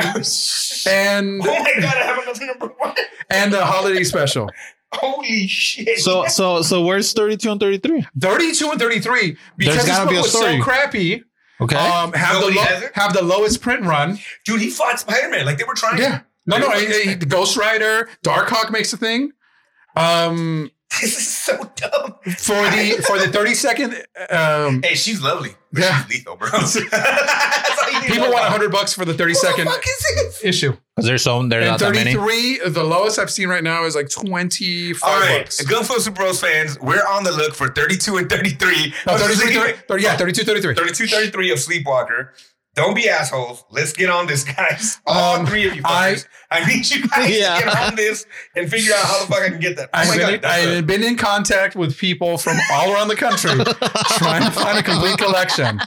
[SPEAKER 4] and
[SPEAKER 1] Oh my god! I have another number one.
[SPEAKER 4] and the holiday special.
[SPEAKER 1] Holy shit!
[SPEAKER 2] So so so where's 32 and 33?
[SPEAKER 4] (laughs) Thirty-two and thirty-three because
[SPEAKER 2] There's
[SPEAKER 4] this
[SPEAKER 2] gotta
[SPEAKER 4] book
[SPEAKER 2] be a
[SPEAKER 4] was so
[SPEAKER 2] story.
[SPEAKER 4] crappy.
[SPEAKER 2] Okay.
[SPEAKER 1] Uh,
[SPEAKER 4] Um, have the
[SPEAKER 1] Nobody
[SPEAKER 4] lo-
[SPEAKER 1] has it?
[SPEAKER 4] have the lowest print run.
[SPEAKER 1] dude, he fought Spider Man like they were trying.
[SPEAKER 4] Yeah. No, no. I, I, Ghost Rider, Darkhawk makes a thing. Um,
[SPEAKER 1] (laughs) This is so dumb.
[SPEAKER 4] for the for the thirty second, um,
[SPEAKER 1] Hey, she's lovely. But
[SPEAKER 4] Yeah.
[SPEAKER 1] She's lethal, bro. (laughs) That's all you need
[SPEAKER 4] people
[SPEAKER 1] to know
[SPEAKER 4] want
[SPEAKER 1] about.
[SPEAKER 4] hundred bucks for the thirty
[SPEAKER 1] Who
[SPEAKER 4] second
[SPEAKER 1] the fuck is this?
[SPEAKER 4] issue.
[SPEAKER 2] Because there's so there's
[SPEAKER 4] And
[SPEAKER 2] not that
[SPEAKER 4] thirty
[SPEAKER 2] many.
[SPEAKER 4] three, the lowest I've seen right now is like twenty
[SPEAKER 1] All
[SPEAKER 4] five
[SPEAKER 1] right,
[SPEAKER 4] bucks.
[SPEAKER 1] Gun Flip Super Bros fans, we're on the look for 32 and 33.
[SPEAKER 4] No, 33, 30, 30, yeah, 32, 33.
[SPEAKER 1] 32, 33 of Sleepwalker. Don't be assholes. Let's get on this, (laughs) guys. All
[SPEAKER 4] Um,
[SPEAKER 1] three of you
[SPEAKER 4] I-
[SPEAKER 1] fuckers. I, need you guys
[SPEAKER 2] Yeah.
[SPEAKER 1] to get on this and figure out how the fuck I can get that. Oh
[SPEAKER 4] I've,
[SPEAKER 1] my
[SPEAKER 4] been,
[SPEAKER 1] god, that's
[SPEAKER 4] I've
[SPEAKER 1] a-
[SPEAKER 4] been in contact with people from all around
[SPEAKER 1] (laughs)
[SPEAKER 4] the country trying to find a complete collection.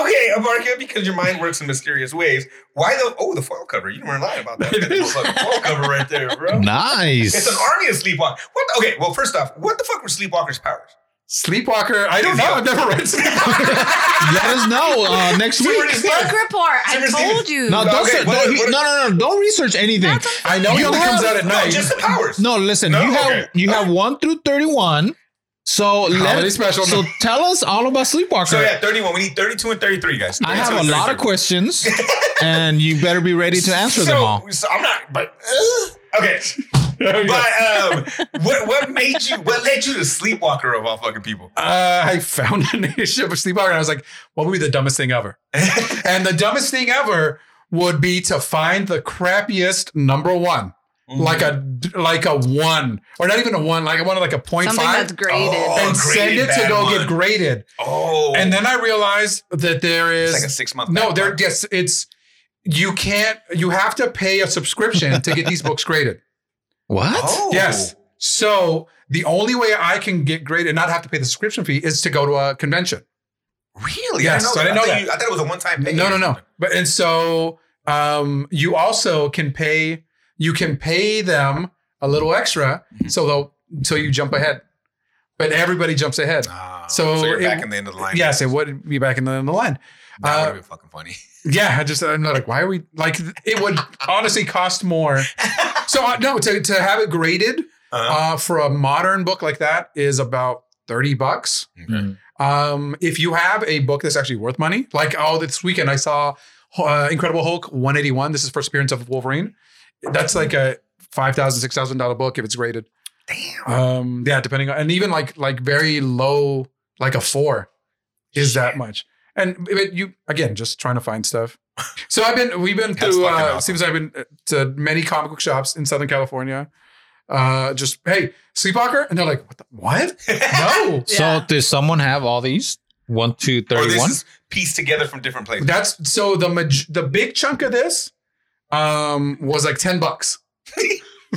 [SPEAKER 1] okay, Abarka, because your mind works in mysterious ways. Why the oh the foil cover? You weren't lying about that.
[SPEAKER 4] It
[SPEAKER 1] That's a
[SPEAKER 4] is.
[SPEAKER 1] fucking
[SPEAKER 2] (laughs)
[SPEAKER 1] foil cover right there, bro. It's an
[SPEAKER 2] Nice.
[SPEAKER 1] army of sleepwalkers. What? Okay, well, first off, what the fuck were sleepwalkers' powers?
[SPEAKER 4] Sleepwalker, I don't know. I've
[SPEAKER 1] (laughs)
[SPEAKER 4] never read Sleepwalker.
[SPEAKER 2] Let us know uh, next
[SPEAKER 1] Super
[SPEAKER 2] week.
[SPEAKER 1] Stevens.
[SPEAKER 3] Book report. I
[SPEAKER 1] Super
[SPEAKER 3] told you.
[SPEAKER 2] No, don't,
[SPEAKER 1] Okay,
[SPEAKER 2] se-
[SPEAKER 1] what-
[SPEAKER 2] don't- he-
[SPEAKER 1] what-
[SPEAKER 2] no, no, no, don't research anything.
[SPEAKER 4] I know it
[SPEAKER 2] You
[SPEAKER 4] only
[SPEAKER 2] have-
[SPEAKER 4] comes out at
[SPEAKER 1] No,
[SPEAKER 4] night.
[SPEAKER 1] just the powers.
[SPEAKER 2] No, listen,
[SPEAKER 1] No,
[SPEAKER 2] you have
[SPEAKER 1] okay.
[SPEAKER 2] you have one through 31. So let
[SPEAKER 4] Holiday special. (laughs)
[SPEAKER 2] So tell us all about Sleepwalker.
[SPEAKER 1] So yeah, 31. We need 32 and 33, guys.
[SPEAKER 2] I have a
[SPEAKER 1] 32.
[SPEAKER 2] lot
[SPEAKER 1] (laughs)
[SPEAKER 2] of questions, and you better be ready to answer them
[SPEAKER 1] So-
[SPEAKER 2] all.
[SPEAKER 1] So I'm not, but uh,
[SPEAKER 2] (laughs)
[SPEAKER 1] okay. But um, what what made you? What led you to Sleepwalker of all fucking people?
[SPEAKER 4] uh, I found an issue of Sleepwalker and I was like, what would be the dumbest thing ever? (laughs) and the dumbest thing ever would be to find the crappiest number one.
[SPEAKER 1] Mm-hmm.
[SPEAKER 4] Like a like a one, or not even a one, like I wanted like a point
[SPEAKER 3] Something
[SPEAKER 4] five,
[SPEAKER 3] that's graded.
[SPEAKER 1] Oh.
[SPEAKER 4] and send
[SPEAKER 1] graded
[SPEAKER 4] it to
[SPEAKER 1] bad
[SPEAKER 4] go
[SPEAKER 1] one.
[SPEAKER 4] get graded.
[SPEAKER 1] oh,
[SPEAKER 4] And then I realized that there
[SPEAKER 1] it's
[SPEAKER 4] is
[SPEAKER 1] like a six month.
[SPEAKER 4] no, there
[SPEAKER 1] backlog.
[SPEAKER 4] yes, it's you can't you have to pay a subscription to get these books graded.
[SPEAKER 2] What?
[SPEAKER 1] Oh.
[SPEAKER 4] Yes. So the only way I can get graded and not have to pay the subscription fee is to go to a convention.
[SPEAKER 1] really?
[SPEAKER 4] Yes, I didn't know
[SPEAKER 1] thought
[SPEAKER 4] that.
[SPEAKER 1] you- I thought it was a one time thing.
[SPEAKER 4] No, no, no. But and so um, you also can pay you can pay them a little extra so they'll so you jump ahead. But everybody jumps ahead.
[SPEAKER 1] Ah, so,
[SPEAKER 4] So
[SPEAKER 1] you're
[SPEAKER 4] it-
[SPEAKER 1] back in the end of the line.
[SPEAKER 4] Yes, it would be back in the, in the line.
[SPEAKER 1] that
[SPEAKER 4] uh,
[SPEAKER 1] would have been fucking funny.
[SPEAKER 4] Yeah, I just I'm not like why are we like it would honestly cost more. So uh, no, to to have it graded
[SPEAKER 1] Uh-huh.
[SPEAKER 4] uh, for a modern book like that is about thirty bucks.
[SPEAKER 1] Okay.
[SPEAKER 4] Um, if you have a book that's actually worth money, like oh, this weekend I saw uh, Incredible Hulk 181. This is first appearance of Wolverine. That's like a five thousand, six thousand dollar book if it's graded.
[SPEAKER 1] Damn.
[SPEAKER 4] Um, yeah, depending on and even like like very low, like a four, is that much. And but you again just trying to find stuff. So I've been we've been
[SPEAKER 1] That's
[SPEAKER 4] through.
[SPEAKER 1] fucking
[SPEAKER 4] Uh,
[SPEAKER 1] awesome.
[SPEAKER 4] Seems I've been to many comic book shops in Southern California. Uh, just hey, Sleepwalker, and they're like, what? The, what? uh,
[SPEAKER 1] (laughs)
[SPEAKER 4] No,
[SPEAKER 2] So
[SPEAKER 3] Yeah.
[SPEAKER 2] does someone have all these? One, two,
[SPEAKER 1] Or Oh, this
[SPEAKER 2] thirty-one.
[SPEAKER 1] is pieced together from different places.
[SPEAKER 4] That's so the maj- the big chunk of this um was like 10 bucks.
[SPEAKER 2] (laughs)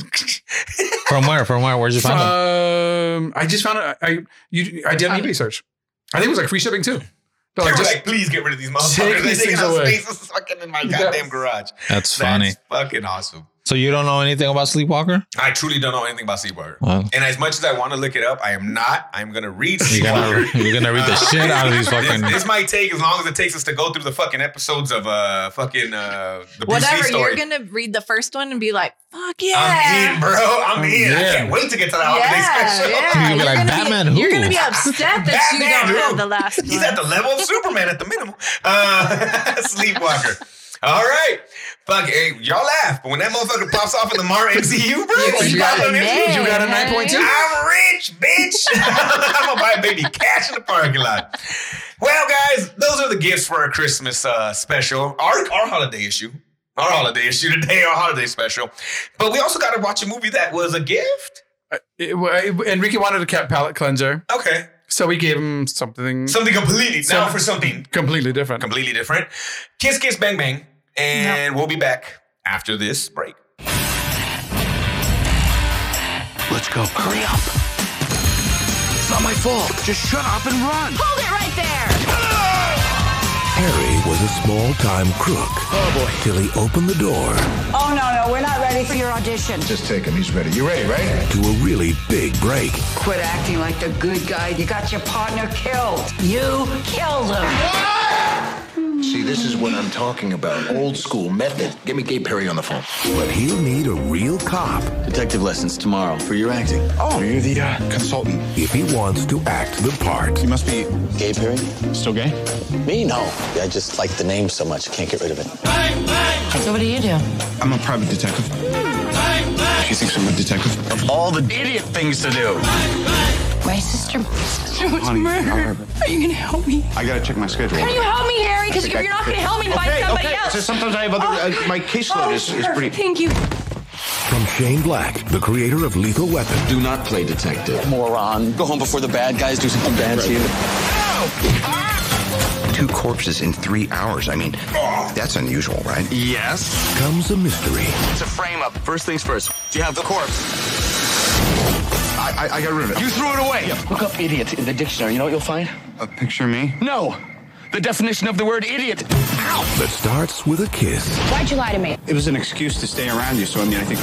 [SPEAKER 2] From where? From where? Where'd you find them?
[SPEAKER 4] Um I just found it I you I did an eBay search. I think it was like free shipping too.
[SPEAKER 1] They
[SPEAKER 4] They're like,
[SPEAKER 1] were
[SPEAKER 4] just-
[SPEAKER 1] like, please get rid of these motherfuckers. They're
[SPEAKER 4] these
[SPEAKER 1] taking
[SPEAKER 4] things
[SPEAKER 1] up
[SPEAKER 4] away.
[SPEAKER 1] space. This is fucking in my
[SPEAKER 4] Yeah.
[SPEAKER 1] goddamn garage.
[SPEAKER 2] That's funny.
[SPEAKER 1] fucking awesome.
[SPEAKER 2] So you don't know anything about Sleepwalker?
[SPEAKER 1] I truly don't know anything about Sleepwalker.
[SPEAKER 2] Well,
[SPEAKER 1] And as much as I want to look it up, I am not. I'm gonna read
[SPEAKER 2] you're gonna
[SPEAKER 1] Sleepwalker.
[SPEAKER 2] you're gonna read the shit out of these
[SPEAKER 1] This,
[SPEAKER 2] fucking.
[SPEAKER 1] Uh, (laughs) this might take as long as it takes us to go through the fucking episodes of uh fucking uh the Bruce Lee
[SPEAKER 3] Whatever,
[SPEAKER 1] story.
[SPEAKER 3] you're gonna read the first one and be like, "Fuck
[SPEAKER 1] I'm
[SPEAKER 3] yeah!"
[SPEAKER 1] in, bro. I'm in. I
[SPEAKER 2] Yeah.
[SPEAKER 1] can't wait to get to the holiday
[SPEAKER 3] yeah,
[SPEAKER 1] special. (laughs)
[SPEAKER 3] yeah.
[SPEAKER 2] You're gonna be like, "Batman who?"
[SPEAKER 3] You're gonna be upset that you
[SPEAKER 1] Batman
[SPEAKER 3] don't
[SPEAKER 1] who?
[SPEAKER 3] have the last one.
[SPEAKER 1] He's at the level of Superman at the minimum. Uh, (laughs) Sleepwalker. All right. Fuck, hey, y'all laugh, but when that motherfucker pops off in the Marvel MCU, bro,
[SPEAKER 4] You-
[SPEAKER 1] when
[SPEAKER 4] you
[SPEAKER 1] he
[SPEAKER 4] got
[SPEAKER 1] pops on
[SPEAKER 4] it.
[SPEAKER 1] MCU,
[SPEAKER 4] You got a
[SPEAKER 3] Hey.
[SPEAKER 4] 9.2?
[SPEAKER 1] I'm rich, bitch. (laughs) I'm gonna buy a baby cash in the parking lot. Well, guys, those are the gifts for our Christmas uh, special, our our holiday issue, our holiday issue today, our holiday special. But we also got to watch a movie that was a gift.
[SPEAKER 4] It- well, it- Enrique wanted a cat palate cleanser,
[SPEAKER 1] Okay,
[SPEAKER 4] so we gave him something
[SPEAKER 1] something completely now
[SPEAKER 4] Some-
[SPEAKER 1] for something
[SPEAKER 4] completely different.
[SPEAKER 1] completely different. Kiss, kiss, bang, bang, and we'll be back after this break.
[SPEAKER 5] Let's go. Hurry up. It's not my fault. Just shut up and run.
[SPEAKER 6] Hold it right there!
[SPEAKER 7] Harry was a small time crook. Oh boy. Till he opened the door
[SPEAKER 6] Oh no, no, we're not ready for your audition.
[SPEAKER 8] Just take him. He's ready. You ready, right?
[SPEAKER 7] to a really big break.
[SPEAKER 6] Quit acting like the good guy. You got your partner killed. You killed him.
[SPEAKER 8] See, this is what I'm talking about. Old school method. Give me Gabe Perry on the phone.
[SPEAKER 7] But he'll need a real cop
[SPEAKER 5] Detective lessons tomorrow for your acting.
[SPEAKER 9] Oh, you're the uh, consultant.
[SPEAKER 7] if he wants to act the part.
[SPEAKER 9] You must be
[SPEAKER 5] Gay, Perry?
[SPEAKER 9] still gay.
[SPEAKER 5] Me? No. I just like the name so much. I can't get rid of it.
[SPEAKER 6] So what do you do?
[SPEAKER 9] I'm a private detective. She thinks I'm a detective.
[SPEAKER 5] Of all the idiot things to do.
[SPEAKER 6] My sister.
[SPEAKER 9] Honey, Are you gonna help me? I gotta check my schedule.
[SPEAKER 6] Can you help me, Harry? Because if you're not going to help me, find somebody else.
[SPEAKER 9] So sometimes I have other. uh, my caseload
[SPEAKER 6] Oh,
[SPEAKER 9] is, is
[SPEAKER 6] sure.
[SPEAKER 9] pretty.
[SPEAKER 6] Thank you.
[SPEAKER 7] From Shane Black, the creator of Lethal Weapon,
[SPEAKER 5] Do not play detective. Moron. Go home before the bad guys do something bad to you.
[SPEAKER 10] Two corpses in three hours. I mean, that's unusual, right?
[SPEAKER 5] Yes.
[SPEAKER 7] comes a mystery.
[SPEAKER 5] It's a frame up. First things first. Do you have the corpse?
[SPEAKER 9] I, I, I got rid of it.
[SPEAKER 5] You threw it away. Look up idiot in the dictionary. You know what you'll find?
[SPEAKER 9] Uh, picture me.
[SPEAKER 5] No. The definition of the word idiot.
[SPEAKER 7] That starts with a kiss.
[SPEAKER 6] Why'd you lie to me?
[SPEAKER 9] It was an excuse to stay around you. So I mean, I think.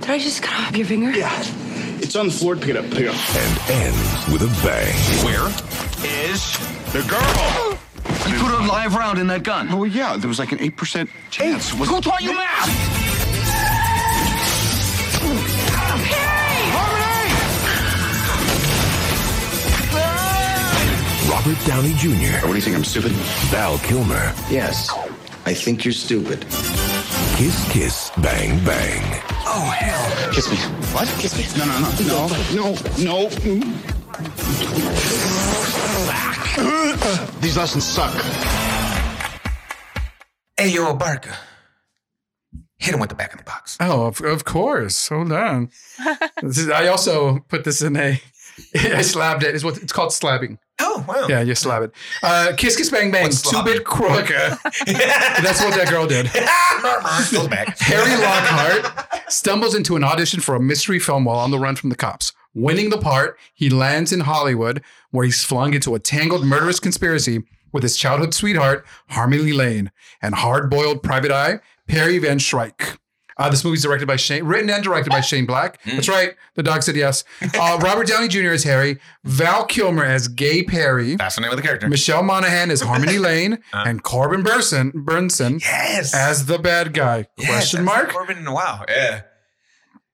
[SPEAKER 6] Did I just cut off your finger?
[SPEAKER 9] Yeah. It's on the floor. Pick it up. Pick it up.
[SPEAKER 7] and ends with a bang.
[SPEAKER 5] Where is the girl? You put a live round in that gun.
[SPEAKER 9] Well, Oh, yeah. There was like an eight percent chance. Was-
[SPEAKER 5] Who taught you math?
[SPEAKER 7] Robert Downey Jr.,
[SPEAKER 9] What do you think? I'm stupid.
[SPEAKER 7] Val Kilmer,
[SPEAKER 10] Yes. I think you're stupid.
[SPEAKER 7] Kiss Kiss Bang Bang.
[SPEAKER 5] Kiss me. What? Kiss me.
[SPEAKER 9] No, no, no, no, no, no. These lessons suck.
[SPEAKER 1] Hey, yo, Barker. Hit him with the back of the box.
[SPEAKER 4] Oh, of, of course. Hold on. this is, I also put this in a. (laughs) I slabbed it. It's what it's called slabbing.
[SPEAKER 1] Oh, wow. (laughs)
[SPEAKER 4] Yeah, you slab it. Uh, kiss, kiss, bang, bang.
[SPEAKER 1] What's
[SPEAKER 4] Two bit crooker. (laughs) That's what that girl did.
[SPEAKER 1] Goes back. (laughs)
[SPEAKER 4] Harry Lockhart stumbles into an audition for a mystery film while on the run from the cops. Winning the part, he lands in Hollywood, where he's flung into a tangled murderous conspiracy with his childhood sweetheart, Harmony Lee Lane, and hard boiled private eye, Perry Van Shrike. Uh, this movie's directed by Shane, written and directed by Shane Black.
[SPEAKER 1] Mm.
[SPEAKER 4] That's right. The dog said yes. Uh, Robert Downey Jr. as Harry, Val Kilmer as Gay Perry,
[SPEAKER 1] That's the name of the character.
[SPEAKER 4] Michelle Monaghan as Harmony Lane, and Corbin Burson, Burnson
[SPEAKER 1] Uh. Yes.
[SPEAKER 4] as the bad guy.
[SPEAKER 1] Yes,
[SPEAKER 4] Question
[SPEAKER 1] that's
[SPEAKER 4] mark?
[SPEAKER 1] Corbin, wow. Yeah.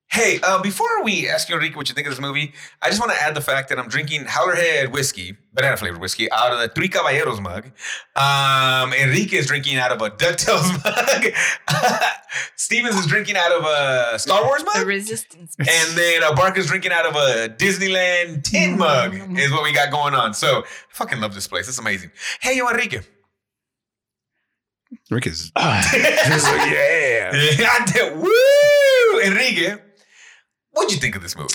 [SPEAKER 1] Hey, uh, before we ask you, Enrique, what you think of this movie, I just want to add the fact that I'm drinking Howler Head whiskey, banana flavored whiskey, out of the Three Caballeros mug. Um, Enrique is drinking out of a DuckTales (laughs) mug. (laughs) Stevens is drinking out of a Star Wars
[SPEAKER 3] The
[SPEAKER 1] mug.
[SPEAKER 3] resistance.
[SPEAKER 1] And then uh, Barker's drinking out of a Disneyland tin mug,
[SPEAKER 4] Mm-hmm.
[SPEAKER 1] is what we got going on. So I fucking love this place. It's amazing. Hey, yo, Enrique. (laughs)
[SPEAKER 4] Rick is (laughs)
[SPEAKER 1] yeah. I did. Woo! Enrique, what'd you think of this movie?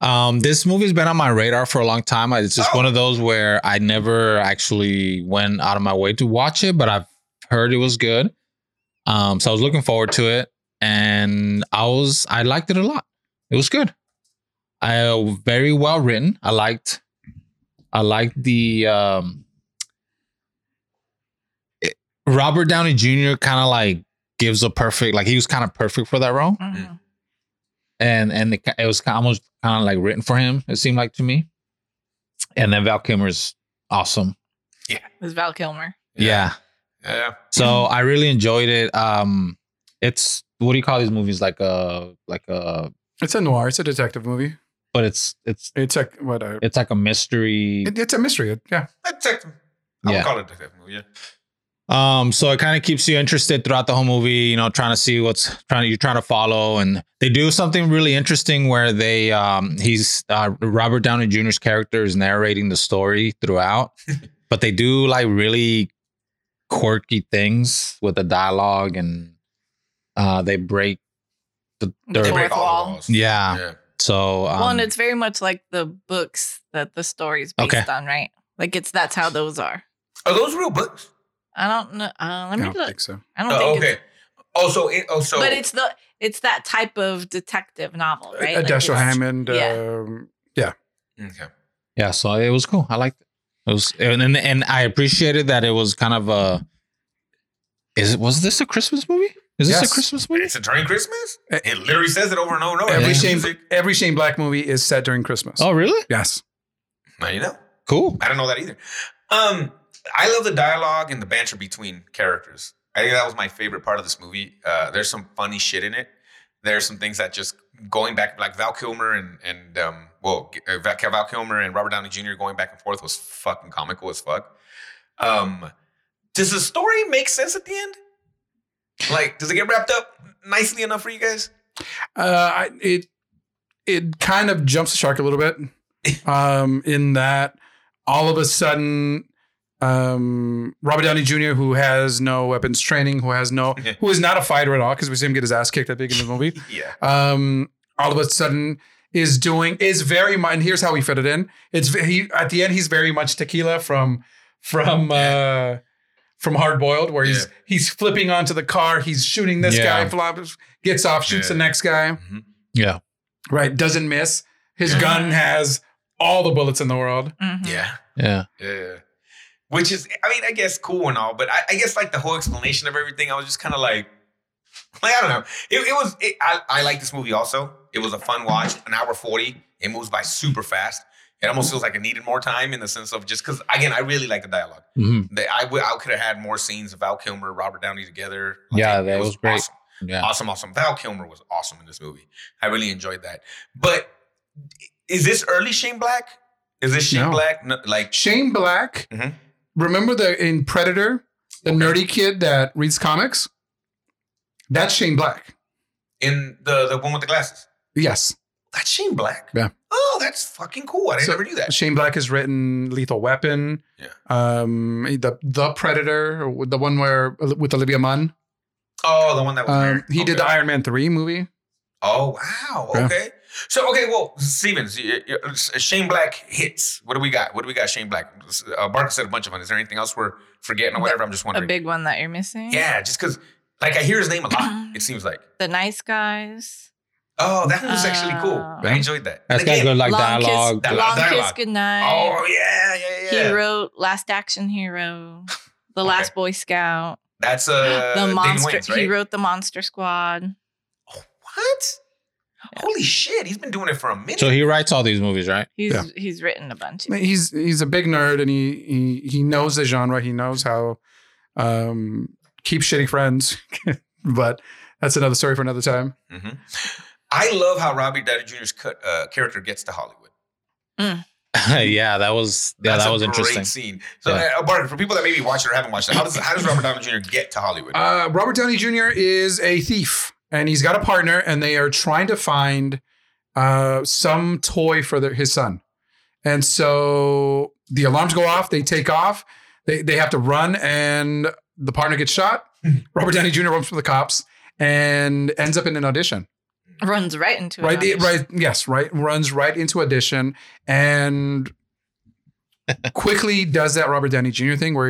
[SPEAKER 2] Um, this movie's been on my radar for a long time. I- It's just
[SPEAKER 1] Oh.
[SPEAKER 2] one of those where I never actually went out of my way to watch it, but I've heard it was good. Um, so I was looking forward to it, and I was I liked it a lot. It was good. I uh, very well written. I liked. I liked the um, it- Robert Downey Jr. kind of like gives a perfect like he was kind of perfect for that role,
[SPEAKER 3] Mhm.
[SPEAKER 2] and and it, ki- it was kind almost kind of like written for him. It seemed like to me, and then Val Kilmer's awesome.
[SPEAKER 3] It was Val Kilmer.
[SPEAKER 2] Yeah,
[SPEAKER 1] Yeah.
[SPEAKER 2] so I really enjoyed it. Um, it's what do you call these movies like a like a
[SPEAKER 4] It's a noir. It's a detective movie.
[SPEAKER 2] but it's it's
[SPEAKER 4] It's a what? A,
[SPEAKER 2] it's like a mystery.
[SPEAKER 4] it- it's a mystery. Yeah.
[SPEAKER 1] Detective. I would
[SPEAKER 2] Yeah.
[SPEAKER 1] call it a detective movie. Yeah.
[SPEAKER 2] Um, so it kind of keeps you interested throughout the whole movie, you know, trying to see what's trying you're trying to follow. And they do something really interesting where they um he's uh Robert Downey Jr.'s character is narrating the story throughout, but they do like really quirky things with the dialogue and uh they break the
[SPEAKER 1] They
[SPEAKER 2] they're-
[SPEAKER 3] Fourth
[SPEAKER 1] break all the
[SPEAKER 3] wall.
[SPEAKER 1] walls.
[SPEAKER 2] yeah.
[SPEAKER 1] Yeah.
[SPEAKER 2] So um,
[SPEAKER 3] well, and it's very much like the books that the story's based
[SPEAKER 2] Okay.
[SPEAKER 3] on, right? Like it's that's how those are.
[SPEAKER 1] Are those real books?
[SPEAKER 3] I don't know. Uh,
[SPEAKER 4] I
[SPEAKER 3] let me
[SPEAKER 4] don't
[SPEAKER 3] look.
[SPEAKER 4] think so.
[SPEAKER 3] I don't
[SPEAKER 1] Oh,
[SPEAKER 3] think.
[SPEAKER 1] okay.
[SPEAKER 3] It's,
[SPEAKER 1] Oh, so it, oh, so
[SPEAKER 3] but it's the it's that type of detective novel, right?
[SPEAKER 4] Uh,
[SPEAKER 3] Like,
[SPEAKER 4] Dashiell
[SPEAKER 3] it's-
[SPEAKER 4] Hammond.
[SPEAKER 3] yeah.
[SPEAKER 4] Um,
[SPEAKER 1] okay.
[SPEAKER 2] yeah, so it was cool. I liked it. It was and and, and I appreciated that it was kind of a is it was this a Christmas movie? Is this
[SPEAKER 4] Yes.
[SPEAKER 2] a Christmas movie?
[SPEAKER 1] It's a during Christmas. It literally says it over and over and over.
[SPEAKER 4] Eh. every
[SPEAKER 2] Oh, Yeah.
[SPEAKER 4] Shane
[SPEAKER 1] Music.
[SPEAKER 4] every Shane Black movie is set during Christmas.
[SPEAKER 2] Oh, really?
[SPEAKER 4] yes.
[SPEAKER 1] Now you know.
[SPEAKER 2] Cool.
[SPEAKER 1] I don't know that either. Um, I love the dialogue and the banter between characters. I think that was my favorite part of this movie. Uh, there's some funny shit in it. There's some things that just going back, like Val Kilmer and and um, well, uh, Val Val Kilmer and Robert Downey Jr. going back and forth was fucking comical as fuck. Um, does the story make sense at the end? Like, does it get wrapped up nicely enough for you guys?
[SPEAKER 4] Uh, I, it it kind of jumps the shark a little bit.
[SPEAKER 2] (laughs)
[SPEAKER 4] Um, in that all of a sudden, um, Robert Downey Jr., who has no weapons training, who has
[SPEAKER 2] (laughs)
[SPEAKER 4] no,
[SPEAKER 1] Yeah.
[SPEAKER 4] who is not a fighter at all, because we see him get his ass kicked at the beginning of the movie.
[SPEAKER 1] Yeah.
[SPEAKER 4] Um, all of a sudden is doing is very much. And here's how we fit it in. It's ve- he at the end he's very much tequila from from. Uh, from hard boiled, where he's he's flipping onto the car, he's shooting this
[SPEAKER 2] Yeah.
[SPEAKER 4] guy, flops, gets off, shoots the
[SPEAKER 1] Yeah.
[SPEAKER 4] next guy
[SPEAKER 1] Mhm.
[SPEAKER 2] Yeah.
[SPEAKER 4] right doesn't miss his
[SPEAKER 1] Yeah.
[SPEAKER 4] gun has all the bullets in the world
[SPEAKER 3] Mhm.
[SPEAKER 1] Yeah.
[SPEAKER 2] Yeah.
[SPEAKER 1] Yeah. Which is, I mean, I guess cool and all, but I, I guess like the whole explanation of everything, I was just kind of like, (laughs) like I don't know. It, it was, it, I, I like this movie also. It was a fun watch, an hour 40. It moves by super fast. It almost feels like it needed more time in the sense of just because, again, I really like the dialogue.
[SPEAKER 2] Mhm.
[SPEAKER 1] They, I could have had more scenes of Val Kilmer, Robert Downey together.
[SPEAKER 2] Yeah,
[SPEAKER 1] it
[SPEAKER 2] that was great.
[SPEAKER 1] awesome.
[SPEAKER 2] Yeah.
[SPEAKER 1] Awesome, awesome. Val Kilmer was awesome in this movie. I really enjoyed that. But is this early Shane Black? Is this Shane
[SPEAKER 4] No.
[SPEAKER 1] Black? No, like,
[SPEAKER 4] shane black
[SPEAKER 1] Mhm.
[SPEAKER 4] remember the in predator the nerdy kid that reads comics that's shane black
[SPEAKER 1] in the the one with the glasses.
[SPEAKER 4] yes
[SPEAKER 1] That's Shane Black.
[SPEAKER 4] Yeah.
[SPEAKER 1] Oh, that's fucking cool. I didn't
[SPEAKER 4] So-
[SPEAKER 1] ever do that.
[SPEAKER 4] shane black has written lethal weapon
[SPEAKER 1] Yeah.
[SPEAKER 4] um the the predator or the one where with olivia munn
[SPEAKER 1] Oh, the one that was
[SPEAKER 4] um,
[SPEAKER 1] there.
[SPEAKER 4] he did
[SPEAKER 1] Okay.
[SPEAKER 4] the iron man 3 movie
[SPEAKER 1] Oh wow.
[SPEAKER 4] Yeah.
[SPEAKER 1] Okay. So okay, well, Stevens, y- y- uh, Shane Black hits. What do we got? What do we got? Shane Black. Uh, Barker said a bunch of them. Is there anything else we're forgetting or whatever? I'm just
[SPEAKER 3] a
[SPEAKER 1] wondering.
[SPEAKER 3] big one that you're missing.
[SPEAKER 1] yeah, just because like I hear his name a
[SPEAKER 3] (clears throat)
[SPEAKER 1] lot. It seems like.
[SPEAKER 3] the nice guys.
[SPEAKER 1] Oh, that was actually cool.
[SPEAKER 3] Uh,
[SPEAKER 1] I enjoyed that.
[SPEAKER 2] That's
[SPEAKER 1] And
[SPEAKER 2] got
[SPEAKER 1] again,
[SPEAKER 2] good like
[SPEAKER 3] long
[SPEAKER 2] dialogue.
[SPEAKER 3] kiss,
[SPEAKER 1] Dialogue,
[SPEAKER 3] long kiss
[SPEAKER 1] dialogue.
[SPEAKER 3] goodnight.
[SPEAKER 1] Oh yeah, yeah, yeah.
[SPEAKER 3] Hero, last action hero, the
[SPEAKER 1] Okay.
[SPEAKER 3] last Boy Scout,
[SPEAKER 1] That's uh
[SPEAKER 3] (gasps) the
[SPEAKER 1] David
[SPEAKER 3] monster.
[SPEAKER 1] Wayans, right?
[SPEAKER 3] He wrote the Monster Squad.
[SPEAKER 1] what? Holy shit! He's been doing it for a minute.
[SPEAKER 2] So he writes all these movies, right? (laughs)
[SPEAKER 3] He's
[SPEAKER 4] Yeah.
[SPEAKER 3] he's written a bunch.
[SPEAKER 4] he's he's a big nerd and he he, he knows the genre. He knows how um keep shitty friends. (laughs) but that's another story for another time.
[SPEAKER 2] Mm-hmm.
[SPEAKER 1] hmm I love how Robbie Downey Jr.'s cut, uh, character gets to Hollywood.
[SPEAKER 2] yeah, that was yeah,
[SPEAKER 1] That's
[SPEAKER 2] that
[SPEAKER 1] a
[SPEAKER 2] was
[SPEAKER 1] great
[SPEAKER 2] interesting.
[SPEAKER 1] Scene. So,
[SPEAKER 2] Yeah.
[SPEAKER 1] uh, Barton, for people that maybe watched it or haven't watched it, how does how does Robert Downey Jr. get to Hollywood?
[SPEAKER 4] Uh Robert Downey Jr. is a thief and he's got a partner and they are trying to find uh some toy for their, his son. And so the alarms go off, they take off, they they have to run and the partner gets shot. Robert Downey Jr. runs from the cops and ends up in an audition.
[SPEAKER 3] Runs right into it.
[SPEAKER 4] right it- right yes right runs right into audition and quickly does that robert downey jr thing where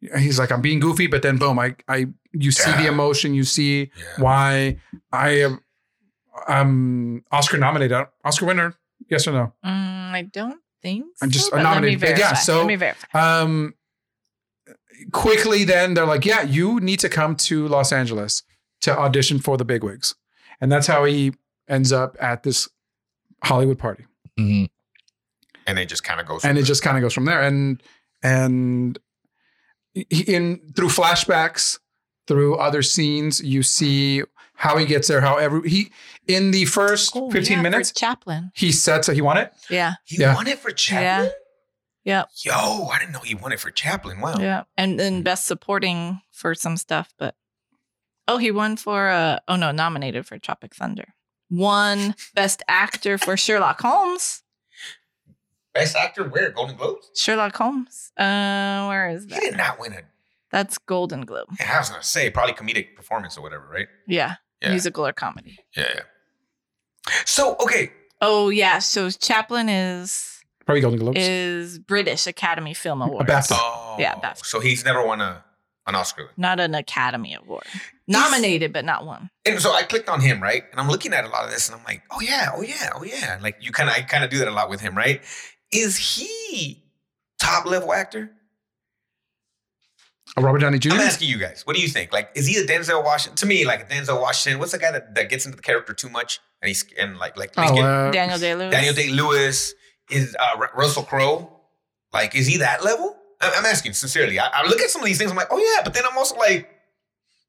[SPEAKER 4] you're he's like i'm being goofy but then boom i i you see the
[SPEAKER 1] Yeah.
[SPEAKER 4] emotion you see
[SPEAKER 1] Yeah.
[SPEAKER 4] why i am i'm oscar nominated oscar winner yes or no
[SPEAKER 3] Mm, I don't think.
[SPEAKER 4] I'm just-
[SPEAKER 3] so,
[SPEAKER 4] I'm
[SPEAKER 3] but let me
[SPEAKER 4] nominated, but yeah,
[SPEAKER 3] verify.
[SPEAKER 4] so-
[SPEAKER 3] let me verify.
[SPEAKER 4] um quickly then they're like yeah you need to come to los angeles to audition for the bigwigs, and that's how he ends up at this Hollywood party.
[SPEAKER 2] Mhm.
[SPEAKER 1] and it just kind of goes.
[SPEAKER 4] and
[SPEAKER 1] from
[SPEAKER 4] it
[SPEAKER 1] there.
[SPEAKER 4] just kind of goes from there and and he- in through flashbacks through other scenes you see how he gets there how every he in the first 15
[SPEAKER 3] Oh, yeah,
[SPEAKER 4] minutes
[SPEAKER 3] For Chaplin.
[SPEAKER 4] he sets he won it
[SPEAKER 3] Yeah.
[SPEAKER 1] he
[SPEAKER 4] yeah.
[SPEAKER 1] won it for Chaplin.
[SPEAKER 3] Yeah.
[SPEAKER 1] Yo, I didn't know he won it for Chaplin. Wow.
[SPEAKER 3] Yeah. And
[SPEAKER 1] Mm-hmm.
[SPEAKER 3] then best supporting for some stuff, but oh, he won for uh oh no, nominated for Tropic Thunder. Won best actor for Sherlock Holmes.
[SPEAKER 1] Best actor, where Golden Globes?
[SPEAKER 3] Sherlock Holmes. Uh where is
[SPEAKER 1] He did
[SPEAKER 3] that?
[SPEAKER 1] not win a.
[SPEAKER 3] That's Golden Globe.
[SPEAKER 1] I was gonna say probably comedic performance or whatever, right?
[SPEAKER 3] Yeah.
[SPEAKER 1] Yeah.
[SPEAKER 3] Musical or comedy.
[SPEAKER 1] Yeah. yeah. So okay,
[SPEAKER 3] Oh yeah. So Chaplin is
[SPEAKER 4] probably golden globes
[SPEAKER 3] is British Academy Film
[SPEAKER 4] a
[SPEAKER 3] Award.
[SPEAKER 4] BAFTA.
[SPEAKER 1] oh
[SPEAKER 3] Yeah, that's-
[SPEAKER 1] so he's never won a an Oscar.
[SPEAKER 3] Not an Academy Award. Nominated, but not won.
[SPEAKER 1] And so I clicked on him, right? And I'm looking at a lot of this, and I'm like, oh yeah, oh yeah, oh yeah. Like you kind of, I kind of do that a lot with him, right? Is he top level actor?
[SPEAKER 4] A Robert Downey Jr.
[SPEAKER 1] I'm asking you guys. What do you think? Like, is he a Denzel Washington? To me, like a Denzel Washington. What's the guy that, that gets into the character too much? And he's and like like
[SPEAKER 4] Oh,
[SPEAKER 1] Lincoln,
[SPEAKER 4] uh,
[SPEAKER 3] Daniel Day Lewis.
[SPEAKER 1] Daniel Day Lewis is uh, Ru- Russell Crowe. Like, is he that level? I- I'm asking sincerely. I, I look at some of these things. I'm like, oh yeah, but then I'm also like,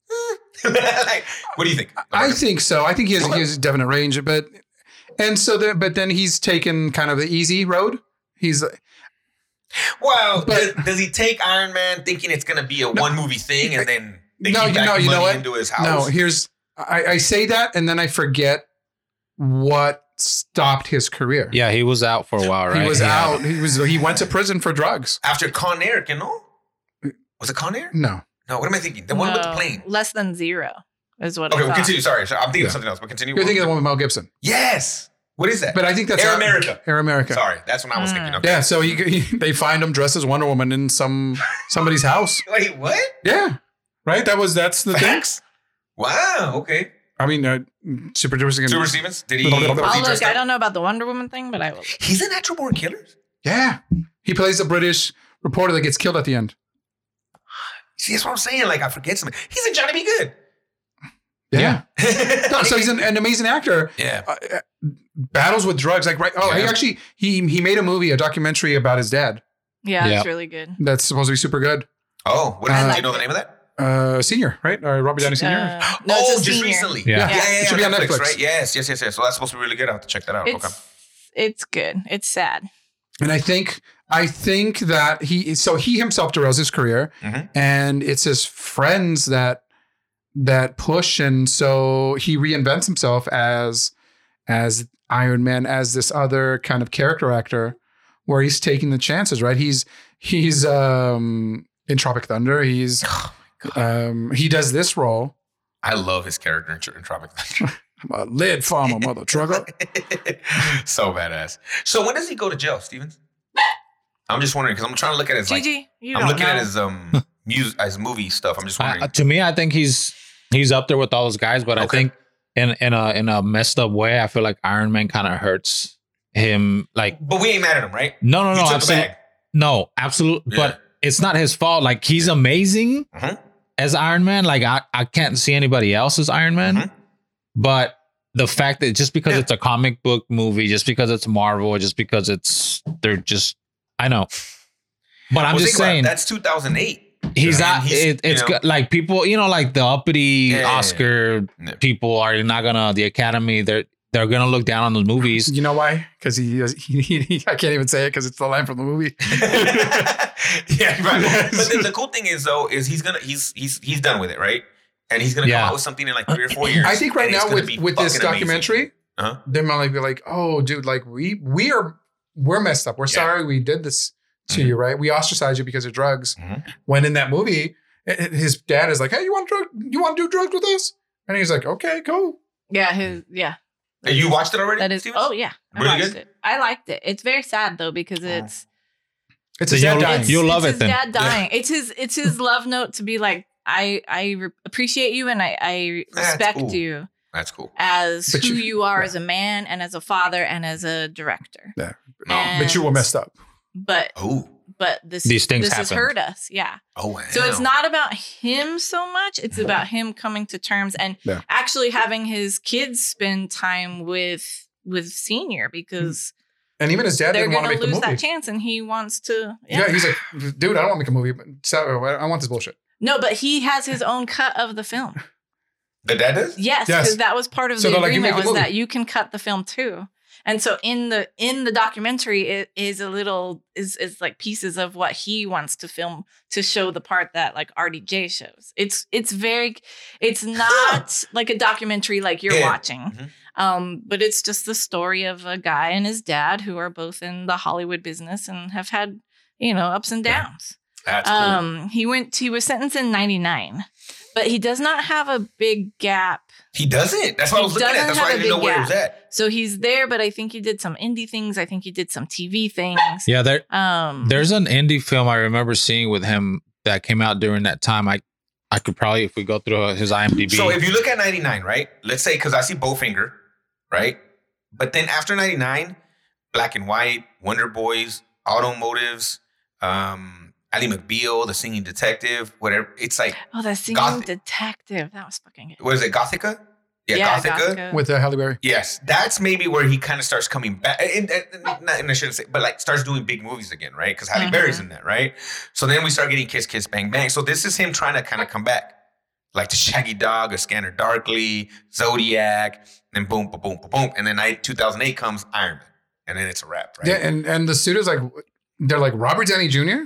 [SPEAKER 1] (laughs) eh. like what do you think?
[SPEAKER 4] I think so. I think he has, he has definite range, but and so there, but then he's taken kind of the easy road. He's
[SPEAKER 1] Well,
[SPEAKER 4] But-
[SPEAKER 1] does, does he take Iron Man thinking it's going to be a one movie thing and then they
[SPEAKER 4] No,
[SPEAKER 1] keep
[SPEAKER 4] you- no,
[SPEAKER 1] backing
[SPEAKER 4] you know
[SPEAKER 1] money
[SPEAKER 4] what?
[SPEAKER 1] into his
[SPEAKER 4] No,
[SPEAKER 1] house?
[SPEAKER 4] here's I, I say that and then I forget what stopped his career.
[SPEAKER 2] Yeah, he was out for a while, right?
[SPEAKER 4] He was
[SPEAKER 2] Yeah.
[SPEAKER 4] out. He was he went to prison for drugs.
[SPEAKER 1] After Con Air, you know? Was it Con Air?
[SPEAKER 4] No.
[SPEAKER 1] No, what am I thinking? The one with the
[SPEAKER 3] No,
[SPEAKER 1] plane.
[SPEAKER 3] Less than zero is what
[SPEAKER 1] Okay,
[SPEAKER 3] I
[SPEAKER 1] we'll
[SPEAKER 3] thought.
[SPEAKER 1] continue. Sorry, sorry, I'm thinking
[SPEAKER 4] Yeah.
[SPEAKER 1] of something else. We'll continue.
[SPEAKER 4] You're thinking of the one with Mel Gibson.
[SPEAKER 1] Yes. What is that?
[SPEAKER 4] But I think that's
[SPEAKER 1] Air America.
[SPEAKER 4] Air America.
[SPEAKER 1] Sorry, that's when I was thinking.
[SPEAKER 3] Mm.
[SPEAKER 1] Okay.
[SPEAKER 4] Yeah, so he, he (laughs) they find him dressed as Wonder Woman in some somebody's house.
[SPEAKER 1] Wait, what?
[SPEAKER 4] Yeah. Right? That was that's the thing.
[SPEAKER 1] Facts? Wow. Okay.
[SPEAKER 4] I mean, uh, Super Duper's
[SPEAKER 1] Super
[SPEAKER 4] again.
[SPEAKER 1] Stevens. Did he?
[SPEAKER 4] I'll look,
[SPEAKER 1] was he
[SPEAKER 3] I'll look.
[SPEAKER 1] dressed
[SPEAKER 3] I
[SPEAKER 1] up?
[SPEAKER 3] don't know about the Wonder Woman thing, but I will.
[SPEAKER 1] He's a natural born killer.
[SPEAKER 4] Yeah. He plays a British reporter that gets killed at the end.
[SPEAKER 1] See, that's what I'm saying. Like I forget something. He's in Johnny Be Good. (laughs)
[SPEAKER 4] Yeah. No, so he's an, an amazing actor.
[SPEAKER 1] yeah.
[SPEAKER 4] uh, uh, battles with drugs. Like right, oh, he
[SPEAKER 1] Yeah.
[SPEAKER 4] actually he he made a movie, a documentary about his dad
[SPEAKER 3] Yeah,
[SPEAKER 2] Yeah.
[SPEAKER 3] it's really good.
[SPEAKER 4] that's supposed to be super good.
[SPEAKER 1] Oh, what is,
[SPEAKER 4] Uh,
[SPEAKER 1] do you know the name of that?
[SPEAKER 4] Uh, senior, right? Or Robert Downey Senior.
[SPEAKER 1] (gasps)
[SPEAKER 3] Uh, no, it's
[SPEAKER 1] oh,
[SPEAKER 3] a
[SPEAKER 1] just
[SPEAKER 3] senior.
[SPEAKER 1] recently.
[SPEAKER 2] Yeah.
[SPEAKER 1] Yeah, yeah, yeah,
[SPEAKER 4] It should be on Netflix.
[SPEAKER 1] right? Yes, yes, yes, yes. So that's supposed to be really good. I'll have to check that out.
[SPEAKER 3] It's
[SPEAKER 1] Oh, okay.
[SPEAKER 3] it's good. It's sad.
[SPEAKER 4] And I think I think that he so he himself derails his career,
[SPEAKER 1] Mhm.
[SPEAKER 4] and it's his friends that that push, and so he reinvents himself as as Iron Man, as this other kind of character actor, where he's taking the chances. Right? He's he's um in Tropic Thunder. He's um he does this role.
[SPEAKER 1] I love his character in, Tr- in Tropic Thunder.
[SPEAKER 4] I'm a lead farmer, mother trucker.
[SPEAKER 1] (laughs) so badass. So when does he go to jail, Stevens? I'm just wondering because I'm trying to look at his. Like,
[SPEAKER 3] Gigi, you
[SPEAKER 1] I'm
[SPEAKER 3] don't
[SPEAKER 1] looking
[SPEAKER 3] know.
[SPEAKER 1] at his
[SPEAKER 2] (laughs)
[SPEAKER 1] um music, his movie stuff. I'm just wondering.
[SPEAKER 2] I, to me, I think he's he's up there with all those guys, but I
[SPEAKER 1] Okay.
[SPEAKER 2] think in in a in a messed up way, I feel like Iron Man kind of hurts him. Like
[SPEAKER 1] but we ain't mad at him, right?
[SPEAKER 2] no, no, no,
[SPEAKER 1] you took the
[SPEAKER 2] absolutely,
[SPEAKER 1] bag.
[SPEAKER 2] no, absolutely. But it's not his fault. Like he's amazing
[SPEAKER 1] Mhm.
[SPEAKER 2] as Iron Man. Like I I can't see anybody else as Iron Man,
[SPEAKER 1] Mhm.
[SPEAKER 2] but. The fact that just because
[SPEAKER 1] Yeah.
[SPEAKER 2] it's a comic book movie, just because it's Marvel, just because it's they're just I know, but I'm
[SPEAKER 1] Well,
[SPEAKER 2] just
[SPEAKER 1] think about it.
[SPEAKER 2] saying
[SPEAKER 1] that's 2008.
[SPEAKER 2] he's
[SPEAKER 1] Yeah.
[SPEAKER 2] not.
[SPEAKER 1] He's-
[SPEAKER 2] it, it's
[SPEAKER 1] you know.
[SPEAKER 2] good. like people, you know, like the uppity
[SPEAKER 1] Yeah, yeah, yeah.
[SPEAKER 2] Oscar
[SPEAKER 1] Yeah.
[SPEAKER 2] people are not gonna the Academy. They're they're gonna look down on those movies.
[SPEAKER 4] You know why? Because he, he, he, he, I can't even say it because it's the line from the movie.
[SPEAKER 1] (laughs) yeah, right. But then the cool thing is though, is he's gonna he's he's he's done with it, right? And he's gonna
[SPEAKER 2] Yeah.
[SPEAKER 1] come out with something in like three or four years. (laughs)
[SPEAKER 4] Uh, I think right
[SPEAKER 1] and it's
[SPEAKER 4] now
[SPEAKER 1] gonna
[SPEAKER 4] with
[SPEAKER 1] be
[SPEAKER 4] with this
[SPEAKER 1] fucking amazing.
[SPEAKER 4] documentary,
[SPEAKER 1] Uh-huh.
[SPEAKER 4] they might be like, "Oh, dude, like we we are we're messed up. We're
[SPEAKER 1] Yeah.
[SPEAKER 4] sorry we did this to
[SPEAKER 1] Mhm.
[SPEAKER 4] you, right? We ostracized you because of drugs."
[SPEAKER 1] Mhm.
[SPEAKER 4] When in that movie, i- i- his dad is like, "Hey, you want drug? You want to do drugs with us?" And he's like, "Okay, cool."
[SPEAKER 3] yeah, his yeah.
[SPEAKER 1] Hey, you watched it already?
[SPEAKER 3] That is.
[SPEAKER 1] Steven?
[SPEAKER 3] Oh yeah, I
[SPEAKER 1] Really
[SPEAKER 3] watched
[SPEAKER 1] good? Oh.
[SPEAKER 3] it. I liked it. It's very sad though because it's
[SPEAKER 4] It's
[SPEAKER 2] So
[SPEAKER 4] his dad
[SPEAKER 2] you'll-
[SPEAKER 4] dying.
[SPEAKER 3] it's,
[SPEAKER 2] you'll- love
[SPEAKER 3] it's
[SPEAKER 2] it
[SPEAKER 3] his
[SPEAKER 2] then.
[SPEAKER 3] Dad dying. It's his it's his love note to be like I I re- appreciate you and I I
[SPEAKER 1] That's
[SPEAKER 3] respect
[SPEAKER 1] cool.
[SPEAKER 3] you
[SPEAKER 1] That's cool.
[SPEAKER 3] as
[SPEAKER 4] But
[SPEAKER 3] who
[SPEAKER 4] you-
[SPEAKER 3] you are
[SPEAKER 4] yeah.
[SPEAKER 3] as a man and as a father and as a director.
[SPEAKER 4] Yeah.
[SPEAKER 1] No.
[SPEAKER 4] but you were messed up.
[SPEAKER 3] But
[SPEAKER 1] Oh.
[SPEAKER 3] but this
[SPEAKER 2] These things
[SPEAKER 3] this has
[SPEAKER 2] happened.
[SPEAKER 3] hurt us. Yeah.
[SPEAKER 1] Oh, wow.
[SPEAKER 3] So it's not about him so much. It's about him coming to terms and
[SPEAKER 4] Yeah.
[SPEAKER 3] actually having his kids spend time with with senior because
[SPEAKER 4] And even his dad
[SPEAKER 3] they're
[SPEAKER 4] didn't want
[SPEAKER 3] going
[SPEAKER 4] to make
[SPEAKER 3] to
[SPEAKER 4] the
[SPEAKER 3] lose
[SPEAKER 4] movie.
[SPEAKER 3] that chance, and he wants to.
[SPEAKER 4] yeah. he's like, dude, I don't want to make a movie. But so- I want this bullshit.
[SPEAKER 3] no, but he has his own cut of the film.
[SPEAKER 1] The dad does?
[SPEAKER 3] Yes,
[SPEAKER 4] Yes.
[SPEAKER 3] because that was part of
[SPEAKER 4] So
[SPEAKER 3] the
[SPEAKER 4] they're like, you
[SPEAKER 3] agreement
[SPEAKER 4] make the
[SPEAKER 3] was that
[SPEAKER 4] movie.
[SPEAKER 3] you can cut the film too. And so in the in the documentary, it is a little is is like pieces of what he wants to film to show the part that like RDJ shows. It's it's very it's not like a documentary like you're
[SPEAKER 1] Yeah.
[SPEAKER 3] watching.
[SPEAKER 4] Mm-hmm.
[SPEAKER 1] Mhm.
[SPEAKER 3] Um, but it's just the story of a guy and his dad who are both in the Hollywood business and have had, you know, ups and downs.
[SPEAKER 1] That's cool.
[SPEAKER 3] Um, he went. He was sentenced in '99, but he does not have a big gap.
[SPEAKER 1] he doesn't. That's why I
[SPEAKER 3] he
[SPEAKER 1] was looking at. it.
[SPEAKER 3] doesn't
[SPEAKER 1] That's why I
[SPEAKER 3] have a
[SPEAKER 1] didn't know
[SPEAKER 3] big
[SPEAKER 1] where it
[SPEAKER 3] gap.
[SPEAKER 1] was at.
[SPEAKER 3] So he's there, but I think he did some indie things. I think he did some TV things.
[SPEAKER 2] Yeah, there
[SPEAKER 1] Mm-hmm.
[SPEAKER 3] Um,
[SPEAKER 2] there's an indie film I remember seeing with him that came out during that time. I I could probably if we go through his IMDb.
[SPEAKER 1] So if you look at 99, right? Let's say, because I see Bowfinger, right? But then after 99, Black and White, Wonder Boys, Automotives, um, Ali McBeal, The Singing Detective, whatever. It's like,
[SPEAKER 3] oh, that singing
[SPEAKER 1] Gothic.
[SPEAKER 3] detective. That was fucking good.
[SPEAKER 1] what is it, Gothica? Yeah, Gothica.
[SPEAKER 4] With uh, Halle Berry.
[SPEAKER 1] Yes, that's maybe where he kind of starts coming back, and, and, and, not- and I shouldn't say, but like starts doing big movies again, right? Because Halle
[SPEAKER 3] Mhm.
[SPEAKER 4] Mm-hmm.
[SPEAKER 1] Berry's in that, right? So then we start getting Kiss Kiss Bang Bang. So this is him trying to kind of come back, like the Shaggy Dog, A Scanner Darkly, Zodiac, then boom, boom, boom, boom, boom, and then I, 2008 comes Iron Man, and then it's a wrap, right?
[SPEAKER 4] Yeah, and and the studio's like, they're like Robert Downey Jr.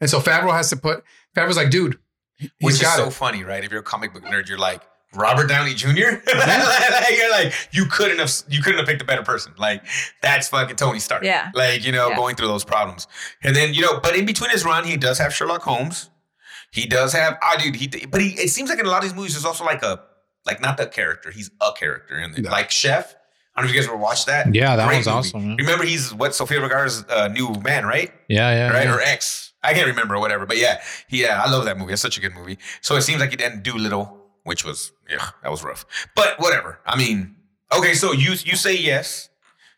[SPEAKER 4] And so Favreau has to put Favreau's like, dude, he-
[SPEAKER 1] Which
[SPEAKER 4] he's
[SPEAKER 1] is
[SPEAKER 4] got
[SPEAKER 1] so
[SPEAKER 4] it.
[SPEAKER 1] funny, right? If you're a comic book nerd, you're like Robert Downey Jr. (laughs) Like, you're like you couldn't have you couldn't have picked a better person. Like that's fucking Tony Stark.
[SPEAKER 3] Yeah.
[SPEAKER 1] Like you know
[SPEAKER 3] Yeah.
[SPEAKER 1] going through those problems, and then you know, but in between his run, he does have Sherlock Holmes. He does have ah dude. He but he it seems like in a lot of these movies, there's also like a like not the character. He's a character in it.
[SPEAKER 4] Yeah.
[SPEAKER 1] Like Chef. I don't know if you guys ever watched that.
[SPEAKER 2] yeah, that
[SPEAKER 1] Great
[SPEAKER 2] one's
[SPEAKER 1] movie.
[SPEAKER 2] awesome. man.
[SPEAKER 1] Remember, he's what Sofia Vergara's uh, new man, right?
[SPEAKER 2] Yeah, yeah.
[SPEAKER 1] right?
[SPEAKER 2] yeah.
[SPEAKER 1] Or X. I can't remember, whatever. But yeah, he- yeah, I love that movie. It's such a good movie. So it seems like he didn't do little, which was yeah, that was rough. But whatever. I mean, okay. So you you say yes,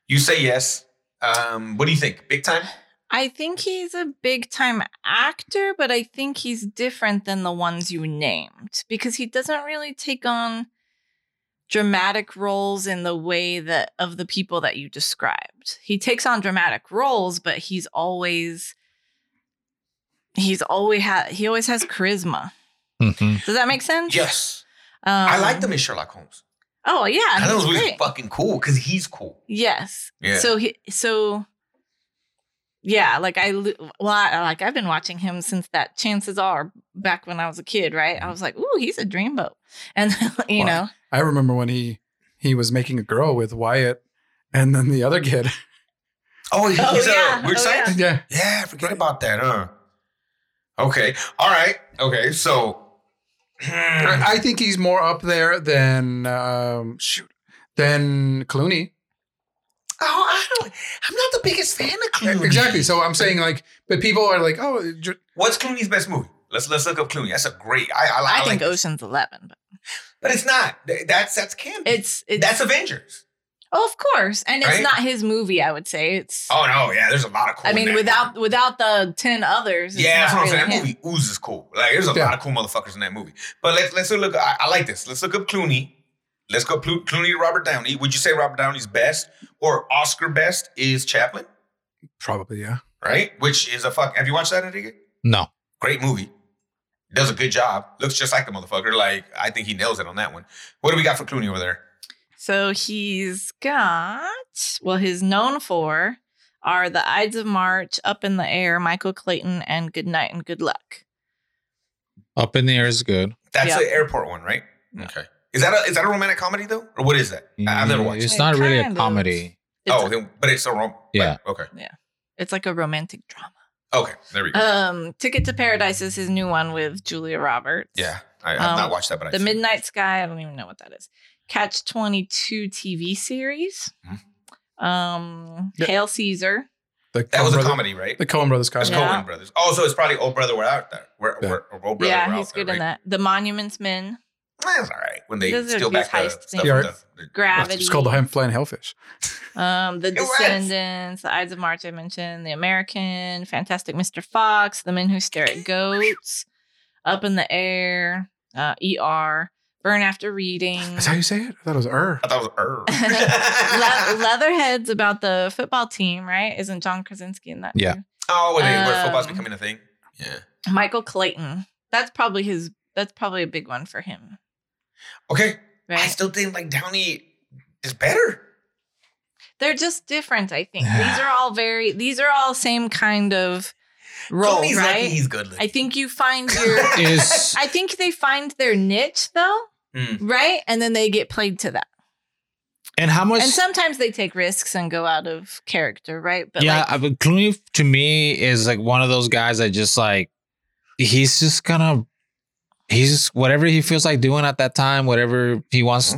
[SPEAKER 1] you say yes. Um, what do you think? Big time?
[SPEAKER 3] I think he's a big time actor, but I think he's different than the ones you named because he doesn't really take on dramatic roles in the way that of the people that you described. He takes on dramatic roles, but he's always he's always ha- he always has charisma.
[SPEAKER 2] Mhm.
[SPEAKER 3] Does that make sense?
[SPEAKER 1] Yes.
[SPEAKER 3] Um,
[SPEAKER 1] I like them in Sherlock Holmes.
[SPEAKER 3] Oh yeah,
[SPEAKER 1] I
[SPEAKER 3] he's
[SPEAKER 1] know he's
[SPEAKER 3] great.
[SPEAKER 1] fucking cool because he's cool.
[SPEAKER 3] Yes.
[SPEAKER 1] Yeah.
[SPEAKER 3] So he so yeah, like I lo- well, I, like I've been watching him since that chances are back when I was a kid, right?
[SPEAKER 1] Mm-hmm.
[SPEAKER 3] I was like, "Ooh, he's a dreamboat," (laughs) and you
[SPEAKER 4] Wow.
[SPEAKER 3] know,
[SPEAKER 4] I remember when he he was making a girl with Wyatt, and then the other kid.
[SPEAKER 1] Oh, he's
[SPEAKER 3] Oh,
[SPEAKER 1] a
[SPEAKER 3] yeah.
[SPEAKER 1] weird
[SPEAKER 3] Oh,
[SPEAKER 1] scientist?
[SPEAKER 4] (laughs) yeah,
[SPEAKER 1] Yeah, I forget about that, huh? Okay. All right. Okay. So. (clears throat)
[SPEAKER 4] I I think he's more up there than um, shoot than Clooney.
[SPEAKER 1] Oh, I don't. I'm not the biggest fan of Clooney.
[SPEAKER 4] Exactly. So I'm saying like, but people are like, oh, Dr-
[SPEAKER 1] What's Clooney's best movie? Let's let's look up Clooney. That's a great. I I,
[SPEAKER 3] I,
[SPEAKER 1] I,
[SPEAKER 3] think
[SPEAKER 1] like,
[SPEAKER 3] Ocean's Eleven, but
[SPEAKER 1] but it's not. Th- That's that's Candy.
[SPEAKER 3] it's it's
[SPEAKER 1] that's Avengers.
[SPEAKER 3] oh, of course, and it's
[SPEAKER 1] Right?
[SPEAKER 3] not his movie. I would say it's.
[SPEAKER 1] Oh no, yeah. There's a lot of cool.
[SPEAKER 3] I
[SPEAKER 1] in
[SPEAKER 3] mean,
[SPEAKER 1] that
[SPEAKER 3] without
[SPEAKER 1] movie.
[SPEAKER 3] without the ten others, it's
[SPEAKER 1] Yeah, that's what
[SPEAKER 3] not
[SPEAKER 1] I'm saying.
[SPEAKER 3] really
[SPEAKER 1] That
[SPEAKER 3] him.
[SPEAKER 1] movie oozes cool. Like there's a
[SPEAKER 4] Yeah.
[SPEAKER 1] lot of cool motherfuckers in that movie. But let's let's look. I, I like this. Let's look up Clooney. Let's go Clo- Clooney to Robert Downey. Would you say Robert Downey's best or Oscar best is Chaplin?
[SPEAKER 4] probably yeah.
[SPEAKER 1] Right, which is a fuck. Have you watched that, Enrique?
[SPEAKER 2] No.
[SPEAKER 1] Great movie. Does a good job. Looks just like the motherfucker. Like I think he nails it on that one. What do we got for Clooney over there?
[SPEAKER 3] So he's got, well, he's known for are the Ides of March, Up in the Air, Michael Clayton, and Good Night and Good Luck.
[SPEAKER 2] Up in the air is good.
[SPEAKER 1] That's
[SPEAKER 3] Yeah.
[SPEAKER 1] the airport one, right? Okay. Is that a is that a romantic comedy though, or what is that? I- I've never watched. it.
[SPEAKER 2] Mm, It's
[SPEAKER 3] it.
[SPEAKER 2] not really a
[SPEAKER 3] Kind of.
[SPEAKER 2] comedy.
[SPEAKER 3] It's,
[SPEAKER 1] oh, then, but it's a rom.
[SPEAKER 2] Yeah.
[SPEAKER 1] but- okay.
[SPEAKER 3] it's like a romantic drama.
[SPEAKER 1] Okay. There we go.
[SPEAKER 3] Um, Ticket to Paradise is his new one with Julia Roberts.
[SPEAKER 1] yeah, I, I've
[SPEAKER 3] um,
[SPEAKER 1] not watched that, but
[SPEAKER 3] The
[SPEAKER 1] I
[SPEAKER 3] Midnight Sky, I don't even know what that is. Catch 22 TV series.
[SPEAKER 1] Mm-hmm.
[SPEAKER 3] Um,
[SPEAKER 4] Yeah.
[SPEAKER 3] Hail Caesar.
[SPEAKER 4] The
[SPEAKER 1] that
[SPEAKER 4] Coen
[SPEAKER 1] was a
[SPEAKER 4] brother-
[SPEAKER 1] comedy, right?
[SPEAKER 4] The Coen Brothers
[SPEAKER 1] It's
[SPEAKER 4] comedy.
[SPEAKER 3] Yeah.
[SPEAKER 1] Coen Oh, Brothers. Also, it's probably Old Brother We're Out There. We're,
[SPEAKER 4] Yeah.
[SPEAKER 1] we're, or Old Brother
[SPEAKER 3] yeah,
[SPEAKER 1] We're
[SPEAKER 3] he's
[SPEAKER 1] Out
[SPEAKER 3] good
[SPEAKER 1] there,
[SPEAKER 3] in
[SPEAKER 1] right?
[SPEAKER 3] that. The Monuments Men.
[SPEAKER 1] That's all right. When they
[SPEAKER 3] Those are
[SPEAKER 1] steal back
[SPEAKER 3] goose
[SPEAKER 1] the
[SPEAKER 3] heist
[SPEAKER 1] stuff.
[SPEAKER 4] scenes.
[SPEAKER 1] the- the-
[SPEAKER 3] Gravity.
[SPEAKER 4] It's called the High Flying Hellfish.
[SPEAKER 3] Um, the
[SPEAKER 1] was.
[SPEAKER 3] Descendants, The Ides of March, I mentioned, The American, Fantastic Mr. Fox, The Men Who Stare at Goats, Up in the Air, uh, ER, Burn After Reading,
[SPEAKER 4] That's how you say it? I thought it was er.
[SPEAKER 1] I thought
[SPEAKER 3] (laughs)
[SPEAKER 1] it was er.
[SPEAKER 3] Le- Leatherheads about the football team, right? Isn't John Krasinski in that?
[SPEAKER 2] Yeah.
[SPEAKER 3] too?
[SPEAKER 1] (laughs) oh, when, they- when
[SPEAKER 3] Um,
[SPEAKER 1] football's becoming a thing. Yeah.
[SPEAKER 3] Michael Clayton. That's probably his. That's probably a big one for him,
[SPEAKER 1] Okay. I
[SPEAKER 3] right?
[SPEAKER 1] still think like Downey is better.
[SPEAKER 3] They're just different. I think
[SPEAKER 2] Yeah.
[SPEAKER 3] these are all very. These are all same kind of role,
[SPEAKER 1] Clooney's lucky
[SPEAKER 3] right?
[SPEAKER 1] he's good looking.
[SPEAKER 3] I think you find your.
[SPEAKER 1] (laughs)
[SPEAKER 2] Is
[SPEAKER 3] I think they find their niche though,
[SPEAKER 1] Mm.
[SPEAKER 3] right? And then they get played to that.
[SPEAKER 2] and how much?
[SPEAKER 3] And sometimes they take risks and go out of character, right? But
[SPEAKER 2] yeah,
[SPEAKER 3] like,
[SPEAKER 2] I, but Clooney to me is like one of those guys that just like he's just gonna he's just whatever he feels like doing at that time, whatever he wants.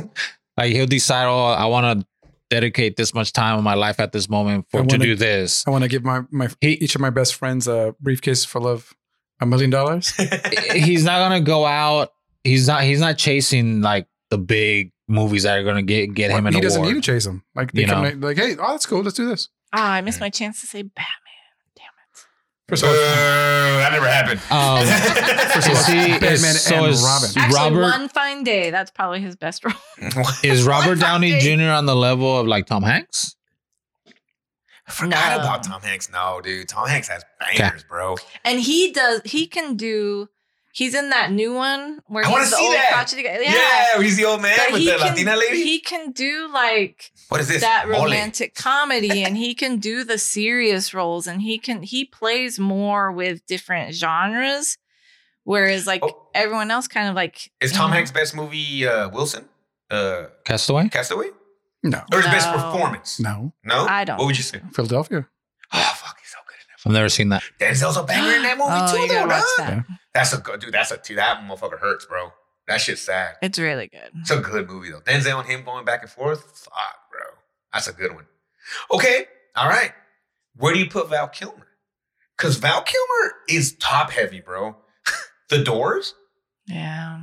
[SPEAKER 2] Like he'll decide, oh, I want to dedicate this much time of my life at this moment
[SPEAKER 4] I
[SPEAKER 2] for to
[SPEAKER 4] wanna-
[SPEAKER 2] do this.
[SPEAKER 4] I want to give my, my each of my best friends a briefcase full of a million dollars.
[SPEAKER 2] he's not gonna go out. He's not. He's not chasing like the big movies that are gonna get get him an
[SPEAKER 4] He doesn't
[SPEAKER 2] award.
[SPEAKER 4] need to chase them. Like they
[SPEAKER 2] You
[SPEAKER 4] can
[SPEAKER 2] know?
[SPEAKER 4] like, like, hey, oh, that's cool. Let's do this.
[SPEAKER 3] ah, I missed my chance to say Batman. Damn
[SPEAKER 4] First
[SPEAKER 1] Boo,
[SPEAKER 4] of all,
[SPEAKER 1] (laughs) that never happened.
[SPEAKER 4] (laughs)
[SPEAKER 2] Um, (laughs)
[SPEAKER 1] First
[SPEAKER 2] is he,
[SPEAKER 4] Batman
[SPEAKER 2] is, so
[SPEAKER 4] and
[SPEAKER 2] is
[SPEAKER 4] Robin.
[SPEAKER 3] it! Actually,
[SPEAKER 2] Robert
[SPEAKER 3] one fine day. That's probably his best (laughs) role.
[SPEAKER 2] is Robert Downey
[SPEAKER 3] fucking-
[SPEAKER 2] Jr. on the level of like Tom Hanks?
[SPEAKER 1] I forgot
[SPEAKER 3] No.
[SPEAKER 1] about Tom Hanks. No, dude. Tom Hanks has bangers, bro.
[SPEAKER 3] And he does. He can do. He's in that new one where
[SPEAKER 1] I wanna
[SPEAKER 3] he's the
[SPEAKER 1] see
[SPEAKER 3] old
[SPEAKER 1] that.
[SPEAKER 3] crotchety guy.
[SPEAKER 1] Yeah.
[SPEAKER 3] Yeah.
[SPEAKER 1] he's the old man
[SPEAKER 3] But
[SPEAKER 1] with
[SPEAKER 3] he
[SPEAKER 1] the
[SPEAKER 3] can,
[SPEAKER 1] Latina lady.
[SPEAKER 3] he can do like
[SPEAKER 1] what is this?
[SPEAKER 3] that
[SPEAKER 1] Mole.
[SPEAKER 3] romantic comedy and he can do the serious roles and he can he plays more with different genres whereas like
[SPEAKER 1] Oh.
[SPEAKER 3] everyone else kind of like
[SPEAKER 1] Is Tom
[SPEAKER 3] Mhm.
[SPEAKER 1] Hanks' best movie uh, Wilson? Uh,
[SPEAKER 2] Castaway.
[SPEAKER 1] Castaway?
[SPEAKER 4] no,
[SPEAKER 1] Or his best
[SPEAKER 3] No.
[SPEAKER 1] performance?
[SPEAKER 4] no,
[SPEAKER 1] No?
[SPEAKER 3] I don't
[SPEAKER 1] What would you say?
[SPEAKER 4] Philadelphia.
[SPEAKER 1] Oh, fuck. He's so good in
[SPEAKER 2] I've never seen that.
[SPEAKER 1] that. Denzel's a banger in
[SPEAKER 3] (gasps)
[SPEAKER 1] that movie,
[SPEAKER 3] Oh,
[SPEAKER 1] too,
[SPEAKER 3] you
[SPEAKER 1] though,
[SPEAKER 3] gotta watch
[SPEAKER 1] dog.
[SPEAKER 3] that.
[SPEAKER 1] That's a good, dude. That's a, dude, that motherfucker hurts, bro. That shit's sad.
[SPEAKER 3] it's really good
[SPEAKER 1] It's a good movie though. Denzel and him going back and forth. Fuck, bro. That's a good one. Okay. All right. Where do you put Val Kilmer? Because Val Kilmer is top heavy, bro. (laughs) the Doors.
[SPEAKER 3] yeah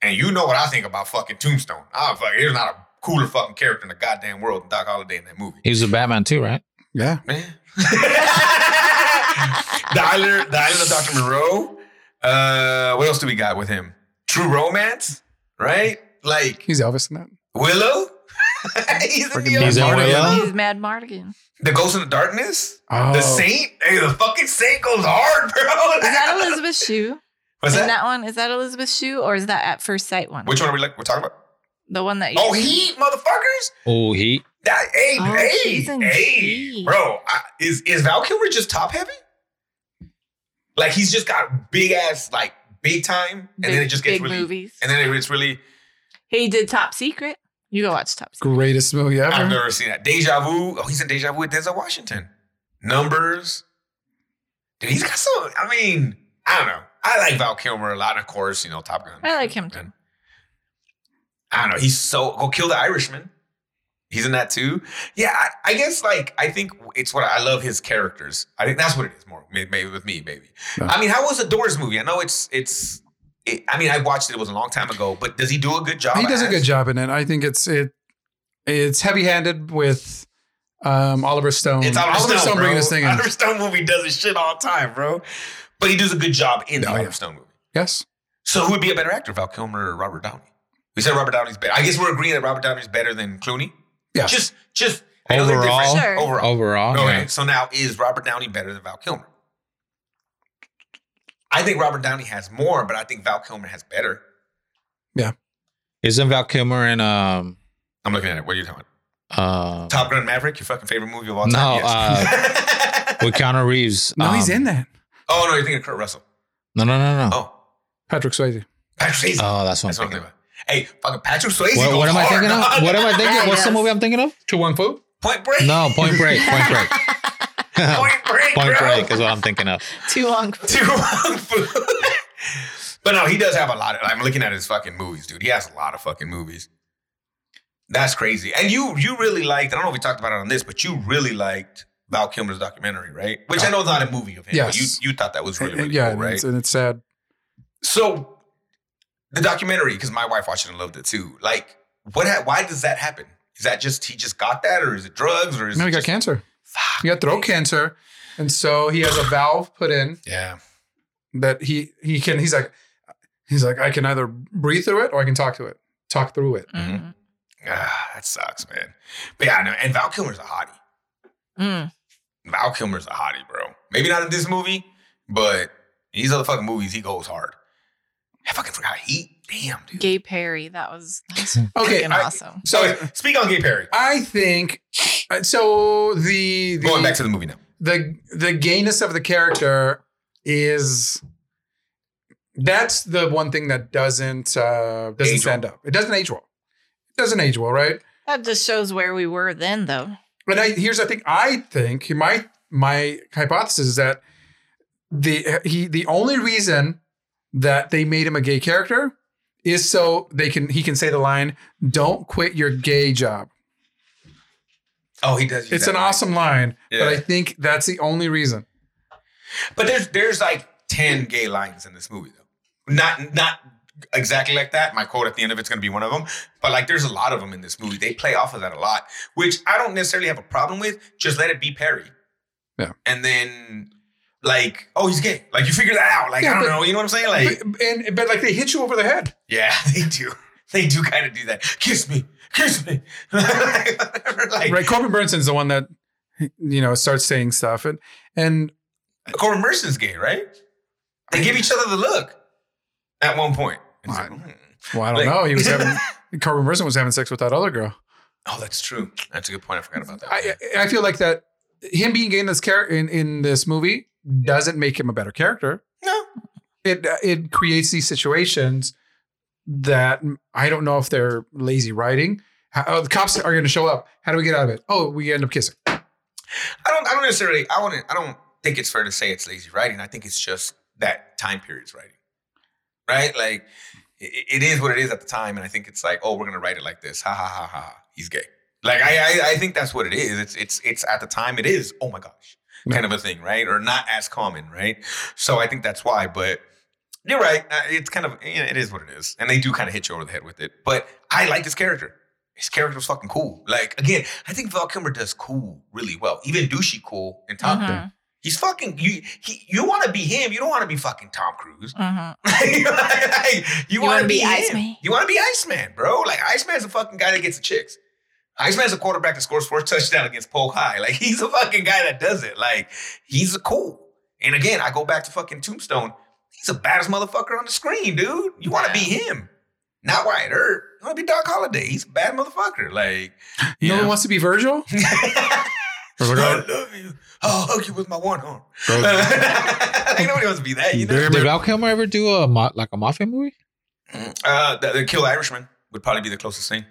[SPEAKER 1] And you know what I think about fucking Tombstone. I fuck, there's not a cooler fucking character in the goddamn world than Doc Holliday in that movie.
[SPEAKER 2] He was a Batman too, right?
[SPEAKER 4] Yeah,
[SPEAKER 1] Man. (laughs) the, Island, the Island of Dr. Moreau. Uh, what else do we got with him? True Romance, right? Like,
[SPEAKER 4] he's Elvis in that. (laughs)
[SPEAKER 1] Willow? (laughs) he's in
[SPEAKER 4] Freaking
[SPEAKER 1] the,
[SPEAKER 2] He's in
[SPEAKER 1] Illuminati.
[SPEAKER 2] Willow?
[SPEAKER 3] he's mad mardigan
[SPEAKER 1] the Ghost in the Darkness?
[SPEAKER 4] Oh,
[SPEAKER 1] The Saint? Hey, the fucking Saint goes hard, bro.
[SPEAKER 3] is that elizabeth shue
[SPEAKER 1] (laughs) What's
[SPEAKER 3] in
[SPEAKER 1] that?
[SPEAKER 3] that one is that elizabeth shue or is that at first sight one
[SPEAKER 1] Which one are we like? We're talking about?
[SPEAKER 3] the one that you
[SPEAKER 1] Oh, Heat, motherfuckers!
[SPEAKER 2] Oh, he.
[SPEAKER 1] That, hey,
[SPEAKER 3] Oh,
[SPEAKER 1] hey,
[SPEAKER 3] she's in
[SPEAKER 1] hey,
[SPEAKER 3] Heat.
[SPEAKER 1] bro! I, is is Val Kilmer just top heavy? Like he's just got big ass, like big time, and
[SPEAKER 3] big,
[SPEAKER 1] then it just gets
[SPEAKER 3] big
[SPEAKER 1] really,
[SPEAKER 3] movies
[SPEAKER 1] and then it's really.
[SPEAKER 3] he did top secret you go watch top secret
[SPEAKER 4] greatest movie ever.
[SPEAKER 1] I've never seen that. Deja Vu. Oh, he's in Deja Vu with Denzel Washington. Numbers. Dude, he's got some. I mean, I don't know. I like Val Kilmer a lot, of course. You know, Top Gun.
[SPEAKER 3] I like him, too.
[SPEAKER 1] And- I don't know. He's so go kill the Irishman. He's in that too. Yeah, I, I guess like I think it's what I love his characters. I think that's what it is more. Maybe, maybe with me, maybe.
[SPEAKER 4] Yeah.
[SPEAKER 1] I mean, how was the Doors movie? I know it's it's. It, I mean, I watched it. It was a long time ago, but does he do a good job?
[SPEAKER 4] he does a
[SPEAKER 1] as-
[SPEAKER 4] good job in it. I think it's it it's heavy handed with um, Oliver Stone.
[SPEAKER 1] It's Oliver, Stone, bro.
[SPEAKER 4] bringing this thing in.
[SPEAKER 1] Oliver Stone movie does his shit all the time, bro. But he does a good job in the
[SPEAKER 4] Oh,
[SPEAKER 1] Oliver
[SPEAKER 4] yeah.
[SPEAKER 1] Stone movie.
[SPEAKER 4] yes,
[SPEAKER 1] So who would be a better actor, Val Kilmer or Robert Downey? We said Robert Downey's better. I guess we're agreeing that Robert Downey's better than Clooney.
[SPEAKER 4] Yeah.
[SPEAKER 1] Just, just I know they're
[SPEAKER 2] Overall,
[SPEAKER 1] different.
[SPEAKER 3] Sure.
[SPEAKER 1] overall.
[SPEAKER 2] overall,
[SPEAKER 1] Okay.
[SPEAKER 2] yeah.
[SPEAKER 1] So now is Robert Downey better than Val Kilmer? I think Robert Downey has more, but I think Val Kilmer has better.
[SPEAKER 2] Isn't Val Kilmer in um
[SPEAKER 1] I'm looking at it. What are you talking?
[SPEAKER 2] uh
[SPEAKER 1] Top Gun Maverick, your fucking favorite movie of all
[SPEAKER 2] No,
[SPEAKER 1] time?
[SPEAKER 2] uh,
[SPEAKER 4] uh,
[SPEAKER 1] Yes.
[SPEAKER 4] (laughs)
[SPEAKER 2] with Keanu Reeves?
[SPEAKER 4] no, he's
[SPEAKER 2] um,
[SPEAKER 4] in that.
[SPEAKER 1] oh no, you're thinking of Kurt Russell.
[SPEAKER 2] No, no, no, no.
[SPEAKER 1] Oh,
[SPEAKER 4] Patrick Swayze.
[SPEAKER 1] Patrick Swayze.
[SPEAKER 2] Oh, that's
[SPEAKER 1] That's
[SPEAKER 2] what I'm
[SPEAKER 1] what I'm
[SPEAKER 2] thinking.
[SPEAKER 1] thinking about. Hey, fucking Patrick Swayze.
[SPEAKER 2] What,
[SPEAKER 1] goes
[SPEAKER 2] what am I
[SPEAKER 1] hard,
[SPEAKER 2] thinking
[SPEAKER 1] dog.
[SPEAKER 2] of? What
[SPEAKER 4] (laughs)
[SPEAKER 2] am I thinking? What's the
[SPEAKER 3] Yes.
[SPEAKER 2] movie I'm thinking of?
[SPEAKER 4] Two one foot.
[SPEAKER 1] Point Break.
[SPEAKER 2] No, Point Break. Point Break.
[SPEAKER 1] Point Break. (laughs)
[SPEAKER 2] Point
[SPEAKER 1] bro.
[SPEAKER 2] Break is what I'm thinking of.
[SPEAKER 3] too long
[SPEAKER 1] Too wrong food. (laughs) but no, he does have a lot. Of, I'm looking at his fucking movies, dude. He has a lot of fucking movies. That's crazy. And you, you really liked. I don't know if we talked about it on this, but you really liked Val Kilmer's documentary, right? Which I know is not a movie of him. but
[SPEAKER 4] Yes.
[SPEAKER 1] you you thought that was really really
[SPEAKER 4] yeah,
[SPEAKER 1] cool,
[SPEAKER 4] and,
[SPEAKER 1] right?
[SPEAKER 4] it's, and it's sad.
[SPEAKER 1] So the documentary because my wife watched it and loved it too. Like, what? Ha- why does that happen? Is that just he just got that, or is it drugs, or is
[SPEAKER 4] No,
[SPEAKER 1] it
[SPEAKER 4] he got
[SPEAKER 1] just,
[SPEAKER 4] cancer. He got throat cancer, and so he has a valve put in
[SPEAKER 1] yeah?
[SPEAKER 4] that he he can. He's like, he's like, I can either breathe through it or I can talk to it, talk through it.
[SPEAKER 3] Mm.
[SPEAKER 1] Ah, that sucks, man. But yeah, I know. And Val Kilmer's a hottie.
[SPEAKER 3] Mm.
[SPEAKER 1] Val Kilmer's a hottie, bro. Maybe not in this movie, but in these other fucking movies, he goes hard. I fucking forgot he. Damn, dude.
[SPEAKER 3] Gay Perry. That was, that
[SPEAKER 1] (laughs)
[SPEAKER 3] was
[SPEAKER 4] Okay,
[SPEAKER 3] freaking
[SPEAKER 4] I-
[SPEAKER 3] awesome.
[SPEAKER 1] So
[SPEAKER 4] So
[SPEAKER 1] speak on Gay Perry.
[SPEAKER 4] I think uh, so. The, the
[SPEAKER 1] Going back to the movie now.
[SPEAKER 4] the the gayness of the character is that's the one thing that doesn't uh doesn't
[SPEAKER 1] Age
[SPEAKER 4] stand up. It doesn't age well. It doesn't age well, right?
[SPEAKER 3] That just shows where we were then, though.
[SPEAKER 4] But I, here's the thing. I think my my hypothesis is that the he the only reason that they made him a gay character is so they can he can say the line, "Don't quit your gay job."
[SPEAKER 1] Oh, he does. use
[SPEAKER 4] It's
[SPEAKER 1] that
[SPEAKER 4] an
[SPEAKER 1] line.
[SPEAKER 4] awesome line,
[SPEAKER 1] Yeah.
[SPEAKER 4] but I think that's the only reason.
[SPEAKER 1] But there's there's like ten gay lines in this movie though. Not not exactly like that. My quote at the end of it's going to be one of them. But like there's a lot of them in this movie. They play off of that a lot, which I don't necessarily have a problem with. Just let it be Perry.
[SPEAKER 4] Yeah.
[SPEAKER 1] And then like oh he's gay. Like you figure that out. Like
[SPEAKER 4] Yeah,
[SPEAKER 1] I don't
[SPEAKER 4] but-
[SPEAKER 1] know. You know what I'm saying? Like
[SPEAKER 4] but, and but like they hit you over the head.
[SPEAKER 1] yeah, (laughs) they do. They do kind of do that. Kiss me, kiss me. (laughs) like, whatever, like-
[SPEAKER 4] right corbin burnson's the one that you know starts saying stuff and and
[SPEAKER 1] Corbin Merson's gay, right? They give each other the look at one point. It's like,
[SPEAKER 4] Right.
[SPEAKER 1] hmm.
[SPEAKER 4] well i don't
[SPEAKER 1] Like-
[SPEAKER 4] know he
[SPEAKER 1] (laughs)
[SPEAKER 4] was having corbin burson was having sex with that other girl
[SPEAKER 1] Oh, that's true. That's a good point. I forgot about that.
[SPEAKER 4] i i feel like that him being gay in this character in, in this movie doesn't make him a better character
[SPEAKER 1] No.
[SPEAKER 4] it it creates these situations that i don't know if they're lazy writing how, oh, the cops are going to show up how do we get out of it oh we end up kissing
[SPEAKER 1] I don't. I don't necessarily. I wouldn't. I don't think it's fair to say it's lazy writing. I think it's just that time period's writing, right? Like it, it is what it is at the time, and I think it's like, oh, we're gonna write it like this. Ha ha ha ha. ha. He's gay. Like I, I, I think that's what it is. It's, it's, it's at the time it is. Oh my gosh, kind of a thing, right? Or not as common, right? So I think that's why. But you're right. Uh, It's kind of you know, it is what it is, and they do kind of hit you over the head with it. But I like this character. His character was fucking cool. Like again, I think Val Kilmer does cool really well. Even douchey cool in Top Gun.
[SPEAKER 3] Mhm,
[SPEAKER 1] He's fucking you. He, you want to be him. You don't want to be fucking Tom Cruise.
[SPEAKER 3] mhm.
[SPEAKER 1] Like, (laughs) you
[SPEAKER 3] wanna
[SPEAKER 1] want to
[SPEAKER 3] be
[SPEAKER 1] be, him.
[SPEAKER 3] Iceman?
[SPEAKER 1] You want to be Iceman, bro. Like Iceman's a fucking guy that gets the chicks. Iceman's a quarterback that scores four touchdowns against Polk High. Like (laughs) he's a fucking guy that does it. Like he's cool. And again, I go back to fucking Tombstone. He's the baddest motherfucker on the screen, dude. You want to be him, not Wyatt Earp. You want to be Doc Holliday. He's a bad motherfucker. Like you
[SPEAKER 4] no one
[SPEAKER 1] know.
[SPEAKER 4] wants to be virgil
[SPEAKER 1] I love you. I'll hug you with my one arm. (laughs) like nobody wants to be that. You know?
[SPEAKER 2] Did Val Kilmer ever do a mo- like a mafia movie?
[SPEAKER 1] Uh, the, the Kill the Irishman would probably be the closest thing,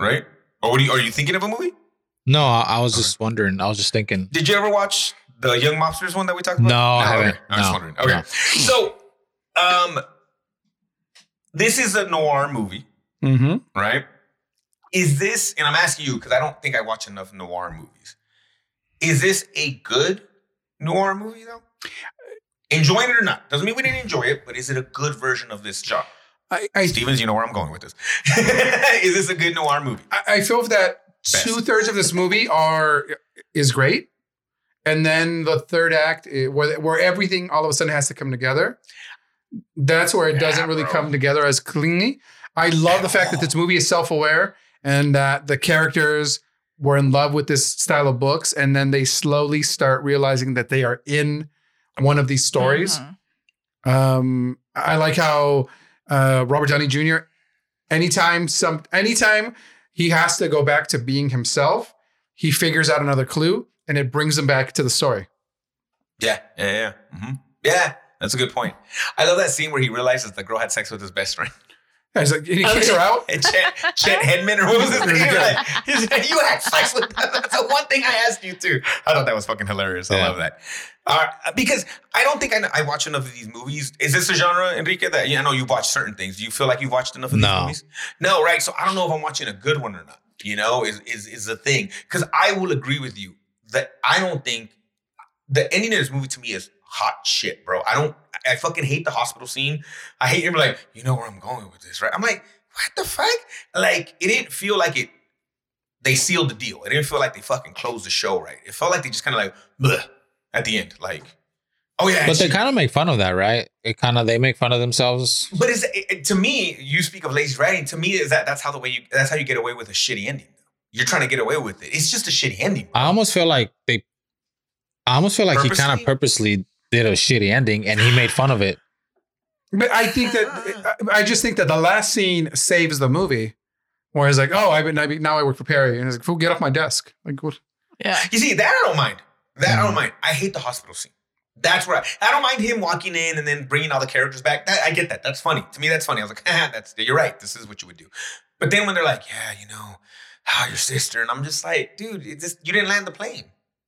[SPEAKER 1] right? Or what are you, are you thinking of a movie?
[SPEAKER 2] No, I, I was just wondering. I was just thinking.
[SPEAKER 1] Did you ever watch the Young Mobsters one that we talked
[SPEAKER 2] No,
[SPEAKER 1] about?
[SPEAKER 2] I haven't.
[SPEAKER 1] okay. I was
[SPEAKER 2] No,
[SPEAKER 1] wondering. Okay,
[SPEAKER 2] no.
[SPEAKER 1] so um, this is a noir movie,
[SPEAKER 4] mm-hmm.
[SPEAKER 1] right? Is this? And I'm asking you because I don't think I watch enough noir movies. Is this a good noir movie though? Enjoying it or not doesn't mean we didn't enjoy it, but is it a good version of this genre?
[SPEAKER 4] I, I
[SPEAKER 1] Stevens, you know where I'm going with this. (laughs) is this a good noir movie?
[SPEAKER 4] I, I feel that
[SPEAKER 1] Best.
[SPEAKER 4] two thirds of this movie are is great, and then the third act i- where where everything all of a sudden has to come together. That's where it doesn't
[SPEAKER 1] Yeah,
[SPEAKER 4] really
[SPEAKER 1] bro.
[SPEAKER 4] come together as cleanly. I love the fact that this movie is self aware and that the characters were in love with this style of books, and then they slowly start realizing that they are in one of these
[SPEAKER 1] Mm-hmm.
[SPEAKER 4] stories.
[SPEAKER 3] Mhm.
[SPEAKER 4] Um, I like how uh, Robert Downey Jr. Anytime some, anytime he has to go back to being himself, he figures out another clue and it brings him back to the story.
[SPEAKER 1] Yeah, yeah, yeah. hmm Yeah, that's a good point. I love that scene where he realizes the girl had sex with his best friend.
[SPEAKER 4] And he's like, and he kicks her out.
[SPEAKER 1] (laughs) And Chet, Chet Hedman, or what was his name?
[SPEAKER 4] Yeah.
[SPEAKER 1] Like, he's like, you had sex with That's the one thing I asked you to. I thought that was fucking hilarious. I
[SPEAKER 2] Yeah.
[SPEAKER 1] love that. Uh, because I don't think I, I watch enough of these movies. Is this a genre, Enrique, that yeah, I know you watch certain things. Do you feel like you've watched enough of
[SPEAKER 2] No.
[SPEAKER 1] these movies? No, right? So I don't know if I'm watching a good one or not. You know, is is is the thing. Because I will agree with you that I don't think the ending of this movie to me is hot shit, bro. I don't. I fucking hate the hospital scene. I hate him. Like, you know where I'm going with this, right? I'm like, what the fuck? Like, it didn't feel like it. They sealed the deal. It didn't feel like they fucking closed the show, right? It felt like they just kind of like, bleh, at the end, like, oh yeah.
[SPEAKER 2] But they
[SPEAKER 1] she-
[SPEAKER 2] kind of make fun of that, right? It kind of they make fun of themselves.
[SPEAKER 1] But it's, it, it- to me, you speak of lazy writing. To me, is that that's how the way you that's how you get away with a shitty ending. You're trying to get away with it. It's just a shitty ending.
[SPEAKER 2] I almost feel like they. I almost feel like he kind
[SPEAKER 1] Purposely?
[SPEAKER 2] of purposely did a shitty ending, and he made fun of
[SPEAKER 1] (laughs)
[SPEAKER 2] it.
[SPEAKER 4] But I think that I just think that the last scene saves the movie, where it's like, oh, I've been, I've been- now I work for Perry, and it's like, fool, get off my desk. Like, what?
[SPEAKER 3] Yeah.
[SPEAKER 1] You see, that I don't mind. That
[SPEAKER 4] Mm.
[SPEAKER 1] I don't mind. I hate the hospital scene. That's where I, I don't mind him walking in and then bringing all the characters back. That, I get that. That's funny. To me, that's funny. I was like, ah, that's you're right. This is what you would do. But then when they're like, yeah, you know, ah, your sister, and I'm just like, dude, it just you didn't land the plane.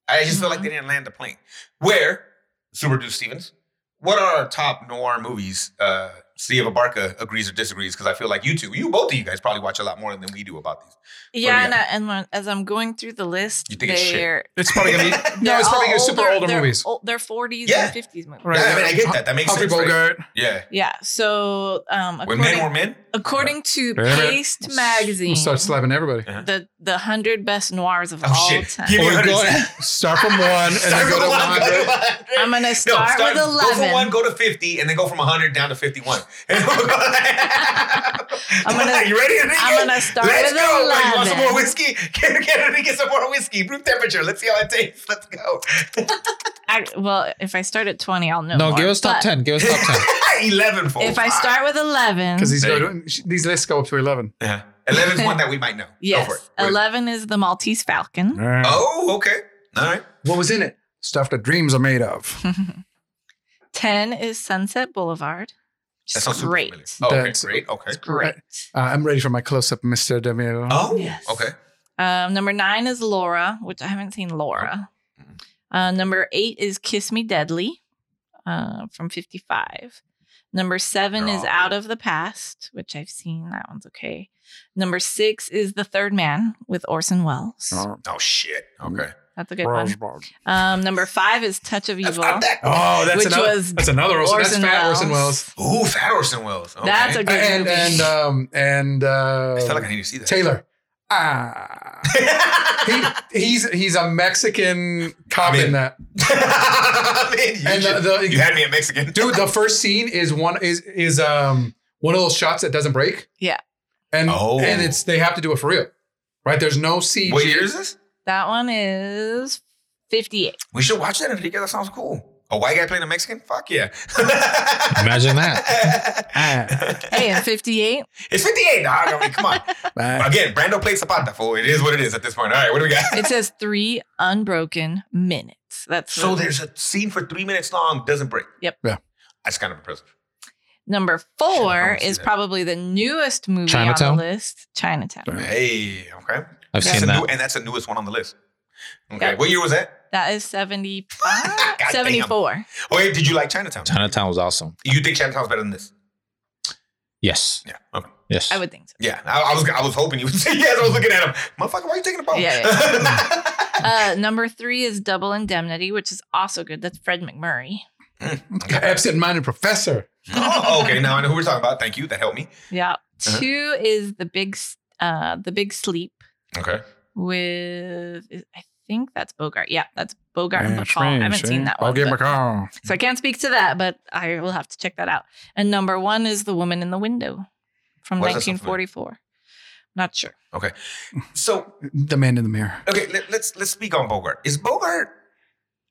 [SPEAKER 1] I just feel
[SPEAKER 4] Mm-hmm.
[SPEAKER 1] like they didn't land the plane. Where Super Dude Stevens? What are our top noir movies? Uh, Steve Abarca agrees or disagrees because I feel like you two, you both of you guys probably watch a lot more than we do about these.
[SPEAKER 3] Yeah, and, I, and when, as I'm going through the list,
[SPEAKER 1] You think it's shit.
[SPEAKER 3] they're
[SPEAKER 4] It's
[SPEAKER 1] (laughs)
[SPEAKER 4] probably gonna be no,
[SPEAKER 3] they're
[SPEAKER 4] it's probably
[SPEAKER 3] all
[SPEAKER 4] gonna be super older
[SPEAKER 3] they're
[SPEAKER 4] movies.
[SPEAKER 3] ol- they're 40s
[SPEAKER 1] Yeah.
[SPEAKER 3] and 50s movies.
[SPEAKER 4] Right.
[SPEAKER 1] I mean, I get that. That makes
[SPEAKER 4] Humphrey
[SPEAKER 1] sense, right?
[SPEAKER 4] Bogart.
[SPEAKER 1] Yeah.
[SPEAKER 3] Yeah. So, um,
[SPEAKER 1] When
[SPEAKER 3] according,
[SPEAKER 1] men were men.
[SPEAKER 3] according to
[SPEAKER 4] Damn it.
[SPEAKER 3] Paste magazine,
[SPEAKER 4] We'll start slapping everybody.
[SPEAKER 3] the the hundred best noirs of
[SPEAKER 1] Oh
[SPEAKER 3] all
[SPEAKER 1] shit!
[SPEAKER 3] time.
[SPEAKER 1] Give me
[SPEAKER 4] Or
[SPEAKER 1] a
[SPEAKER 4] go-
[SPEAKER 1] hundred.
[SPEAKER 4] Start from one and
[SPEAKER 1] Start
[SPEAKER 4] then go
[SPEAKER 1] from
[SPEAKER 4] to
[SPEAKER 1] one, (laughs)
[SPEAKER 4] one.
[SPEAKER 1] go to
[SPEAKER 4] hundred.
[SPEAKER 1] 100.
[SPEAKER 3] I'm gonna start, with
[SPEAKER 1] Go from one,
[SPEAKER 3] eleven.
[SPEAKER 1] go to fifty, and then go from hundred down to fifty-one. (laughs) And we'll go-
[SPEAKER 3] gonna-
[SPEAKER 1] you ready? Enrique?
[SPEAKER 3] I'm gonna start
[SPEAKER 1] Let's
[SPEAKER 3] with
[SPEAKER 1] go. Like, you want some more
[SPEAKER 3] 11.
[SPEAKER 1] whiskey? (laughs) Can can Enrique some more whiskey? Room temperature. Let's see how it tastes. Let's go. (laughs)
[SPEAKER 3] I, well, if I start at twenty, I'll know.
[SPEAKER 2] No,
[SPEAKER 3] more,
[SPEAKER 2] give us top
[SPEAKER 3] but
[SPEAKER 2] ten. Give us top
[SPEAKER 1] (laughs)
[SPEAKER 2] ten.
[SPEAKER 1] Eleven for
[SPEAKER 3] If I start with eleven,
[SPEAKER 4] Because these
[SPEAKER 1] There
[SPEAKER 4] go to, these lists go up to eleven.
[SPEAKER 1] yeah, eleven's one that we might know. go for
[SPEAKER 3] yes,
[SPEAKER 1] it. What is it?
[SPEAKER 3] eleven is the Maltese Falcon.
[SPEAKER 1] Oh, okay. All right.
[SPEAKER 4] What was in it? Stuff that dreams are made (laughs) of.
[SPEAKER 3] Ten is Sunset Boulevard. Which
[SPEAKER 1] That
[SPEAKER 3] is
[SPEAKER 1] sounds super
[SPEAKER 3] great.
[SPEAKER 1] familiar. Oh, okay,
[SPEAKER 4] That's-
[SPEAKER 1] great. Okay.
[SPEAKER 3] Great.
[SPEAKER 4] Uh, I'm ready for my close up, Mister Demiro.
[SPEAKER 1] Oh,
[SPEAKER 3] Yes.
[SPEAKER 1] okay.
[SPEAKER 3] Um, number nine is Laura, which I haven't seen Laura.
[SPEAKER 1] Mm-hmm.
[SPEAKER 3] Uh, number eight is Kiss Me Deadly uh, from 55. Number 7
[SPEAKER 1] They're
[SPEAKER 3] is
[SPEAKER 1] all
[SPEAKER 3] Out
[SPEAKER 1] good.
[SPEAKER 3] of the Past, which I've seen. That one's okay. Number six is The Third Man with Orson Welles.
[SPEAKER 1] Oh shit. Okay.
[SPEAKER 3] That's a good one. Um, number five is Touch of
[SPEAKER 1] That's
[SPEAKER 3] Evil.
[SPEAKER 1] not that.
[SPEAKER 4] Oh, that's
[SPEAKER 3] Which
[SPEAKER 4] another.
[SPEAKER 3] was
[SPEAKER 4] that's another Orson.
[SPEAKER 3] Orson
[SPEAKER 4] that's fat
[SPEAKER 3] Welles.
[SPEAKER 4] Orson Welles.
[SPEAKER 1] Ooh, Fat Orson Welles. Okay.
[SPEAKER 3] That's a good
[SPEAKER 4] And
[SPEAKER 3] movie.
[SPEAKER 4] and um and uh,
[SPEAKER 1] I feel like I need to see (laughs) that.
[SPEAKER 4] Taylor. (laughs) Ah. he,
[SPEAKER 1] I
[SPEAKER 4] he's he's a Mexican cop
[SPEAKER 1] I mean-
[SPEAKER 4] in that.
[SPEAKER 1] mean, you,
[SPEAKER 4] And the-
[SPEAKER 1] just-
[SPEAKER 4] the-
[SPEAKER 1] you had me at Mexican.
[SPEAKER 4] Dude, the first scene is one is is um one of those shots that doesn't break.
[SPEAKER 3] Yeah.
[SPEAKER 4] And
[SPEAKER 1] Oh.
[SPEAKER 4] and it's they have to do it for real. Right? There's no CG.
[SPEAKER 1] What year is this?
[SPEAKER 3] That one is 58.
[SPEAKER 1] We should watch that, Enrique. That sounds cool. A white guy playing a Mexican? Fuck yeah. (laughs)
[SPEAKER 2] Imagine
[SPEAKER 1] that.
[SPEAKER 3] Hey, and 58.
[SPEAKER 1] It's 58, dog. I mean, come (laughs) on. Again, Brando played Zapata, fool. It is what it is at this point. All right, what do we got?
[SPEAKER 3] It says three unbroken minutes. That's
[SPEAKER 1] so
[SPEAKER 3] what-
[SPEAKER 1] there's a scene for three minutes long, doesn't break.
[SPEAKER 3] Yep.
[SPEAKER 4] Yeah.
[SPEAKER 1] That's kind of impressive.
[SPEAKER 3] Number
[SPEAKER 1] Shit, I
[SPEAKER 3] four
[SPEAKER 1] wanna see
[SPEAKER 3] is
[SPEAKER 1] that.
[SPEAKER 3] probably the newest movie
[SPEAKER 2] Chinatown?
[SPEAKER 3] on the list, Chinatown.
[SPEAKER 1] Hey, okay.
[SPEAKER 2] I've
[SPEAKER 1] That's
[SPEAKER 2] seen
[SPEAKER 1] a
[SPEAKER 2] that.
[SPEAKER 1] new, e- and that's the newest one on the list. Okay.
[SPEAKER 3] Yeah.
[SPEAKER 1] What year was that?
[SPEAKER 3] That is 75,
[SPEAKER 1] (laughs) God damn.
[SPEAKER 3] 74.
[SPEAKER 1] Oh, yeah, did you like Chinatown?
[SPEAKER 2] Chinatown was awesome.
[SPEAKER 1] You think Chinatown's better than this?
[SPEAKER 2] Yes,
[SPEAKER 1] Yeah. Okay.
[SPEAKER 2] yes.
[SPEAKER 3] I would think so.
[SPEAKER 1] Yeah, I, I was I was hoping you would (laughs) say yes. I was looking at him, motherfucker. Why you taking a boat?
[SPEAKER 3] Yeah, Uh, number three is Double Indemnity, which is also good. That's Fred McMurray.
[SPEAKER 4] Absent minded professor.
[SPEAKER 1] (laughs) oh, okay, now I know who we're talking about. Thank you. That helped me.
[SPEAKER 3] Yeah.
[SPEAKER 1] Uh-huh.
[SPEAKER 3] Two is the big, S- uh, the big Sleep
[SPEAKER 1] Okay.
[SPEAKER 3] with I think that's Bogart. Yeah, that's Bogart and Bacall. I haven't
[SPEAKER 1] eh?
[SPEAKER 3] seen that one.
[SPEAKER 4] I'll give him
[SPEAKER 3] but-
[SPEAKER 4] a call.
[SPEAKER 3] so I can't speak to that, but I will have to check that out. And number one is The Woman in the Window from
[SPEAKER 1] What is that something?
[SPEAKER 3] 1944. Not sure.
[SPEAKER 1] So
[SPEAKER 4] The man in the mirror.
[SPEAKER 1] okay, let, let's let's speak on Bogart. Is Bogart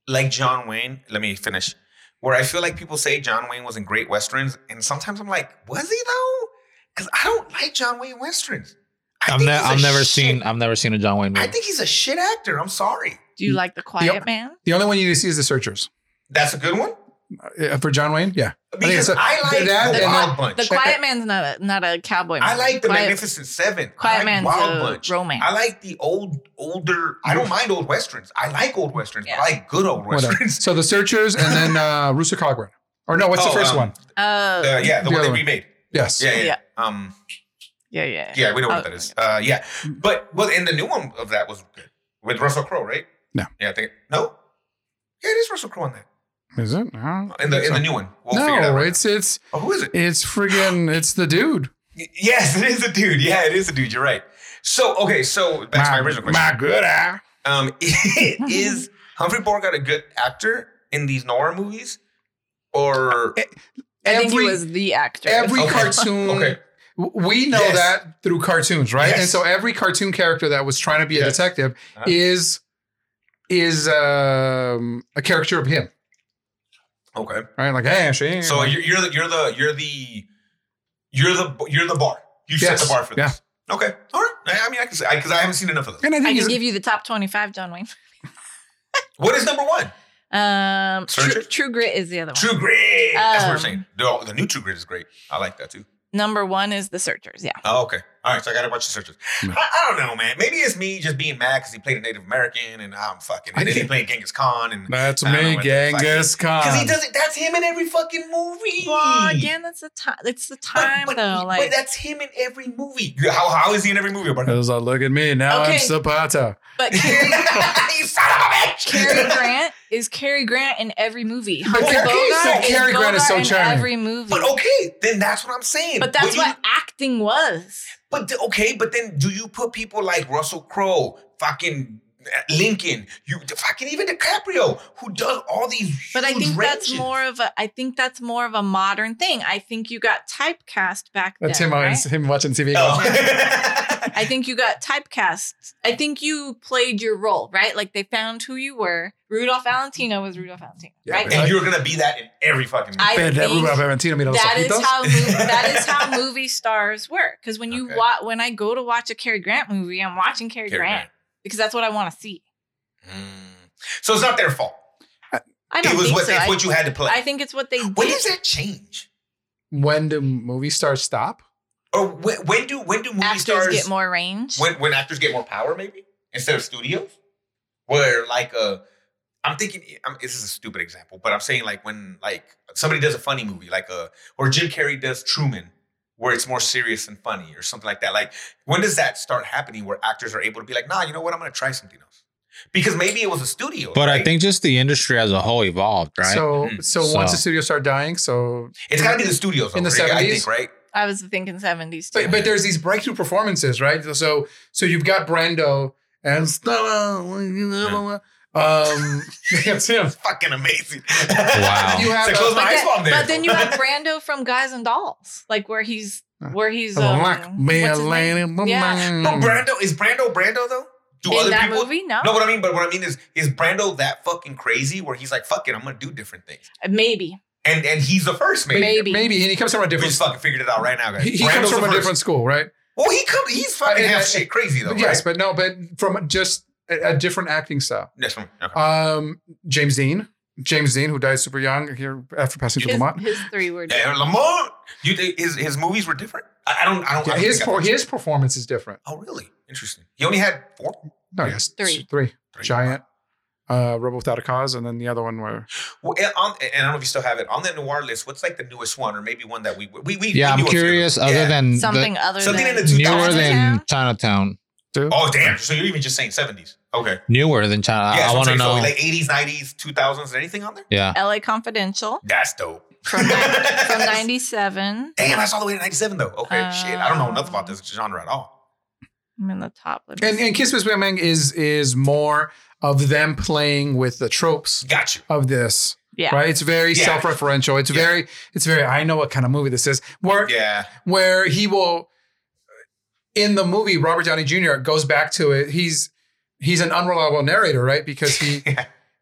[SPEAKER 1] like John Wayne? Let me finish. Where I feel like people say John Wayne was in great westerns, and sometimes I'm like, was he though? Because I don't like John Wayne westerns. I
[SPEAKER 2] I've,
[SPEAKER 1] think
[SPEAKER 2] ne-
[SPEAKER 1] he's a
[SPEAKER 2] I've never
[SPEAKER 1] shit-
[SPEAKER 2] seen. I've never seen a John Wayne
[SPEAKER 1] I
[SPEAKER 2] movie.
[SPEAKER 1] think he's a shit actor. I'm sorry.
[SPEAKER 3] Do you like The Quiet Man?
[SPEAKER 4] The only one you need to see is the searchers.
[SPEAKER 1] That's a good one
[SPEAKER 4] Uh, for John Wayne? Yeah. think
[SPEAKER 1] because
[SPEAKER 4] so.
[SPEAKER 1] I, like
[SPEAKER 4] That
[SPEAKER 1] the
[SPEAKER 4] and
[SPEAKER 1] Wild
[SPEAKER 4] then-
[SPEAKER 1] Bunch.
[SPEAKER 3] The Quiet Man's not a not a cowboy.
[SPEAKER 1] I
[SPEAKER 3] movie.
[SPEAKER 1] like the
[SPEAKER 3] Quiet-
[SPEAKER 1] Magnificent Seven. I
[SPEAKER 3] Quiet
[SPEAKER 1] like
[SPEAKER 3] Man's
[SPEAKER 1] Wild
[SPEAKER 3] a
[SPEAKER 1] Bunch.
[SPEAKER 3] romance.
[SPEAKER 1] I like the old, older. I don't mind old westerns. I like old westerns. but I like good old
[SPEAKER 4] Whatever.
[SPEAKER 1] westerns. (laughs)
[SPEAKER 4] So the searchers and then uh Rooster Cogburn. Or no, what's
[SPEAKER 1] Oh,
[SPEAKER 4] the first
[SPEAKER 1] um,
[SPEAKER 4] one?
[SPEAKER 3] Oh,
[SPEAKER 1] Uh, yeah, the,
[SPEAKER 4] The
[SPEAKER 1] one
[SPEAKER 4] other
[SPEAKER 1] they
[SPEAKER 4] one.
[SPEAKER 1] remade.
[SPEAKER 4] Yes.
[SPEAKER 1] Yeah, yeah.
[SPEAKER 3] Yeah.
[SPEAKER 1] Um,
[SPEAKER 3] yeah, yeah,
[SPEAKER 1] yeah, we know what
[SPEAKER 3] Oh,
[SPEAKER 1] that is. Uh, yeah, but well, and the new one of that was good with Russell Crowe, right?
[SPEAKER 4] No.
[SPEAKER 1] Yeah, I think no. Yeah, it is Russell Crowe on that.
[SPEAKER 4] Is it? No.
[SPEAKER 1] In the in the new one. We'll
[SPEAKER 4] no,
[SPEAKER 1] figure it out.
[SPEAKER 4] it's it's
[SPEAKER 1] Oh, who is it?
[SPEAKER 4] it's friggin' it's the dude.
[SPEAKER 1] Y- Yes, (laughs) it is a dude. Yeah, it is a dude. You're right. So okay, so back to my original question.
[SPEAKER 4] my good eye.
[SPEAKER 1] Um, (laughs)
[SPEAKER 4] (laughs)
[SPEAKER 1] is Humphrey Bogart a good actor in these noir movies? Or
[SPEAKER 4] Uh,
[SPEAKER 3] I think
[SPEAKER 4] Every-
[SPEAKER 3] he was the actor.
[SPEAKER 4] every
[SPEAKER 1] Okay.
[SPEAKER 4] cartoon
[SPEAKER 1] Okay.
[SPEAKER 4] w- we know
[SPEAKER 1] Yes.
[SPEAKER 4] that through cartoons right and
[SPEAKER 1] Yes.
[SPEAKER 4] so every cartoon character that was trying to be a
[SPEAKER 1] Yes.
[SPEAKER 4] detective
[SPEAKER 1] Uh-huh.
[SPEAKER 4] is is um a caricature of him
[SPEAKER 1] okay,
[SPEAKER 4] right like hey she
[SPEAKER 1] so you're, you're the you're the you're the you're the you're the bar. You set
[SPEAKER 4] Yes.
[SPEAKER 1] the bar for this. Okay, all right. I, I mean, I can say because I, haven't seen enough of this.
[SPEAKER 4] and i
[SPEAKER 3] I
[SPEAKER 4] think
[SPEAKER 3] can
[SPEAKER 4] he's
[SPEAKER 3] give you the top 25, John Wayne.
[SPEAKER 1] What is number one?
[SPEAKER 3] Um, True,
[SPEAKER 1] Searcher?
[SPEAKER 3] True Grit is the other one.
[SPEAKER 1] True Grit. That's what we're
[SPEAKER 3] Um,
[SPEAKER 1] saying. The, the new True Grit is great. I like that too.
[SPEAKER 3] Number one is The Searchers. Yeah.
[SPEAKER 1] Oh, okay. All right, so I gotta watch the searchers.
[SPEAKER 4] Mm.
[SPEAKER 1] I, I don't know, man. Maybe it's me just being mad because he played a Native American, and I'm fucking.
[SPEAKER 4] I
[SPEAKER 1] And then he
[SPEAKER 4] think-
[SPEAKER 1] played Genghis Khan, and
[SPEAKER 4] that's
[SPEAKER 1] I don't know
[SPEAKER 4] me
[SPEAKER 1] what the
[SPEAKER 4] genghis khan
[SPEAKER 1] because he does it. That's him in every fucking movie.
[SPEAKER 3] Well, again, that's the time. It's the time
[SPEAKER 1] but, but,
[SPEAKER 3] though.
[SPEAKER 1] but
[SPEAKER 3] Like but,
[SPEAKER 1] that's him in every movie. How, how is he in every movie?
[SPEAKER 4] (laughs) it
[SPEAKER 1] But (laughs)
[SPEAKER 4] was like look at me now i'm
[SPEAKER 3] Okay.
[SPEAKER 4] zapata
[SPEAKER 3] Cary,
[SPEAKER 1] you son of a bitch. (laughs)
[SPEAKER 3] Cary Grant is Cary Grant in every movie. Humphrey
[SPEAKER 1] Cary-
[SPEAKER 3] Bogart
[SPEAKER 1] so
[SPEAKER 3] is
[SPEAKER 4] Cary Grant is so
[SPEAKER 3] Bogart in
[SPEAKER 4] charming.
[SPEAKER 3] every movie.
[SPEAKER 1] But
[SPEAKER 3] But,
[SPEAKER 1] okay, then that's what I'm saying.
[SPEAKER 3] that's
[SPEAKER 1] Would you-
[SPEAKER 3] what acting was.
[SPEAKER 1] But th- okay, but then do you put people like Russell Crowe, fucking uh, Lincoln, you fucking even DiCaprio, who does all these?
[SPEAKER 3] But I
[SPEAKER 1] huge
[SPEAKER 3] think that's
[SPEAKER 1] ranges?
[SPEAKER 3] more of a. I think that's more of a modern thing. I think you got typecast back then.
[SPEAKER 4] that's him, on-
[SPEAKER 3] right?
[SPEAKER 4] him watching tv
[SPEAKER 1] Oh.
[SPEAKER 4] going,
[SPEAKER 3] I think you got typecast. I think you played your role, right? Like they found who you were. Rudolph Valentino was Rudolph Valentino,
[SPEAKER 4] Yeah,
[SPEAKER 3] right?
[SPEAKER 4] but-
[SPEAKER 1] (laughs) and you're gonna be that in every fucking. Movie.
[SPEAKER 3] I
[SPEAKER 4] "Vete,
[SPEAKER 3] think
[SPEAKER 4] Ruben Valentino, mira los
[SPEAKER 3] that is
[SPEAKER 4] ojitos."
[SPEAKER 3] how movie, that is how movie stars work. Because when you
[SPEAKER 1] Okay.
[SPEAKER 3] wa when I go to watch a Cary Grant movie, I'm watching Cary,
[SPEAKER 1] Cary
[SPEAKER 3] Grant,
[SPEAKER 1] Grant.
[SPEAKER 3] because that's what I want to see.
[SPEAKER 1] Mm. So it's not their fault.
[SPEAKER 3] I don't
[SPEAKER 1] It was
[SPEAKER 3] think
[SPEAKER 1] what
[SPEAKER 3] so.
[SPEAKER 1] it's
[SPEAKER 3] I,
[SPEAKER 1] what you had to play.
[SPEAKER 3] I think it's what they
[SPEAKER 1] when
[SPEAKER 3] did.
[SPEAKER 1] does that change?
[SPEAKER 4] when do movie stars stop
[SPEAKER 1] Or when, when do when do movie
[SPEAKER 3] Actors
[SPEAKER 1] stars
[SPEAKER 3] get more range.
[SPEAKER 1] when when actors get more power maybe instead of studios where like uh i'm thinking I'm, this is a stupid example but i'm saying like when like somebody does a funny movie like uh or jim carrey does truman where it's more serious and funny or something like that like when does that start happening where actors are able to be like nah you know what i'm gonna try something else because maybe it was a studio
[SPEAKER 2] But I
[SPEAKER 1] right?
[SPEAKER 2] think just the industry as a whole evolved, right?
[SPEAKER 4] so
[SPEAKER 1] Mhm.
[SPEAKER 4] so once
[SPEAKER 2] So-
[SPEAKER 4] the studios start dying so
[SPEAKER 1] it's gotta be the studios
[SPEAKER 4] In the
[SPEAKER 1] over it, i
[SPEAKER 4] 70s?
[SPEAKER 1] think right
[SPEAKER 3] I was thinking 70s too.
[SPEAKER 4] But, but there's these breakthrough performances, right? So so you've got Brando and Stella. Um, (laughs) that's him.
[SPEAKER 1] fucking amazing
[SPEAKER 2] Wow.
[SPEAKER 4] You
[SPEAKER 1] (laughs) so
[SPEAKER 4] have
[SPEAKER 1] close
[SPEAKER 4] a-
[SPEAKER 1] my
[SPEAKER 3] but,
[SPEAKER 1] eyes
[SPEAKER 3] then-
[SPEAKER 1] while I'm there.
[SPEAKER 3] but then you
[SPEAKER 1] (laughs)
[SPEAKER 3] have Brando from Guys and Dolls, like where he's where he's um,
[SPEAKER 4] Like me,
[SPEAKER 3] what's his name?
[SPEAKER 4] Elena,
[SPEAKER 3] Yeah.
[SPEAKER 1] but
[SPEAKER 4] mm.
[SPEAKER 1] Oh, brando is brando brando though do
[SPEAKER 3] in
[SPEAKER 1] other
[SPEAKER 3] that
[SPEAKER 1] people
[SPEAKER 3] movie. No,
[SPEAKER 1] No, what I mean, but what I mean is, is Brando that fucking crazy where he's like, "Fuck it, I'm gonna do different things,"
[SPEAKER 3] maybe
[SPEAKER 1] and and he's the first, maybe.
[SPEAKER 3] Maybe.
[SPEAKER 4] maybe and he comes from a
[SPEAKER 1] We
[SPEAKER 4] different.
[SPEAKER 1] just fucking figured it out right now, guys.
[SPEAKER 4] He, he comes
[SPEAKER 1] Brando's
[SPEAKER 4] from
[SPEAKER 1] the
[SPEAKER 4] a
[SPEAKER 1] first.
[SPEAKER 4] different school, right?
[SPEAKER 1] Well, he come, he's fucking
[SPEAKER 4] I- I-
[SPEAKER 1] half
[SPEAKER 4] I-
[SPEAKER 1] shit crazy though.
[SPEAKER 4] But yes,
[SPEAKER 1] right?
[SPEAKER 4] but no, but from just a, a different acting style.
[SPEAKER 1] Yes, mm, okay.
[SPEAKER 4] Um, James Dean, James Dean, who died super young here after passing through
[SPEAKER 3] his,
[SPEAKER 4] Lamont.
[SPEAKER 3] his three were
[SPEAKER 1] Yeah, Lamont, you think his his movies were different? I, I don't, I don't. I
[SPEAKER 4] Yeah,
[SPEAKER 1] don't
[SPEAKER 4] his
[SPEAKER 1] think I
[SPEAKER 4] per-
[SPEAKER 1] watched-
[SPEAKER 4] his performance is different.
[SPEAKER 1] Oh, really? Interesting. He only had four.
[SPEAKER 4] No, yes,
[SPEAKER 3] Three.
[SPEAKER 4] three,
[SPEAKER 1] Three.
[SPEAKER 4] giant, uh, Rebel Without a Cause, and then the other one where
[SPEAKER 1] Well, and, on, eh, and I don't know if you still have it on that noir list. What's like the newest one, or maybe one that we we we.
[SPEAKER 2] yeah,
[SPEAKER 1] we
[SPEAKER 2] I'm
[SPEAKER 1] knew a few of
[SPEAKER 2] curious.
[SPEAKER 1] them.
[SPEAKER 2] Other
[SPEAKER 1] Yeah.
[SPEAKER 2] than
[SPEAKER 3] something other
[SPEAKER 1] Something
[SPEAKER 3] than
[SPEAKER 1] in
[SPEAKER 2] the,
[SPEAKER 1] the
[SPEAKER 2] newer than
[SPEAKER 3] Chinatown?
[SPEAKER 2] Chinatown,
[SPEAKER 4] two.
[SPEAKER 1] Oh damn! So you're even just saying seventies? Okay.
[SPEAKER 2] newer than
[SPEAKER 1] Yeah,
[SPEAKER 2] China. I
[SPEAKER 1] so I'm
[SPEAKER 2] want to
[SPEAKER 1] saying, so
[SPEAKER 2] know.
[SPEAKER 1] like eighties, nineties, two thousands, anything on there?
[SPEAKER 2] yeah,
[SPEAKER 3] LA Confidential
[SPEAKER 1] That's dope.
[SPEAKER 3] from, ni-
[SPEAKER 1] (laughs)
[SPEAKER 3] from 97.
[SPEAKER 1] Damn, that's all the way to 97 though. Okay, shit. I don't know enough about this genre at all.
[SPEAKER 3] I'm in the top. Let me
[SPEAKER 4] And
[SPEAKER 3] see.
[SPEAKER 4] and Kiss Miss Bang is is more of them playing with the tropes
[SPEAKER 1] Got you.
[SPEAKER 4] of this.
[SPEAKER 3] Yeah.
[SPEAKER 4] Right? It's very
[SPEAKER 1] Yeah.
[SPEAKER 4] self-referential. It's
[SPEAKER 1] Yeah.
[SPEAKER 4] very it's very I know what kind of movie this is. Where
[SPEAKER 1] Yeah.
[SPEAKER 4] where he will in the movie Robert Downey Jr. goes back to it. He's he's an unreliable narrator, right? Because (laughs) he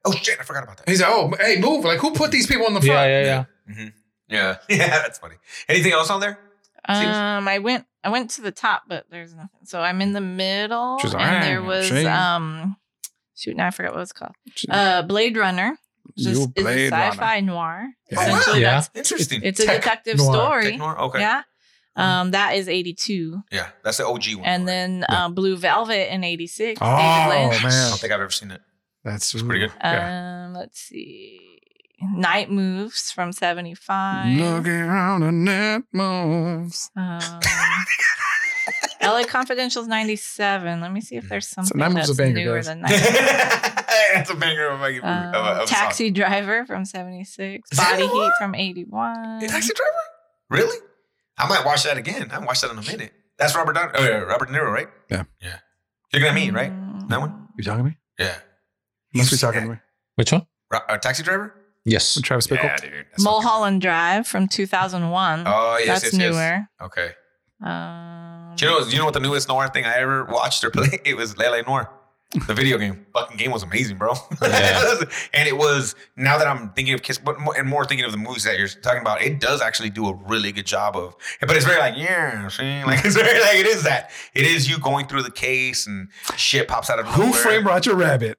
[SPEAKER 1] Oh shit, I forgot about that.
[SPEAKER 4] he's like, "Oh, hey, move. Like who put these people in the front?"
[SPEAKER 2] yeah, yeah, yeah.
[SPEAKER 1] (laughs) Yeah. (laughs) Yeah, that's funny. Anything else on there?
[SPEAKER 3] Um, I went I went to the top, but there's nothing. So I'm in the middle,
[SPEAKER 4] She's like,
[SPEAKER 3] and there
[SPEAKER 4] "Ah,
[SPEAKER 3] was
[SPEAKER 4] shame."
[SPEAKER 3] um, shoot, now I forgot what it's called.
[SPEAKER 4] She's-
[SPEAKER 3] Uh, Blade Runner. which is-
[SPEAKER 4] You
[SPEAKER 3] is a
[SPEAKER 4] Blade
[SPEAKER 3] sci-fi noir.
[SPEAKER 4] Yeah.
[SPEAKER 3] Essentially,
[SPEAKER 2] Yeah.
[SPEAKER 3] that's
[SPEAKER 1] Interesting.
[SPEAKER 3] it's a
[SPEAKER 4] Tech
[SPEAKER 3] detective
[SPEAKER 4] noir. Mm-hmm.
[SPEAKER 3] story.
[SPEAKER 1] Tech noir? Okay. Yeah.
[SPEAKER 3] Yeah. Um, that is 82.
[SPEAKER 1] that's the OG one.
[SPEAKER 3] And then uh, Blue Velvet in 86.
[SPEAKER 4] Oh,
[SPEAKER 3] David Lynch.
[SPEAKER 1] I
[SPEAKER 4] man.
[SPEAKER 1] don't think I've ever seen it.
[SPEAKER 4] That's
[SPEAKER 1] pretty good.
[SPEAKER 4] ooh, yeah.
[SPEAKER 3] Um, let's see. Night Moves from 75.
[SPEAKER 1] Uh,
[SPEAKER 4] Looking around the net moves.
[SPEAKER 3] Um, LA Um, Confidential's 97. Let me see if there's
[SPEAKER 4] So
[SPEAKER 3] something
[SPEAKER 4] that movie's
[SPEAKER 3] that's
[SPEAKER 4] a banger,
[SPEAKER 3] newer
[SPEAKER 4] guys.
[SPEAKER 1] (laughs)
[SPEAKER 3] than 97.
[SPEAKER 1] That's a banger of a,
[SPEAKER 3] Um,
[SPEAKER 1] of a, of a song.
[SPEAKER 3] Taxi Driver from 76.
[SPEAKER 1] Is that
[SPEAKER 3] Body
[SPEAKER 1] the
[SPEAKER 3] Heat from 81.
[SPEAKER 1] Taxi Driver? Really? I might watch that again. I haven't watched that in a minute. That's Robert Don- oh, yeah, Robert De Niro, right?
[SPEAKER 4] Yeah.
[SPEAKER 1] Yeah. You're gonna mean,
[SPEAKER 3] Mm.
[SPEAKER 1] right? That one?
[SPEAKER 4] You talking to me?
[SPEAKER 1] Yeah.
[SPEAKER 4] Must be talking to me.
[SPEAKER 2] Which one?
[SPEAKER 1] Ro- uh, taxi driver?
[SPEAKER 2] Yes.
[SPEAKER 4] Travis Bickle.
[SPEAKER 1] Yeah, dude. That's
[SPEAKER 3] Mulholland Drive from 2001.
[SPEAKER 1] Oh yes,
[SPEAKER 3] that's
[SPEAKER 1] yes, yes.
[SPEAKER 3] newer.
[SPEAKER 1] Okay.
[SPEAKER 3] Um,
[SPEAKER 1] Do you know? Do you know what the newest noir thing I ever watched or (laughs) played? It was Lele Noir. The video game, fucking game was amazing, bro.
[SPEAKER 2] Yeah.
[SPEAKER 1] (laughs) and it was now that I'm thinking of Kiss, but more, and more thinking of the movies that you're talking about, it does actually do a really good job of. But it's very like, yeah, see, (laughs) like it's very like it is that it is you going through the case and shit pops out of
[SPEAKER 4] Who
[SPEAKER 1] nowhere. (laughs)
[SPEAKER 4] framed Roger Rabbit?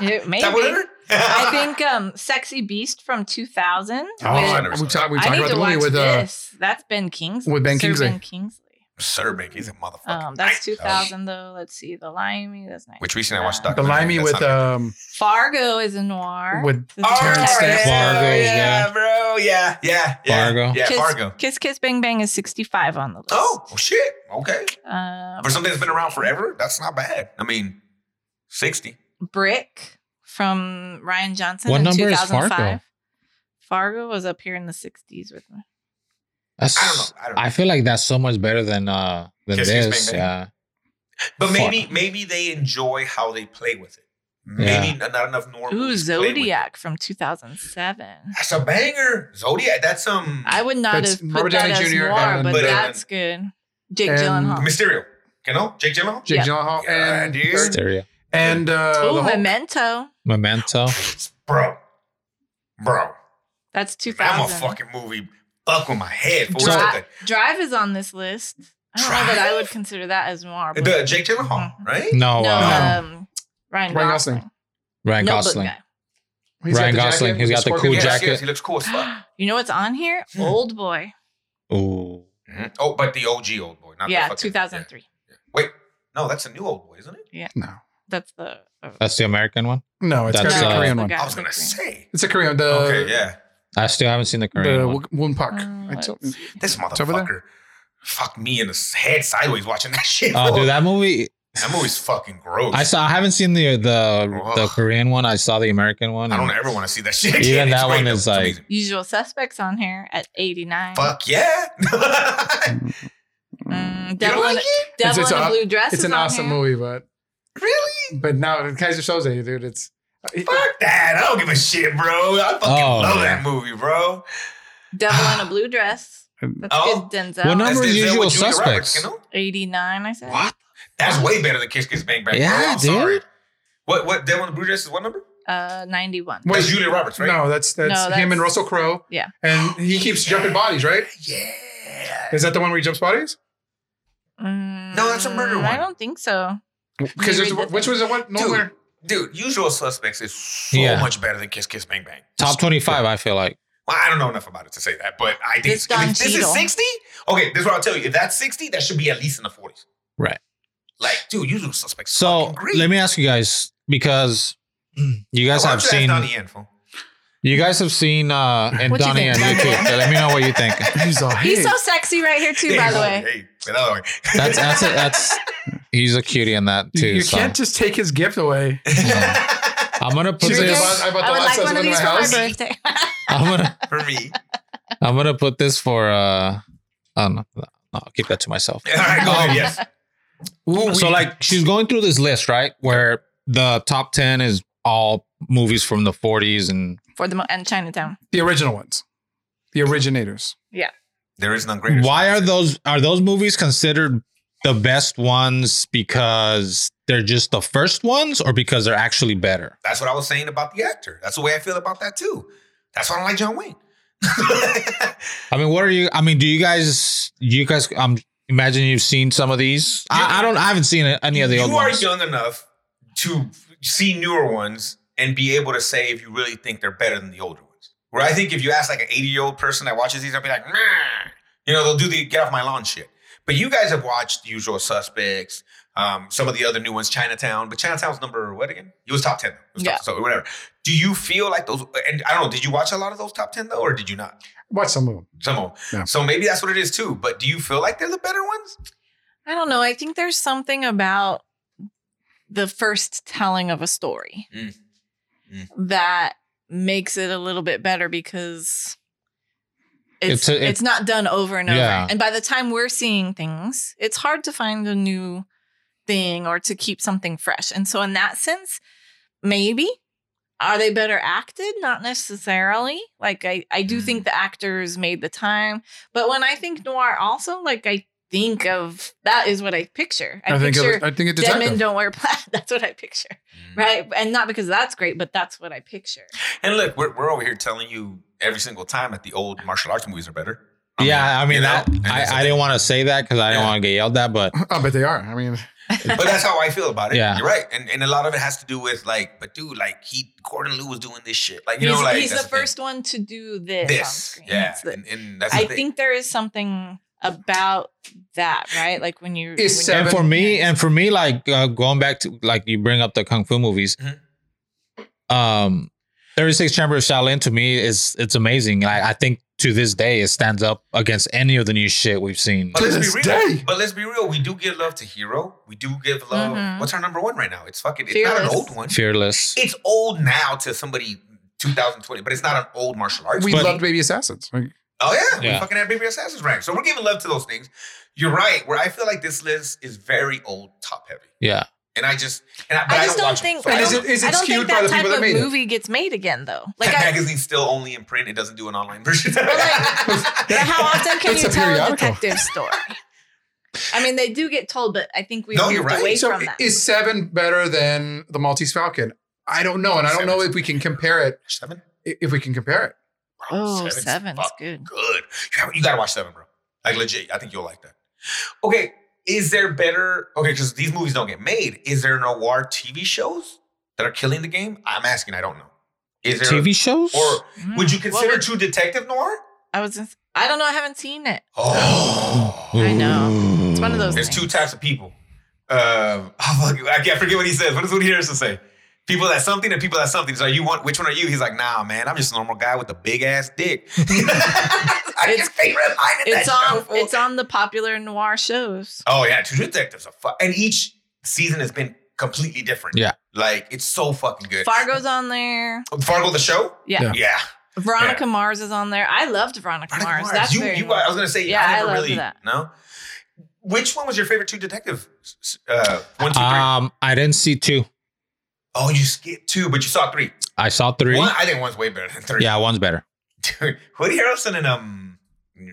[SPEAKER 3] it- maybe.
[SPEAKER 1] That whatever?
[SPEAKER 3] I think um, Sexy Beast from 2000.
[SPEAKER 4] Oh,
[SPEAKER 1] I
[SPEAKER 4] I-
[SPEAKER 1] never
[SPEAKER 4] we
[SPEAKER 1] saw
[SPEAKER 4] talked, we
[SPEAKER 3] I
[SPEAKER 4] talked
[SPEAKER 3] need
[SPEAKER 4] about
[SPEAKER 3] to
[SPEAKER 4] the movie
[SPEAKER 3] watch
[SPEAKER 4] with uh,
[SPEAKER 3] this. That's Ben Kingsley.
[SPEAKER 4] with Ben
[SPEAKER 3] Sir
[SPEAKER 4] Kingsley.
[SPEAKER 3] Ben Kingsley.
[SPEAKER 1] (laughs) Sir Mick, he's a motherfucker.
[SPEAKER 3] Um, that's 2000 though. Let's see, The Limey. That's nice.
[SPEAKER 1] Oh, Which recently I watched
[SPEAKER 4] the
[SPEAKER 1] documentary,
[SPEAKER 4] Limey
[SPEAKER 1] that's
[SPEAKER 4] with
[SPEAKER 1] not-
[SPEAKER 4] um
[SPEAKER 3] Fargo is a noir.
[SPEAKER 4] with
[SPEAKER 3] This
[SPEAKER 1] Oh,
[SPEAKER 3] is
[SPEAKER 4] Terrence
[SPEAKER 3] Fargo.
[SPEAKER 4] Stamp.
[SPEAKER 1] yeah,
[SPEAKER 2] Fargo,
[SPEAKER 1] yeah,
[SPEAKER 2] yeah.
[SPEAKER 1] bro, yeah, yeah, yeah,
[SPEAKER 2] Fargo.
[SPEAKER 1] yeah,
[SPEAKER 3] Kiss,
[SPEAKER 1] Fargo.
[SPEAKER 3] Kiss Kiss Bang Bang is 65 on the list.
[SPEAKER 1] Oh shit, okay.
[SPEAKER 3] Um,
[SPEAKER 1] For something that's been around forever, that's not bad. I mean, sixty.
[SPEAKER 3] Brick from Ryan Johnson.
[SPEAKER 2] What
[SPEAKER 3] in
[SPEAKER 2] number is
[SPEAKER 3] 2005.
[SPEAKER 2] Fargo?
[SPEAKER 3] Fargo was up here in the 60s with me.
[SPEAKER 2] That's,
[SPEAKER 1] I don't know. I don't know.
[SPEAKER 2] I feel like that's so much better than uh than
[SPEAKER 1] Kiss Kiss
[SPEAKER 2] this.
[SPEAKER 1] Bang Bang.
[SPEAKER 2] Yeah.
[SPEAKER 1] But maybe maybe they enjoy how they play with it. Maybe not not enough normal.
[SPEAKER 3] Ooh,
[SPEAKER 1] movies play with it.
[SPEAKER 3] Zodiac from 2007.
[SPEAKER 1] That's a banger. Zodiac. That's um
[SPEAKER 3] I would not have
[SPEAKER 4] That's
[SPEAKER 3] put
[SPEAKER 4] Robert
[SPEAKER 3] that
[SPEAKER 4] Downey
[SPEAKER 3] as
[SPEAKER 4] Jr.
[SPEAKER 3] noir,
[SPEAKER 4] and-
[SPEAKER 3] but
[SPEAKER 1] But, uh,
[SPEAKER 3] that's good. Jake
[SPEAKER 4] and-
[SPEAKER 3] Gyllenhaal.
[SPEAKER 1] Mysterio. You know, Jake Gyllenhaal.
[SPEAKER 4] Jake
[SPEAKER 3] Yeah.
[SPEAKER 4] Gyllenhaal
[SPEAKER 1] Yeah,
[SPEAKER 4] and
[SPEAKER 1] dude.
[SPEAKER 2] Stereo.
[SPEAKER 4] and uh,
[SPEAKER 3] Ooh,
[SPEAKER 4] the whole,
[SPEAKER 3] Memento.
[SPEAKER 2] Memento.
[SPEAKER 1] Bro, bro,
[SPEAKER 3] That's
[SPEAKER 1] I'm a
[SPEAKER 3] 2000.
[SPEAKER 1] fucking movie. Fuck with my head. fool.
[SPEAKER 3] Drive, Drive is on this list. I don't know that I would consider that as noir. but-
[SPEAKER 1] the Jake Gyllenhaal,
[SPEAKER 3] Mhm.
[SPEAKER 1] right?
[SPEAKER 2] No.
[SPEAKER 3] no,
[SPEAKER 2] uh,
[SPEAKER 3] um, Ryan
[SPEAKER 4] Ryan
[SPEAKER 3] Gosling.
[SPEAKER 4] Gosling.
[SPEAKER 2] Ryan
[SPEAKER 3] Notebook
[SPEAKER 2] Gosling.
[SPEAKER 3] guy.
[SPEAKER 4] he's got
[SPEAKER 2] Ryan
[SPEAKER 4] the jacket
[SPEAKER 2] Gosling, he's
[SPEAKER 4] with
[SPEAKER 2] got the
[SPEAKER 4] scorpion
[SPEAKER 2] cool
[SPEAKER 1] Yes,
[SPEAKER 4] tail.
[SPEAKER 2] jacket.
[SPEAKER 1] yes, he looks cool as fuck.
[SPEAKER 3] (gasps) You know what's on here?
[SPEAKER 1] Hmm.
[SPEAKER 3] Old Boy.
[SPEAKER 2] Ooh.
[SPEAKER 1] Mhm. Oh, but the OG old boy, not
[SPEAKER 3] yeah,
[SPEAKER 1] the fucking,
[SPEAKER 3] 2003.
[SPEAKER 1] yeah. Wait, no, that's a new old boy, isn't it?
[SPEAKER 4] No,
[SPEAKER 3] That's the. uh,
[SPEAKER 2] That's the American one.
[SPEAKER 4] no, it's
[SPEAKER 2] That's,
[SPEAKER 4] got
[SPEAKER 2] uh,
[SPEAKER 4] a Korean
[SPEAKER 3] the
[SPEAKER 4] one.
[SPEAKER 3] guy
[SPEAKER 1] I was
[SPEAKER 3] with
[SPEAKER 1] gonna
[SPEAKER 3] the green.
[SPEAKER 1] say.
[SPEAKER 4] It's a Korean. The
[SPEAKER 1] okay, yeah.
[SPEAKER 2] I still haven't seen the Korean
[SPEAKER 4] the
[SPEAKER 2] one.
[SPEAKER 4] Wo- Woon Park.
[SPEAKER 3] Uh,
[SPEAKER 4] I told-
[SPEAKER 3] let's see.
[SPEAKER 1] This
[SPEAKER 4] over there?
[SPEAKER 1] motherfucker fucked me in the head sideways watching that (laughs) shit.
[SPEAKER 2] Oh,
[SPEAKER 1] fool.
[SPEAKER 2] dude, that movie.
[SPEAKER 1] That movie's fucking gross.
[SPEAKER 2] I saw. I haven't seen the the the
[SPEAKER 1] Ugh.
[SPEAKER 2] Korean one. I saw the American one.
[SPEAKER 1] I don't
[SPEAKER 2] and-
[SPEAKER 1] ever want to see that shit. Again.
[SPEAKER 2] Even that
[SPEAKER 1] It's
[SPEAKER 2] one
[SPEAKER 1] great,
[SPEAKER 2] is
[SPEAKER 1] though. It's
[SPEAKER 2] like-
[SPEAKER 1] amazing.
[SPEAKER 3] Usual Suspects on here at 89.
[SPEAKER 1] fuck yeah. (laughs) you
[SPEAKER 3] Mm,
[SPEAKER 1] don't
[SPEAKER 3] Devil, in,
[SPEAKER 1] like it?
[SPEAKER 3] Devil
[SPEAKER 4] It's- it's
[SPEAKER 3] in a
[SPEAKER 4] a-
[SPEAKER 3] Blue Dress
[SPEAKER 4] It's
[SPEAKER 3] is
[SPEAKER 4] an
[SPEAKER 3] on
[SPEAKER 4] awesome
[SPEAKER 3] here.
[SPEAKER 4] movie, but
[SPEAKER 1] Really?
[SPEAKER 4] but now Kaiser Soze, dude. It's uh,
[SPEAKER 1] Fuck that. I don't give a shit, bro. I fucking
[SPEAKER 2] Oh,
[SPEAKER 1] love
[SPEAKER 2] yeah.
[SPEAKER 1] that movie, bro.
[SPEAKER 3] Devil in a Blue Dress. That's
[SPEAKER 1] Oh.
[SPEAKER 3] good, Denzel.
[SPEAKER 2] Well, no- Number
[SPEAKER 1] That's
[SPEAKER 2] is
[SPEAKER 1] Denzel
[SPEAKER 2] Usual
[SPEAKER 1] with Julia Roberts,
[SPEAKER 2] Suspects.
[SPEAKER 1] you know?
[SPEAKER 3] 89, I said.
[SPEAKER 1] What? That's way better than Kiss Kiss Bang Bang.
[SPEAKER 2] Yeah,
[SPEAKER 1] bro. I'm
[SPEAKER 2] dude.
[SPEAKER 1] sorry. What what Devil in the Blue Dress is what number?
[SPEAKER 3] Uh, 91.
[SPEAKER 1] That's Julia Roberts, right?
[SPEAKER 4] No, that's that's,
[SPEAKER 3] No,
[SPEAKER 4] him
[SPEAKER 3] that's-
[SPEAKER 4] and Russell Crowe.
[SPEAKER 3] Yeah.
[SPEAKER 4] and he keeps jumping bodies, right?
[SPEAKER 1] Yeah.
[SPEAKER 4] Is that the one where he jumps bodies?
[SPEAKER 3] Mm,
[SPEAKER 1] No, that's a murder
[SPEAKER 3] I
[SPEAKER 1] one.
[SPEAKER 3] don't think so.
[SPEAKER 4] Because there's
[SPEAKER 3] read the-
[SPEAKER 4] which was the one? No,
[SPEAKER 1] Dude.
[SPEAKER 4] where-
[SPEAKER 1] Dude, Usual Suspects is so
[SPEAKER 2] Yeah.
[SPEAKER 1] much better than Kiss Kiss Bang Bang.
[SPEAKER 2] Top twenty five. I feel like.
[SPEAKER 1] Well, I don't know enough about it to say that, but I think
[SPEAKER 3] This Don
[SPEAKER 1] if this is
[SPEAKER 3] Cheadle.
[SPEAKER 1] 60, okay, this is what I'll tell you. If that's 60, that should be at least in the 40s.
[SPEAKER 2] Right.
[SPEAKER 1] Like, dude, usual suspects.
[SPEAKER 2] So let me ask you guys because you guys have seen
[SPEAKER 1] Donnie Yen, fool.
[SPEAKER 2] you guys have seen uh and
[SPEAKER 3] What you
[SPEAKER 2] Donnie
[SPEAKER 3] think,
[SPEAKER 2] and you
[SPEAKER 3] Donnie?
[SPEAKER 2] too. So let me know what you think.
[SPEAKER 4] (laughs) he's all
[SPEAKER 3] He's
[SPEAKER 4] hey.
[SPEAKER 3] so sexy right here, too, by the way.
[SPEAKER 1] Hey, by the way.
[SPEAKER 2] That's that's a, that's he's a cutie in that too.
[SPEAKER 4] you
[SPEAKER 2] so.
[SPEAKER 4] can't just take his gift away.
[SPEAKER 1] (laughs)
[SPEAKER 4] (laughs)
[SPEAKER 2] I'm gonna put
[SPEAKER 4] Dude, I
[SPEAKER 2] this.
[SPEAKER 4] bought, I bought
[SPEAKER 3] I
[SPEAKER 4] the
[SPEAKER 3] would
[SPEAKER 4] last
[SPEAKER 3] like one of
[SPEAKER 4] husband in
[SPEAKER 3] these
[SPEAKER 4] my
[SPEAKER 3] for my
[SPEAKER 4] house.
[SPEAKER 3] birthday. (laughs)
[SPEAKER 2] I'm gonna
[SPEAKER 1] (laughs) For me. (laughs)
[SPEAKER 2] I'm gonna put this for uh. I don't know. No, I'll keep that to myself.
[SPEAKER 1] All right, go ahead. Yes.
[SPEAKER 2] so like she's going through this list, right? Where the top ten is all movies from the 40s and
[SPEAKER 3] For the mo- and Chinatown.
[SPEAKER 4] The original ones, the originators.
[SPEAKER 1] There is none greater.
[SPEAKER 2] why are those are those movies considered the best ones because they're just the first ones or because they're actually better
[SPEAKER 1] That's what I was saying about the actor. That's the way I feel about that, too. That's why I don't like John
[SPEAKER 2] (laughs)
[SPEAKER 1] Wayne.
[SPEAKER 2] i mean what are you i mean do you guys you guys i'm imagine you've seen some of these I, I don't i haven't seen any of the
[SPEAKER 1] you
[SPEAKER 2] old
[SPEAKER 1] are
[SPEAKER 2] ones
[SPEAKER 1] young enough to see newer ones and be able to say if you really think they're better than the older ones. Where I think if you ask like an 80 year old person that watches these, I'll be like, nah. you know, they'll do the get off my lawn shit. But you guys have watched The Usual Suspects, um, some of the other new ones, Chinatown. But Chinatown's number what again? It was top ten. It was
[SPEAKER 3] Yeah.
[SPEAKER 1] top, so whatever. Do you feel like those? And I don't know. Did you watch a lot of those top ten though, or did you not?
[SPEAKER 4] Watch some of them.
[SPEAKER 1] Some of them.
[SPEAKER 4] Yeah.
[SPEAKER 1] So maybe that's what it is too. But do you feel like they're the better ones?
[SPEAKER 3] I don't know. I think there's something about the first telling of a story
[SPEAKER 1] Mm.
[SPEAKER 3] that makes it a little bit better because
[SPEAKER 2] It's
[SPEAKER 3] it's
[SPEAKER 2] a- it-
[SPEAKER 3] it's not done over and over.
[SPEAKER 2] Yeah.
[SPEAKER 3] And by the time we're seeing things, it's hard to find a new thing or to keep something fresh. And so in that sense, maybe are they better acted? Not necessarily. Like I, I
[SPEAKER 1] Mm.
[SPEAKER 3] do think the actors made the time. But when I think noir also, like I think of that is what I picture. I,
[SPEAKER 4] think
[SPEAKER 3] picture
[SPEAKER 4] it, I think it
[SPEAKER 3] dead men
[SPEAKER 4] detective.
[SPEAKER 3] don't wear plaid. (laughs) That's what I picture.
[SPEAKER 2] Mm.
[SPEAKER 3] Right. And not because that's great, but that's what I picture.
[SPEAKER 1] And look, we're, we're over here telling you every single time that the old martial arts movies are better.
[SPEAKER 2] yeah, I
[SPEAKER 1] you
[SPEAKER 2] mean
[SPEAKER 1] know,
[SPEAKER 2] that.
[SPEAKER 1] and that's the
[SPEAKER 2] I, I
[SPEAKER 1] thing.
[SPEAKER 2] didn't want to say that because I didn't
[SPEAKER 1] Yeah.
[SPEAKER 2] want to get yelled at, but
[SPEAKER 4] I bet Oh, they are. I mean,
[SPEAKER 1] but that's how I feel about it.
[SPEAKER 2] Yeah.
[SPEAKER 1] You're right. And and a lot of it has to do with like, but dude, like he Gordon Liu was doing this shit. Like, you
[SPEAKER 3] he's
[SPEAKER 1] know, like
[SPEAKER 3] he's the
[SPEAKER 1] that's thing.
[SPEAKER 3] first one to do this, on
[SPEAKER 1] this.
[SPEAKER 3] screen.
[SPEAKER 1] Yeah.
[SPEAKER 3] It's the-
[SPEAKER 1] and, and that's the
[SPEAKER 3] I
[SPEAKER 1] thing.
[SPEAKER 3] think there is something about that, right? Like when you
[SPEAKER 4] It's
[SPEAKER 3] when
[SPEAKER 4] seven-
[SPEAKER 2] and for me and for me like uh, going back to like you bring up the kung fu movies
[SPEAKER 1] Mhm. Mm-hmm.
[SPEAKER 2] um 36 chamber of shaolin to me is it's amazing like i think to this day it stands up against any of the new shit we've seen
[SPEAKER 1] But
[SPEAKER 4] To
[SPEAKER 1] let's be
[SPEAKER 4] this
[SPEAKER 1] real.
[SPEAKER 4] day.
[SPEAKER 1] But let's be real. We do give love to Hero. We do give love.
[SPEAKER 3] Mhm.
[SPEAKER 1] What's our number one right now? It's fucking. It's not
[SPEAKER 3] Fearless.
[SPEAKER 1] an old one.
[SPEAKER 2] fearless
[SPEAKER 1] It's old now to somebody 2020, but it's not an old martial arts.
[SPEAKER 4] we
[SPEAKER 1] movie.
[SPEAKER 4] loved Baby Assassins. Like,
[SPEAKER 1] Oh yeah, we
[SPEAKER 2] Yeah.
[SPEAKER 1] fucking had Baby Assassins rank. So we're giving love to those things. You're right. Where I feel like this list is very old, top heavy,
[SPEAKER 2] yeah
[SPEAKER 1] and I just and I, but
[SPEAKER 3] I just don't
[SPEAKER 1] watch them.
[SPEAKER 3] think
[SPEAKER 1] So
[SPEAKER 4] And
[SPEAKER 3] I
[SPEAKER 4] is
[SPEAKER 3] don't-
[SPEAKER 1] (laughs)
[SPEAKER 4] it- is it
[SPEAKER 3] I don't
[SPEAKER 4] skewed
[SPEAKER 3] think
[SPEAKER 4] by
[SPEAKER 3] that
[SPEAKER 4] the
[SPEAKER 3] type
[SPEAKER 4] people that
[SPEAKER 3] of
[SPEAKER 4] made it?
[SPEAKER 3] movie gets made again though. Like
[SPEAKER 4] (laughs)
[SPEAKER 1] that
[SPEAKER 3] I,
[SPEAKER 1] magazine's still only in print. It doesn't do an online version.
[SPEAKER 3] but how often can
[SPEAKER 4] It's
[SPEAKER 3] you
[SPEAKER 4] a
[SPEAKER 3] tell a
[SPEAKER 4] periodical.
[SPEAKER 3] detective story? I mean, they do get told, but I think we
[SPEAKER 1] No,
[SPEAKER 3] moved
[SPEAKER 1] you're right.
[SPEAKER 3] away
[SPEAKER 4] so
[SPEAKER 3] from that.
[SPEAKER 4] is Seven better than the Maltese Falcon? I don't know, and I don't know if we can compare it.
[SPEAKER 1] (laughs) Seven.
[SPEAKER 4] i- If we can compare it,
[SPEAKER 3] oh,
[SPEAKER 1] Seven's
[SPEAKER 3] seven's
[SPEAKER 1] fuck-
[SPEAKER 3] good.
[SPEAKER 1] good. You, have- you gotta watch Seven, bro. Like legit, I think you'll like that. Okay, is there better? Okay, because these movies don't get made. Is there noir TV shows that are killing the game? I'm asking. I don't know. Is there
[SPEAKER 2] tv shows
[SPEAKER 1] or would you
[SPEAKER 3] Mm, what
[SPEAKER 1] consider
[SPEAKER 3] would-
[SPEAKER 1] True Detective noir?
[SPEAKER 3] I was. Just, I don't know. I haven't seen it.
[SPEAKER 1] Oh,
[SPEAKER 3] I know. It's one of those.
[SPEAKER 1] there's two
[SPEAKER 3] things.
[SPEAKER 1] types of people. Um, (laughs) oh, fuck, I can't forget what he says. What does what he hears to say? People that something and people that something. So you want which one are you? He's like, nah, man, I'm just a normal guy with a big ass dick. (laughs) I
[SPEAKER 3] It's-
[SPEAKER 1] just keep reminded
[SPEAKER 3] It's
[SPEAKER 1] that
[SPEAKER 3] on.
[SPEAKER 1] show, fool.
[SPEAKER 3] It's on the popular noir shows.
[SPEAKER 1] Oh yeah, True Detective's a fuck, and each season has been completely different.
[SPEAKER 2] Yeah.
[SPEAKER 1] like it's so fucking good.
[SPEAKER 3] Fargo's on there.
[SPEAKER 1] Fargo the show.
[SPEAKER 3] Yeah.
[SPEAKER 1] yeah.
[SPEAKER 3] Veronica Mars is on there. I loved Veronica,
[SPEAKER 1] Veronica
[SPEAKER 3] Mars.
[SPEAKER 1] Mars.
[SPEAKER 3] That's
[SPEAKER 1] you,
[SPEAKER 3] very.
[SPEAKER 1] you.
[SPEAKER 3] nice.
[SPEAKER 1] I was gonna say.
[SPEAKER 3] Yeah,
[SPEAKER 1] I
[SPEAKER 3] I
[SPEAKER 1] never
[SPEAKER 3] loved
[SPEAKER 1] really.
[SPEAKER 3] that.
[SPEAKER 1] No. Which one was your favorite True Detective? S- Uh, one, two, three.
[SPEAKER 2] um i didn't see two
[SPEAKER 1] oh, you skipped two, but you saw three.
[SPEAKER 2] i saw three
[SPEAKER 1] One, I think one's way better than three.
[SPEAKER 2] yeah one's better
[SPEAKER 1] (laughs) Dude, Woody Harrelson and um,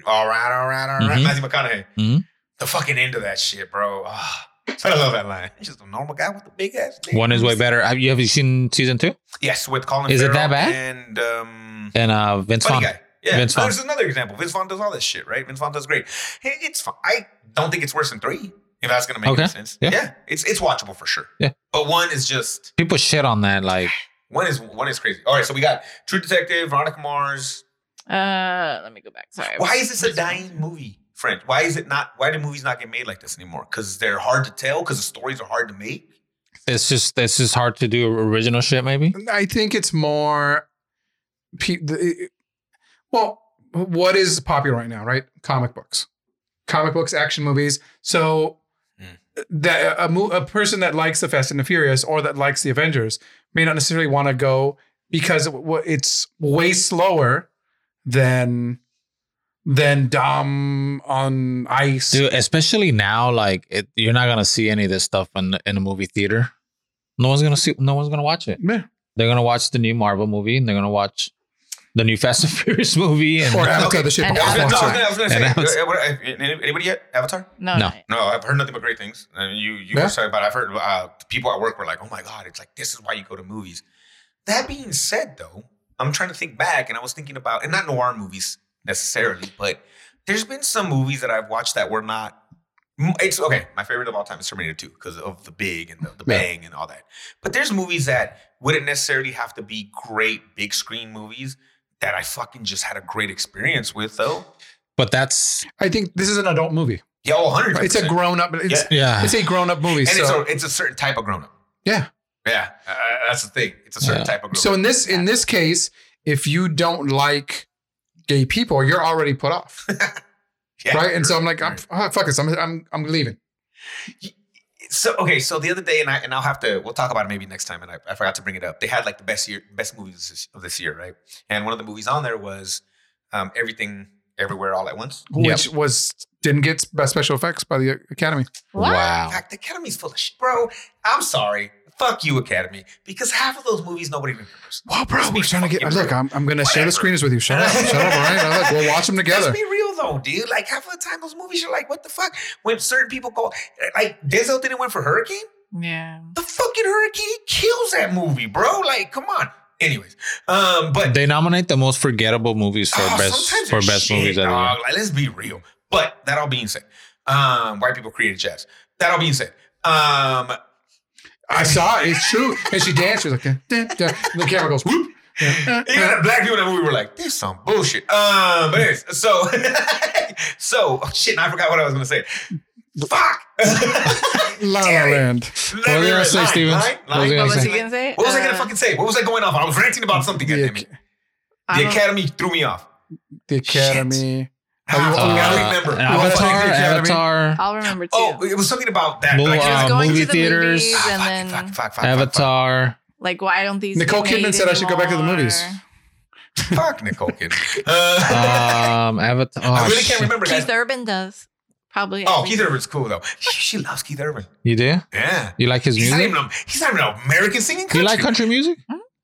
[SPEAKER 1] all right, all right, all right,
[SPEAKER 2] Mhm.
[SPEAKER 1] Matthew McConaughey.
[SPEAKER 2] Mhm.
[SPEAKER 1] The fucking end of that shit, bro. Ah, I love that line. He's just a normal guy with a big ass. dick.
[SPEAKER 2] one is way better have you, have you seen season two
[SPEAKER 1] Yes, with Colin.
[SPEAKER 2] Is it that
[SPEAKER 1] Farrell
[SPEAKER 2] bad?
[SPEAKER 1] And um,
[SPEAKER 2] and uh vince
[SPEAKER 1] funny
[SPEAKER 2] Vaughn.
[SPEAKER 1] guy. Yeah,
[SPEAKER 2] Vince
[SPEAKER 1] No,
[SPEAKER 2] Vaughn.
[SPEAKER 1] there's another example. Vince Vaughn does all this shit, right? Vince Vaughn does great. Hey, It's fine. I don't think it's worse than three. If that's gonna make
[SPEAKER 2] Okay.
[SPEAKER 1] any sense,
[SPEAKER 2] Yeah.
[SPEAKER 1] it's it's watchable for sure.
[SPEAKER 2] Yeah.
[SPEAKER 1] but one is just
[SPEAKER 2] people shit on that like
[SPEAKER 1] one is one is crazy. All right, so we got True Detective, Veronica Mars.
[SPEAKER 3] Uh, let me go back. Sorry.
[SPEAKER 1] Why is this a dying movie, friend? Why is it not? Why do movies not get made like this anymore? Because they're hard to tell. Because the stories are hard to make.
[SPEAKER 2] it's just it's just hard to do original shit maybe
[SPEAKER 4] I think it's more. pe- the- it- Well, what is popular right now? Right, comic books, comic books, action movies. So that a, mo- a person that likes the Fast and the Furious or that likes the Avengers may not necessarily want to go because it- wh- it's way slower than than Dom on ice.
[SPEAKER 2] dude especially now like it, you're not gonna see any of this stuff in in a movie theater no one's gonna see no one's gonna watch it
[SPEAKER 4] Yeah.
[SPEAKER 2] they're gonna watch the new marvel movie and they're gonna watch the new fast and (laughs) furious movie and
[SPEAKER 4] Or Avatar, the shit.
[SPEAKER 3] And
[SPEAKER 1] (laughs) I was gonna-
[SPEAKER 3] Avatar.
[SPEAKER 1] no, I was gonna- I was gonna say.
[SPEAKER 2] And I was-
[SPEAKER 1] uh, what- uh, Anybody yet? Avatar.
[SPEAKER 3] No.
[SPEAKER 2] No.
[SPEAKER 3] no.
[SPEAKER 1] No, I've heard nothing but great things. Uh, you you
[SPEAKER 4] Yeah.
[SPEAKER 1] were sorry about. It. I've heard uh, people at work were like, "Oh my god, it's like this is why you go to movies." That being said, though, I'm trying to think back, and I was thinking about, and not noir movies necessarily, but there's been some movies that I've watched that were not. m- It's okay. My favorite of all time is Terminator 2 because of the big and the, the
[SPEAKER 4] Yeah.
[SPEAKER 1] bang and all that. But there's movies that wouldn't necessarily have to be great big screen movies that I fucking just had a great experience with, though.
[SPEAKER 2] but that's
[SPEAKER 4] I think this is an adult movie.
[SPEAKER 1] Yeah, 100
[SPEAKER 4] It's a grown up. It's,
[SPEAKER 2] yeah
[SPEAKER 4] it's a grown up movie.
[SPEAKER 1] and
[SPEAKER 4] so.
[SPEAKER 1] it's, a, it's a certain type of grown up.
[SPEAKER 4] Yeah.
[SPEAKER 1] Yeah, uh, that's the thing. It's a certain
[SPEAKER 2] Yeah.
[SPEAKER 1] type of grown
[SPEAKER 4] So in this in this case, if you don't like gay (laughs) people, you're already put off,
[SPEAKER 1] yeah.
[SPEAKER 4] right? And so I'm like, I'm,
[SPEAKER 1] Right.
[SPEAKER 4] oh, fuck this, I'm I'm I'm leaving.
[SPEAKER 1] So okay, so the other day, and I and I'll have to we'll talk about it maybe next time. And I, I forgot to bring it up. They had like the best year, best movies this- of this year, right? And one of the movies on there was um, Everything, Everywhere, All at Once.
[SPEAKER 4] which was didn't get best special effects by the Academy.
[SPEAKER 3] What?
[SPEAKER 1] In
[SPEAKER 2] Wow.
[SPEAKER 1] fact, the Academy's full of shit, bro. I'm sorry. Fuck you, Academy, because half of those movies nobody remembers.
[SPEAKER 4] Well, bro,
[SPEAKER 1] Let's be
[SPEAKER 4] we're trying to get.
[SPEAKER 1] fucking
[SPEAKER 4] Look,
[SPEAKER 1] real.
[SPEAKER 4] I'm, I'm going to share the
[SPEAKER 1] Whatever.
[SPEAKER 4] screeners with you. Shut up, shut up, all right? Now, Look, we'll watch them together.
[SPEAKER 1] Let's be real though, dude. Like half of the time, those movies are like, what the fuck? When certain people go, like Denzel didn't win for Hurricane.
[SPEAKER 3] Yeah.
[SPEAKER 1] The fucking Hurricane kills that movie, bro. Like, come on. Anyways, um, but
[SPEAKER 2] They nominate the most forgettable movies for
[SPEAKER 1] Oh,
[SPEAKER 2] best
[SPEAKER 1] sometimes
[SPEAKER 2] for
[SPEAKER 1] they're
[SPEAKER 2] best
[SPEAKER 1] shit,
[SPEAKER 2] movies of the year.
[SPEAKER 1] dog. Like, let's be real. But that all being said, um, white people created jazz. That all being said, um, (laughs)
[SPEAKER 4] I saw it. It's true. And she danced. She was like, "Dun, dun, dun." And the camera goes, whoop. Yeah.
[SPEAKER 1] even the black people in that movie were like, "This some bullshit." Um, but anyways, (laughs) so so oh, shit. I forgot what I was gonna say. Fuck. (laughs)
[SPEAKER 4] La La
[SPEAKER 1] Damn it.
[SPEAKER 4] Land.
[SPEAKER 1] Let
[SPEAKER 2] What were
[SPEAKER 1] me
[SPEAKER 2] you gonna
[SPEAKER 1] re-
[SPEAKER 2] say,
[SPEAKER 1] line,
[SPEAKER 2] Stevens?
[SPEAKER 1] line,
[SPEAKER 2] What
[SPEAKER 1] line.
[SPEAKER 2] were you
[SPEAKER 3] What
[SPEAKER 2] gonna
[SPEAKER 3] was
[SPEAKER 2] say?
[SPEAKER 3] he gonna say?
[SPEAKER 1] What was I gonna
[SPEAKER 3] Uh,
[SPEAKER 1] fucking say? What was I going off? on? I was ranting about something.
[SPEAKER 4] The
[SPEAKER 1] goddammit.
[SPEAKER 4] Ac-
[SPEAKER 3] I
[SPEAKER 1] The
[SPEAKER 3] don't-
[SPEAKER 1] Academy threw me off.
[SPEAKER 4] The Academy. Have you-
[SPEAKER 1] Ah,
[SPEAKER 4] oh,
[SPEAKER 1] I
[SPEAKER 4] yeah.
[SPEAKER 1] gotta
[SPEAKER 2] Uh,
[SPEAKER 1] remember.
[SPEAKER 2] and
[SPEAKER 4] Well, that's
[SPEAKER 2] Avatar,
[SPEAKER 4] like the Academy.
[SPEAKER 2] Avatar,
[SPEAKER 3] I'll remember too.
[SPEAKER 1] Oh, it was something about that.
[SPEAKER 2] Move
[SPEAKER 1] like,
[SPEAKER 2] on.
[SPEAKER 3] Just
[SPEAKER 2] uh,
[SPEAKER 3] going
[SPEAKER 2] movie
[SPEAKER 3] to the
[SPEAKER 2] theaters.
[SPEAKER 3] movies
[SPEAKER 1] ah,
[SPEAKER 3] and
[SPEAKER 1] fuck, fuck,
[SPEAKER 3] then
[SPEAKER 1] fuck, fuck, fuck, fuck,
[SPEAKER 2] Avatar.
[SPEAKER 3] like why don't these
[SPEAKER 4] Nicole
[SPEAKER 3] get
[SPEAKER 4] Kidman
[SPEAKER 3] made
[SPEAKER 4] said I should go back to the
[SPEAKER 3] anymore?
[SPEAKER 4] movies.
[SPEAKER 1] fuck Nicole (laughs) Kidman. Uh,
[SPEAKER 2] Um, Avatar.
[SPEAKER 1] (laughs)
[SPEAKER 2] Oh,
[SPEAKER 1] I really
[SPEAKER 2] shit.
[SPEAKER 1] can't remember. guys.
[SPEAKER 3] Keith Urban does probably.
[SPEAKER 1] Oh,
[SPEAKER 3] every-
[SPEAKER 1] Keith Urban's cool though. She, she loves Keith Urban.
[SPEAKER 2] You do?
[SPEAKER 1] Yeah.
[SPEAKER 2] You like his
[SPEAKER 1] He's not,
[SPEAKER 2] music?
[SPEAKER 1] even a, he's not even an American singing
[SPEAKER 2] Do
[SPEAKER 1] country.
[SPEAKER 2] you like country music?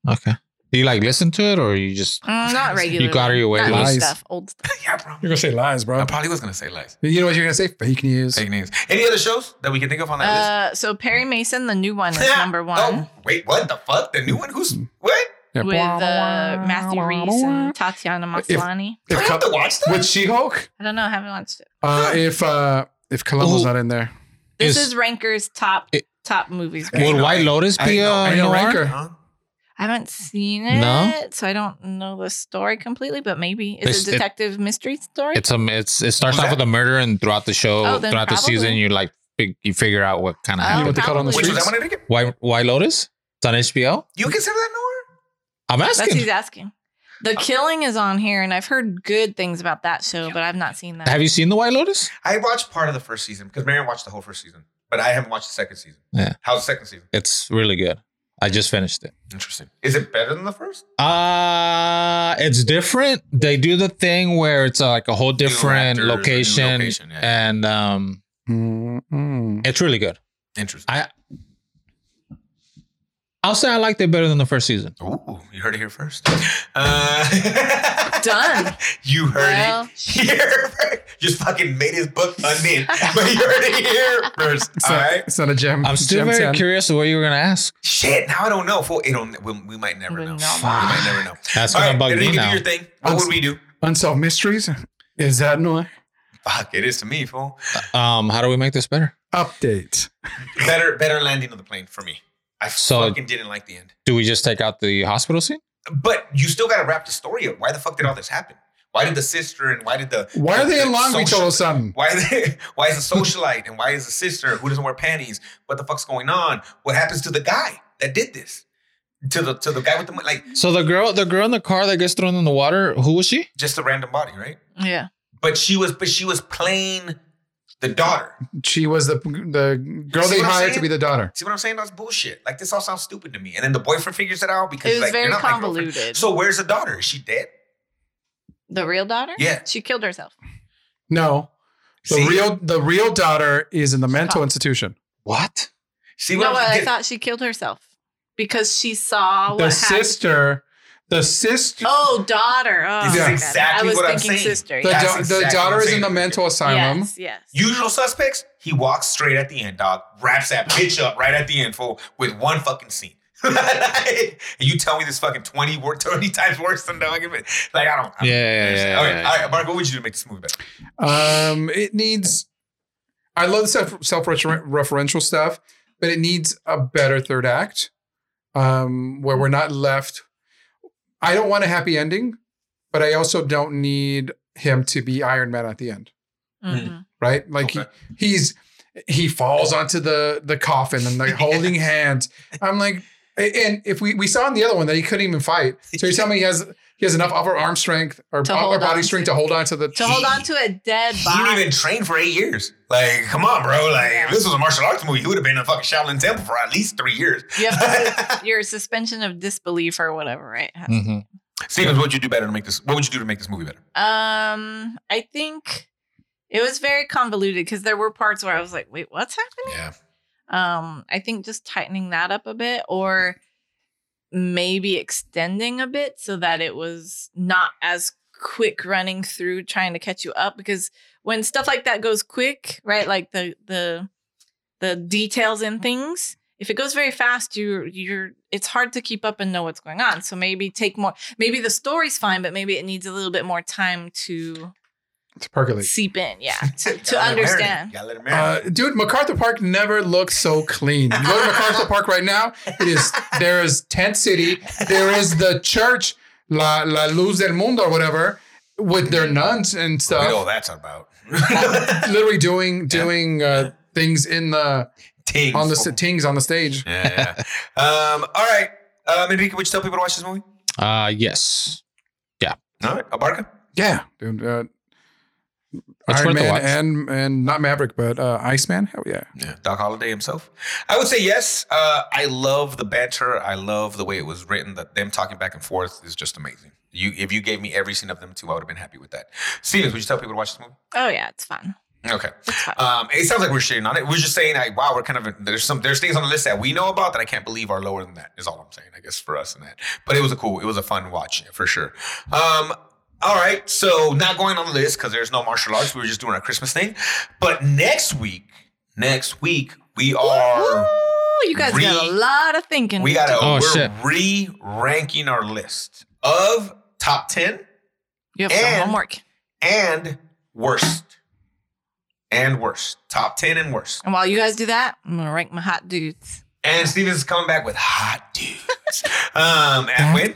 [SPEAKER 2] Okay. Do you like listen to it or you just?
[SPEAKER 3] Mm, not regular.
[SPEAKER 2] You go out of your way.
[SPEAKER 3] Not new
[SPEAKER 4] Lies.
[SPEAKER 3] stuff. Old stuff.
[SPEAKER 1] (laughs) Yeah, bro.
[SPEAKER 4] You're going to say lies, bro.
[SPEAKER 1] I probably was gonna say lies.
[SPEAKER 4] You know what you're going to say? Fake news.
[SPEAKER 1] Fake news. Any other shows that we can think of on that
[SPEAKER 3] Uh, so Perry Mason, the new one,
[SPEAKER 1] list?
[SPEAKER 3] is Um, number one
[SPEAKER 1] (laughs) Oh, wait, what the fuck? The new one? Who's what?
[SPEAKER 4] Yeah.
[SPEAKER 3] with uh, Matthew Reese and Tatiana Maslany.
[SPEAKER 1] Do I
[SPEAKER 4] If
[SPEAKER 1] have to
[SPEAKER 4] Col-
[SPEAKER 1] watch that?
[SPEAKER 4] with She-Hulk?
[SPEAKER 3] I don't know. I haven't watched it.
[SPEAKER 4] Uh, if uh, if Columbo's
[SPEAKER 2] Ooh.
[SPEAKER 4] not in there.
[SPEAKER 3] This
[SPEAKER 2] Is-
[SPEAKER 3] is Ranker's top
[SPEAKER 2] It-
[SPEAKER 3] top movies.
[SPEAKER 1] I
[SPEAKER 2] Would
[SPEAKER 1] know, I-
[SPEAKER 2] White Lotus
[SPEAKER 1] I
[SPEAKER 2] be
[SPEAKER 1] know,
[SPEAKER 2] a
[SPEAKER 4] I know
[SPEAKER 2] noir?
[SPEAKER 4] Ranker.
[SPEAKER 1] Huh?
[SPEAKER 3] I haven't seen it,
[SPEAKER 2] No?
[SPEAKER 3] so I don't know the story completely. But maybe
[SPEAKER 2] This-
[SPEAKER 3] it's a
[SPEAKER 2] it-
[SPEAKER 3] detective mystery story.
[SPEAKER 2] It's um, it's it starts
[SPEAKER 1] Who's
[SPEAKER 2] off
[SPEAKER 1] that?
[SPEAKER 2] with a murder, and throughout the show,
[SPEAKER 3] Oh, then
[SPEAKER 2] throughout the season,
[SPEAKER 3] probably.
[SPEAKER 2] you like fig- you figure out what kind of
[SPEAKER 3] Oh,
[SPEAKER 4] You know
[SPEAKER 2] happened.
[SPEAKER 4] what they call it on the
[SPEAKER 3] probably.
[SPEAKER 1] Which was
[SPEAKER 4] streets?
[SPEAKER 1] that one I think?
[SPEAKER 2] Why White Lotus? It's on HBO.
[SPEAKER 1] You consider that noir?
[SPEAKER 2] I'm
[SPEAKER 3] That's
[SPEAKER 2] asking.
[SPEAKER 3] who's asking. The Killing is on here, and I've heard good things about that show, but I've not seen that.
[SPEAKER 2] Have you seen the White Lotus?
[SPEAKER 1] I watched part of the first season because Marion watched the whole first season, but I haven't watched the second season.
[SPEAKER 2] Yeah.
[SPEAKER 1] How's the second season?
[SPEAKER 2] It's really good. I just finished it.
[SPEAKER 1] Interesting. Is it better than the first?
[SPEAKER 2] Uh it's different. They do the thing where it's uh, like a whole different
[SPEAKER 1] actors, new
[SPEAKER 2] location,
[SPEAKER 1] location, yeah, yeah.
[SPEAKER 2] and um,
[SPEAKER 4] Mm-mm.
[SPEAKER 2] it's really good.
[SPEAKER 1] Interesting.
[SPEAKER 2] I I'll say I liked it better than the first season.
[SPEAKER 1] Ooh, you heard it here first. (laughs) Uh, (laughs)
[SPEAKER 3] Done.
[SPEAKER 1] You heard
[SPEAKER 3] Well,
[SPEAKER 1] it here first. Just fucking made his book unnamed, but you heard it here first.
[SPEAKER 4] It's,
[SPEAKER 1] All
[SPEAKER 4] not,
[SPEAKER 1] right.
[SPEAKER 4] it's not a gem.
[SPEAKER 2] I'm still
[SPEAKER 4] gem
[SPEAKER 2] very
[SPEAKER 4] 10.
[SPEAKER 2] curious of what you were gonna ask.
[SPEAKER 1] Shit. Now I don't know. Fool, it'll, we, we might never
[SPEAKER 3] We
[SPEAKER 1] know.
[SPEAKER 3] know.
[SPEAKER 1] We might never know.
[SPEAKER 2] That's
[SPEAKER 1] All
[SPEAKER 2] gonna
[SPEAKER 1] right.
[SPEAKER 2] bug
[SPEAKER 1] Then
[SPEAKER 2] me
[SPEAKER 1] you can
[SPEAKER 2] now.
[SPEAKER 1] do your thing. What would we do?
[SPEAKER 4] Unsolved mysteries. Is that noir?
[SPEAKER 1] Fuck. It is to me, fool.
[SPEAKER 2] Um, how do we make this better?
[SPEAKER 4] Update.
[SPEAKER 1] Better, better landing of the plane for me. I
[SPEAKER 2] So-
[SPEAKER 1] fucking didn't like the end.
[SPEAKER 2] Do we just take out the hospital scene?
[SPEAKER 1] But you still got to wrap the story up. Why the fuck did all this happen? Why did the sister and why did the
[SPEAKER 4] Why are they
[SPEAKER 1] the
[SPEAKER 4] in Long Beach all of
[SPEAKER 1] social-
[SPEAKER 4] a sudden?
[SPEAKER 1] Why is it, (laughs) why is a socialite and why is a sister who doesn't wear panties? What the fuck's going on? What happens to the guy that did this? To the to the guy with the mon- like
[SPEAKER 2] So the girl, the girl in the car that gets thrown in the water, who was she?
[SPEAKER 1] just a random body, right?
[SPEAKER 3] Yeah.
[SPEAKER 1] But she was but she was playing the daughter.
[SPEAKER 4] She was the the girl
[SPEAKER 1] See
[SPEAKER 4] they
[SPEAKER 1] what I'm
[SPEAKER 4] hired to
[SPEAKER 1] saying?
[SPEAKER 4] be the daughter.
[SPEAKER 1] See what I'm saying? That's bullshit. Like this all sounds stupid to me. And then the boyfriend figures it out because
[SPEAKER 3] It was
[SPEAKER 1] like,
[SPEAKER 3] very
[SPEAKER 1] you're not my girlfriend.
[SPEAKER 3] convoluted.
[SPEAKER 1] So where's the daughter? Is she dead?
[SPEAKER 3] the real daughter?
[SPEAKER 1] Yeah.
[SPEAKER 3] She killed herself.
[SPEAKER 4] No, the
[SPEAKER 1] See?
[SPEAKER 4] real the real daughter is in the mental
[SPEAKER 3] Stop.
[SPEAKER 4] institution.
[SPEAKER 2] What?
[SPEAKER 1] See
[SPEAKER 3] no,
[SPEAKER 1] what
[SPEAKER 3] but
[SPEAKER 1] I'm
[SPEAKER 3] I
[SPEAKER 1] saying?
[SPEAKER 3] thought she killed herself because she saw what
[SPEAKER 4] The
[SPEAKER 3] happened.
[SPEAKER 4] sister, the sister,
[SPEAKER 3] Oh, daughter. Oh,
[SPEAKER 1] This is
[SPEAKER 3] I got it.
[SPEAKER 1] exactly
[SPEAKER 3] I was
[SPEAKER 1] what I'm
[SPEAKER 3] thinking
[SPEAKER 1] saying.
[SPEAKER 3] sister.
[SPEAKER 4] the,
[SPEAKER 3] yes.
[SPEAKER 1] That's
[SPEAKER 4] da- the
[SPEAKER 1] exactly
[SPEAKER 4] daughter
[SPEAKER 1] what I'm
[SPEAKER 4] is in the
[SPEAKER 1] saying.
[SPEAKER 4] mental asylum.
[SPEAKER 3] Yes, yes.
[SPEAKER 1] Usual suspects, he walks straight at the end, dog, wraps that bitch up right at the end, fool, with one fucking scene. (laughs) Like, and you tell me this fucking 20, wor- 20 times worse than dog. Like, I don't. I don't
[SPEAKER 2] Yeah, yeah, yeah,
[SPEAKER 1] understand.
[SPEAKER 2] yeah,
[SPEAKER 1] all, right,
[SPEAKER 2] yeah,
[SPEAKER 1] all
[SPEAKER 2] yeah.
[SPEAKER 1] right, Mark, what would you do to make this movie better?
[SPEAKER 4] Um, it needs. I love the self self referential stuff, but it needs a better third act, um, where we're not left. I don't want a happy ending, but I also don't need him to be Iron Man at the end.
[SPEAKER 3] Mhm.
[SPEAKER 4] right? Like
[SPEAKER 1] Okay.
[SPEAKER 4] he, he's he falls onto the the coffin and they're holding hands. I'm like, A- And if we, we saw in the other one that he couldn't even fight, so you're telling me he has he has enough upper arm strength or
[SPEAKER 3] To
[SPEAKER 4] upper
[SPEAKER 3] hold
[SPEAKER 4] body
[SPEAKER 3] on
[SPEAKER 4] strength to hold on to the
[SPEAKER 3] to hold on to a dead
[SPEAKER 1] He didn't
[SPEAKER 3] body.
[SPEAKER 1] even train for eight years. Like, come on, bro. Like, if this was a martial arts movie, he would have been in a fucking Shaolin temple for at least three years. (laughs)
[SPEAKER 3] you have to, your suspension of disbelief or whatever, right? has-
[SPEAKER 1] Mm-hmm.
[SPEAKER 2] Mm-hmm.
[SPEAKER 1] Stevens, what would you do better to make this? What would you do to make this movie better?
[SPEAKER 3] Um, I think it was very convoluted because there were parts where I was like, "Wait, what's happening?"
[SPEAKER 1] Yeah.
[SPEAKER 3] Um, I think just tightening that up a bit, or maybe extending a bit so that it was not as quick running through trying to catch you up. Because when stuff like that goes quick, right, like the the the details in things. If it goes very fast, you're you're it's hard to keep up and know what's going on. So maybe take more maybe the story's fine, but maybe it needs a little bit more time to
[SPEAKER 4] to percolate.
[SPEAKER 3] seep
[SPEAKER 1] (laughs)
[SPEAKER 3] in. Yeah,
[SPEAKER 1] Gotta let
[SPEAKER 3] to, to
[SPEAKER 1] it marinate.
[SPEAKER 3] understand.
[SPEAKER 1] Gotta let it
[SPEAKER 4] Uh,
[SPEAKER 1] marinate.
[SPEAKER 4] dude, MacArthur Park never looked so clean. You go to MacArthur Park right now, it is there is Tent City, there is the church, La La Luz del Mundo or whatever, with their nuns and
[SPEAKER 1] We know what
[SPEAKER 4] stuff.
[SPEAKER 1] that's about. (laughs)
[SPEAKER 4] Literally doing doing uh, things in the
[SPEAKER 1] Tings.
[SPEAKER 4] on the st- tings on the stage.
[SPEAKER 1] yeah, yeah. Um, all right. Um, Enrique, would you tell people to watch this movie?
[SPEAKER 2] Uh yes.
[SPEAKER 1] All right. Abarca?
[SPEAKER 4] Yeah, dude. Uh,
[SPEAKER 2] It's
[SPEAKER 4] Iron
[SPEAKER 2] worth a
[SPEAKER 4] Man
[SPEAKER 2] watch.
[SPEAKER 4] and and not Maverick, but uh, Iceman. Hell yeah.
[SPEAKER 1] Yeah. Doc Holliday himself? I would say yes. Uh, I love the banter. I love the way it was written. That them talking back and forth is just amazing. You, if you gave me every scene of them too, I would have been happy with that. Stevens, would you tell people to watch this movie?
[SPEAKER 3] Oh yeah, it's fun.
[SPEAKER 1] Okay.
[SPEAKER 3] It's fun.
[SPEAKER 1] Um, it sounds like we're shitting on it. We're just saying, like, wow, we're kind of there's some there's things on the list that we know about that I can't believe are lower than that. Is all I'm saying, I guess for us and that. But it was a cool, it was a fun watch for sure. Um, all right, so not going on the list because there's no martial arts. We were just doing our Christmas thing. But next week, next week we are
[SPEAKER 3] Ooh, you guys
[SPEAKER 1] re-
[SPEAKER 3] got a lot of thinking.
[SPEAKER 1] we got to
[SPEAKER 2] Oh,
[SPEAKER 1] we're
[SPEAKER 2] shit.
[SPEAKER 1] re ranking our list of top ten
[SPEAKER 3] you have some
[SPEAKER 1] and-
[SPEAKER 3] homework.
[SPEAKER 1] and worst and worst top ten and worst.
[SPEAKER 3] And while you guys do that, I'm gonna rank my hot dudes.
[SPEAKER 1] And Steven's coming back with hot dudes. um, and when-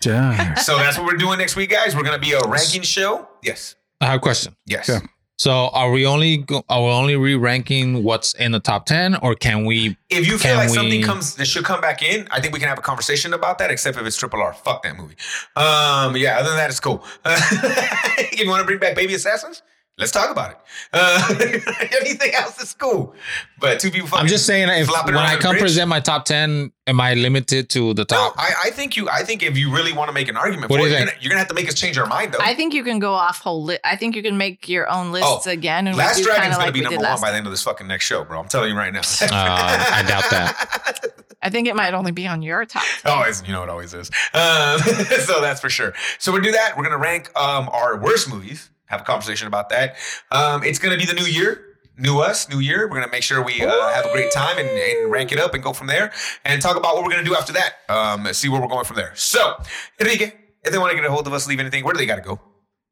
[SPEAKER 4] dark.
[SPEAKER 1] so that's what we're doing next week, guys. We're gonna be a ranking show. Yes,
[SPEAKER 2] I have a question.
[SPEAKER 1] yes.
[SPEAKER 4] Yeah.
[SPEAKER 2] So are we only go- are we only re-ranking what's in the top 10 or can we
[SPEAKER 1] If you feel
[SPEAKER 2] Can
[SPEAKER 1] like something
[SPEAKER 2] we-
[SPEAKER 1] comes that should come back in, I think we can have a conversation about that. Except if it's Triple R, fuck that movie. Um, yeah. Other than that, it's cool. (laughs) if you want to bring back Baby Assassins, let's talk about it. Uh, (laughs) anything else is cool. But two people.
[SPEAKER 2] I'm
[SPEAKER 1] fucking
[SPEAKER 2] just saying if
[SPEAKER 1] flopping
[SPEAKER 2] when
[SPEAKER 1] around
[SPEAKER 2] I
[SPEAKER 1] the
[SPEAKER 2] come
[SPEAKER 1] bridge.
[SPEAKER 2] present my top 10 am I limited to the
[SPEAKER 1] No,
[SPEAKER 2] top
[SPEAKER 1] I, I think you. I think if you really want to make an argument
[SPEAKER 2] What
[SPEAKER 1] for it,
[SPEAKER 2] do you
[SPEAKER 1] you're
[SPEAKER 2] think?
[SPEAKER 1] gonna, you're gonna have to make us change our mind though.
[SPEAKER 3] I think you can go off whole. Li- I think you can make your own lists
[SPEAKER 1] Oh. Oh,
[SPEAKER 3] again. And we
[SPEAKER 1] Last
[SPEAKER 3] do
[SPEAKER 1] Dragon's
[SPEAKER 3] kinda
[SPEAKER 1] gonna
[SPEAKER 3] like
[SPEAKER 1] be
[SPEAKER 3] we did
[SPEAKER 1] number one
[SPEAKER 3] last
[SPEAKER 1] by the end of this fucking next show, bro. I'm telling you right now. (laughs)
[SPEAKER 2] Uh, I doubt that.
[SPEAKER 3] I think it might only be on your top.
[SPEAKER 1] always, you know, it always is. Um, (laughs) so that's for sure. So we'll do that. We're gonna rank um, our worst movies. Have a conversation about that. Um, it's gonna be the new year. New us, new year. We're gonna make sure we uh, have a great time and, and rank it up and go from there and talk about what we're gonna do after that. Um, and see where we're going from there. So, Enrique, if they want to get a hold of us, leave anything, where do they gotta go?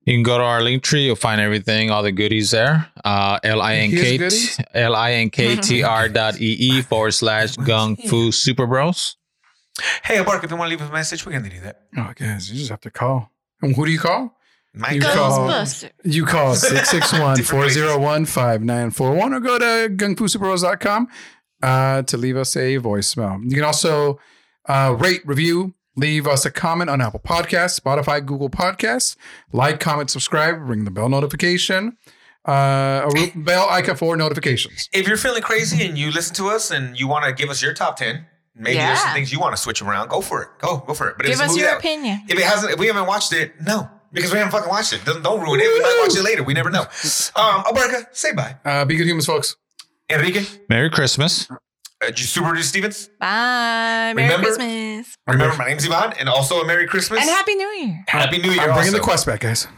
[SPEAKER 2] You can go to our link tree. You'll find everything, all the goodies there. Uh, L-I-N-K- (laughs)
[SPEAKER 4] goodies?
[SPEAKER 2] L-I-N-K-T-R dot E-E forward slash Gung Fu Super Bros.
[SPEAKER 1] Hey, Mark, if you want to leave us a message, we're gonna do that.
[SPEAKER 4] Oh, guys, you just have to call. And who do you call?
[SPEAKER 1] Mike,
[SPEAKER 4] You call-
[SPEAKER 3] Ghostbusters.
[SPEAKER 4] You call 661-401-5941 or go to gungfusuperos.com uh, to leave us a voicemail. You can also uh, rate, review, leave us a comment on Apple Podcasts, Spotify, Google Podcasts. Like, comment, subscribe, ring the bell notification, uh, a bell icon for notifications.
[SPEAKER 1] if you're feeling crazy and you listen to us and you want to give us your top 10, maybe there's some
[SPEAKER 3] Yeah.
[SPEAKER 1] things you want to switch around, go for it. Go, go for it. But if it's
[SPEAKER 3] Give
[SPEAKER 1] a
[SPEAKER 3] us
[SPEAKER 1] movie
[SPEAKER 3] your
[SPEAKER 1] that-
[SPEAKER 3] opinion.
[SPEAKER 1] If it hasn't, if we haven't watched it, no. Because we haven't fucking watched it. Don't, don't ruin it. We might watch it later. We never know. Um, Alberca, say bye.
[SPEAKER 4] Uh, be good humans, folks.
[SPEAKER 1] Enrique,
[SPEAKER 2] Merry Christmas.
[SPEAKER 1] uh, Super Duper Stevens,
[SPEAKER 3] Bye. Merry
[SPEAKER 1] Remember-
[SPEAKER 3] Christmas.
[SPEAKER 1] remember my name's Ivan and also a Merry Christmas.
[SPEAKER 3] And Happy New Year.
[SPEAKER 1] Happy New Year.
[SPEAKER 4] I'm bringing
[SPEAKER 1] also.
[SPEAKER 4] the quest back, guys.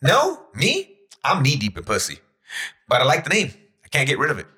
[SPEAKER 1] No, me? I'm knee deep in pussy. But I like the name. I can't get rid of it.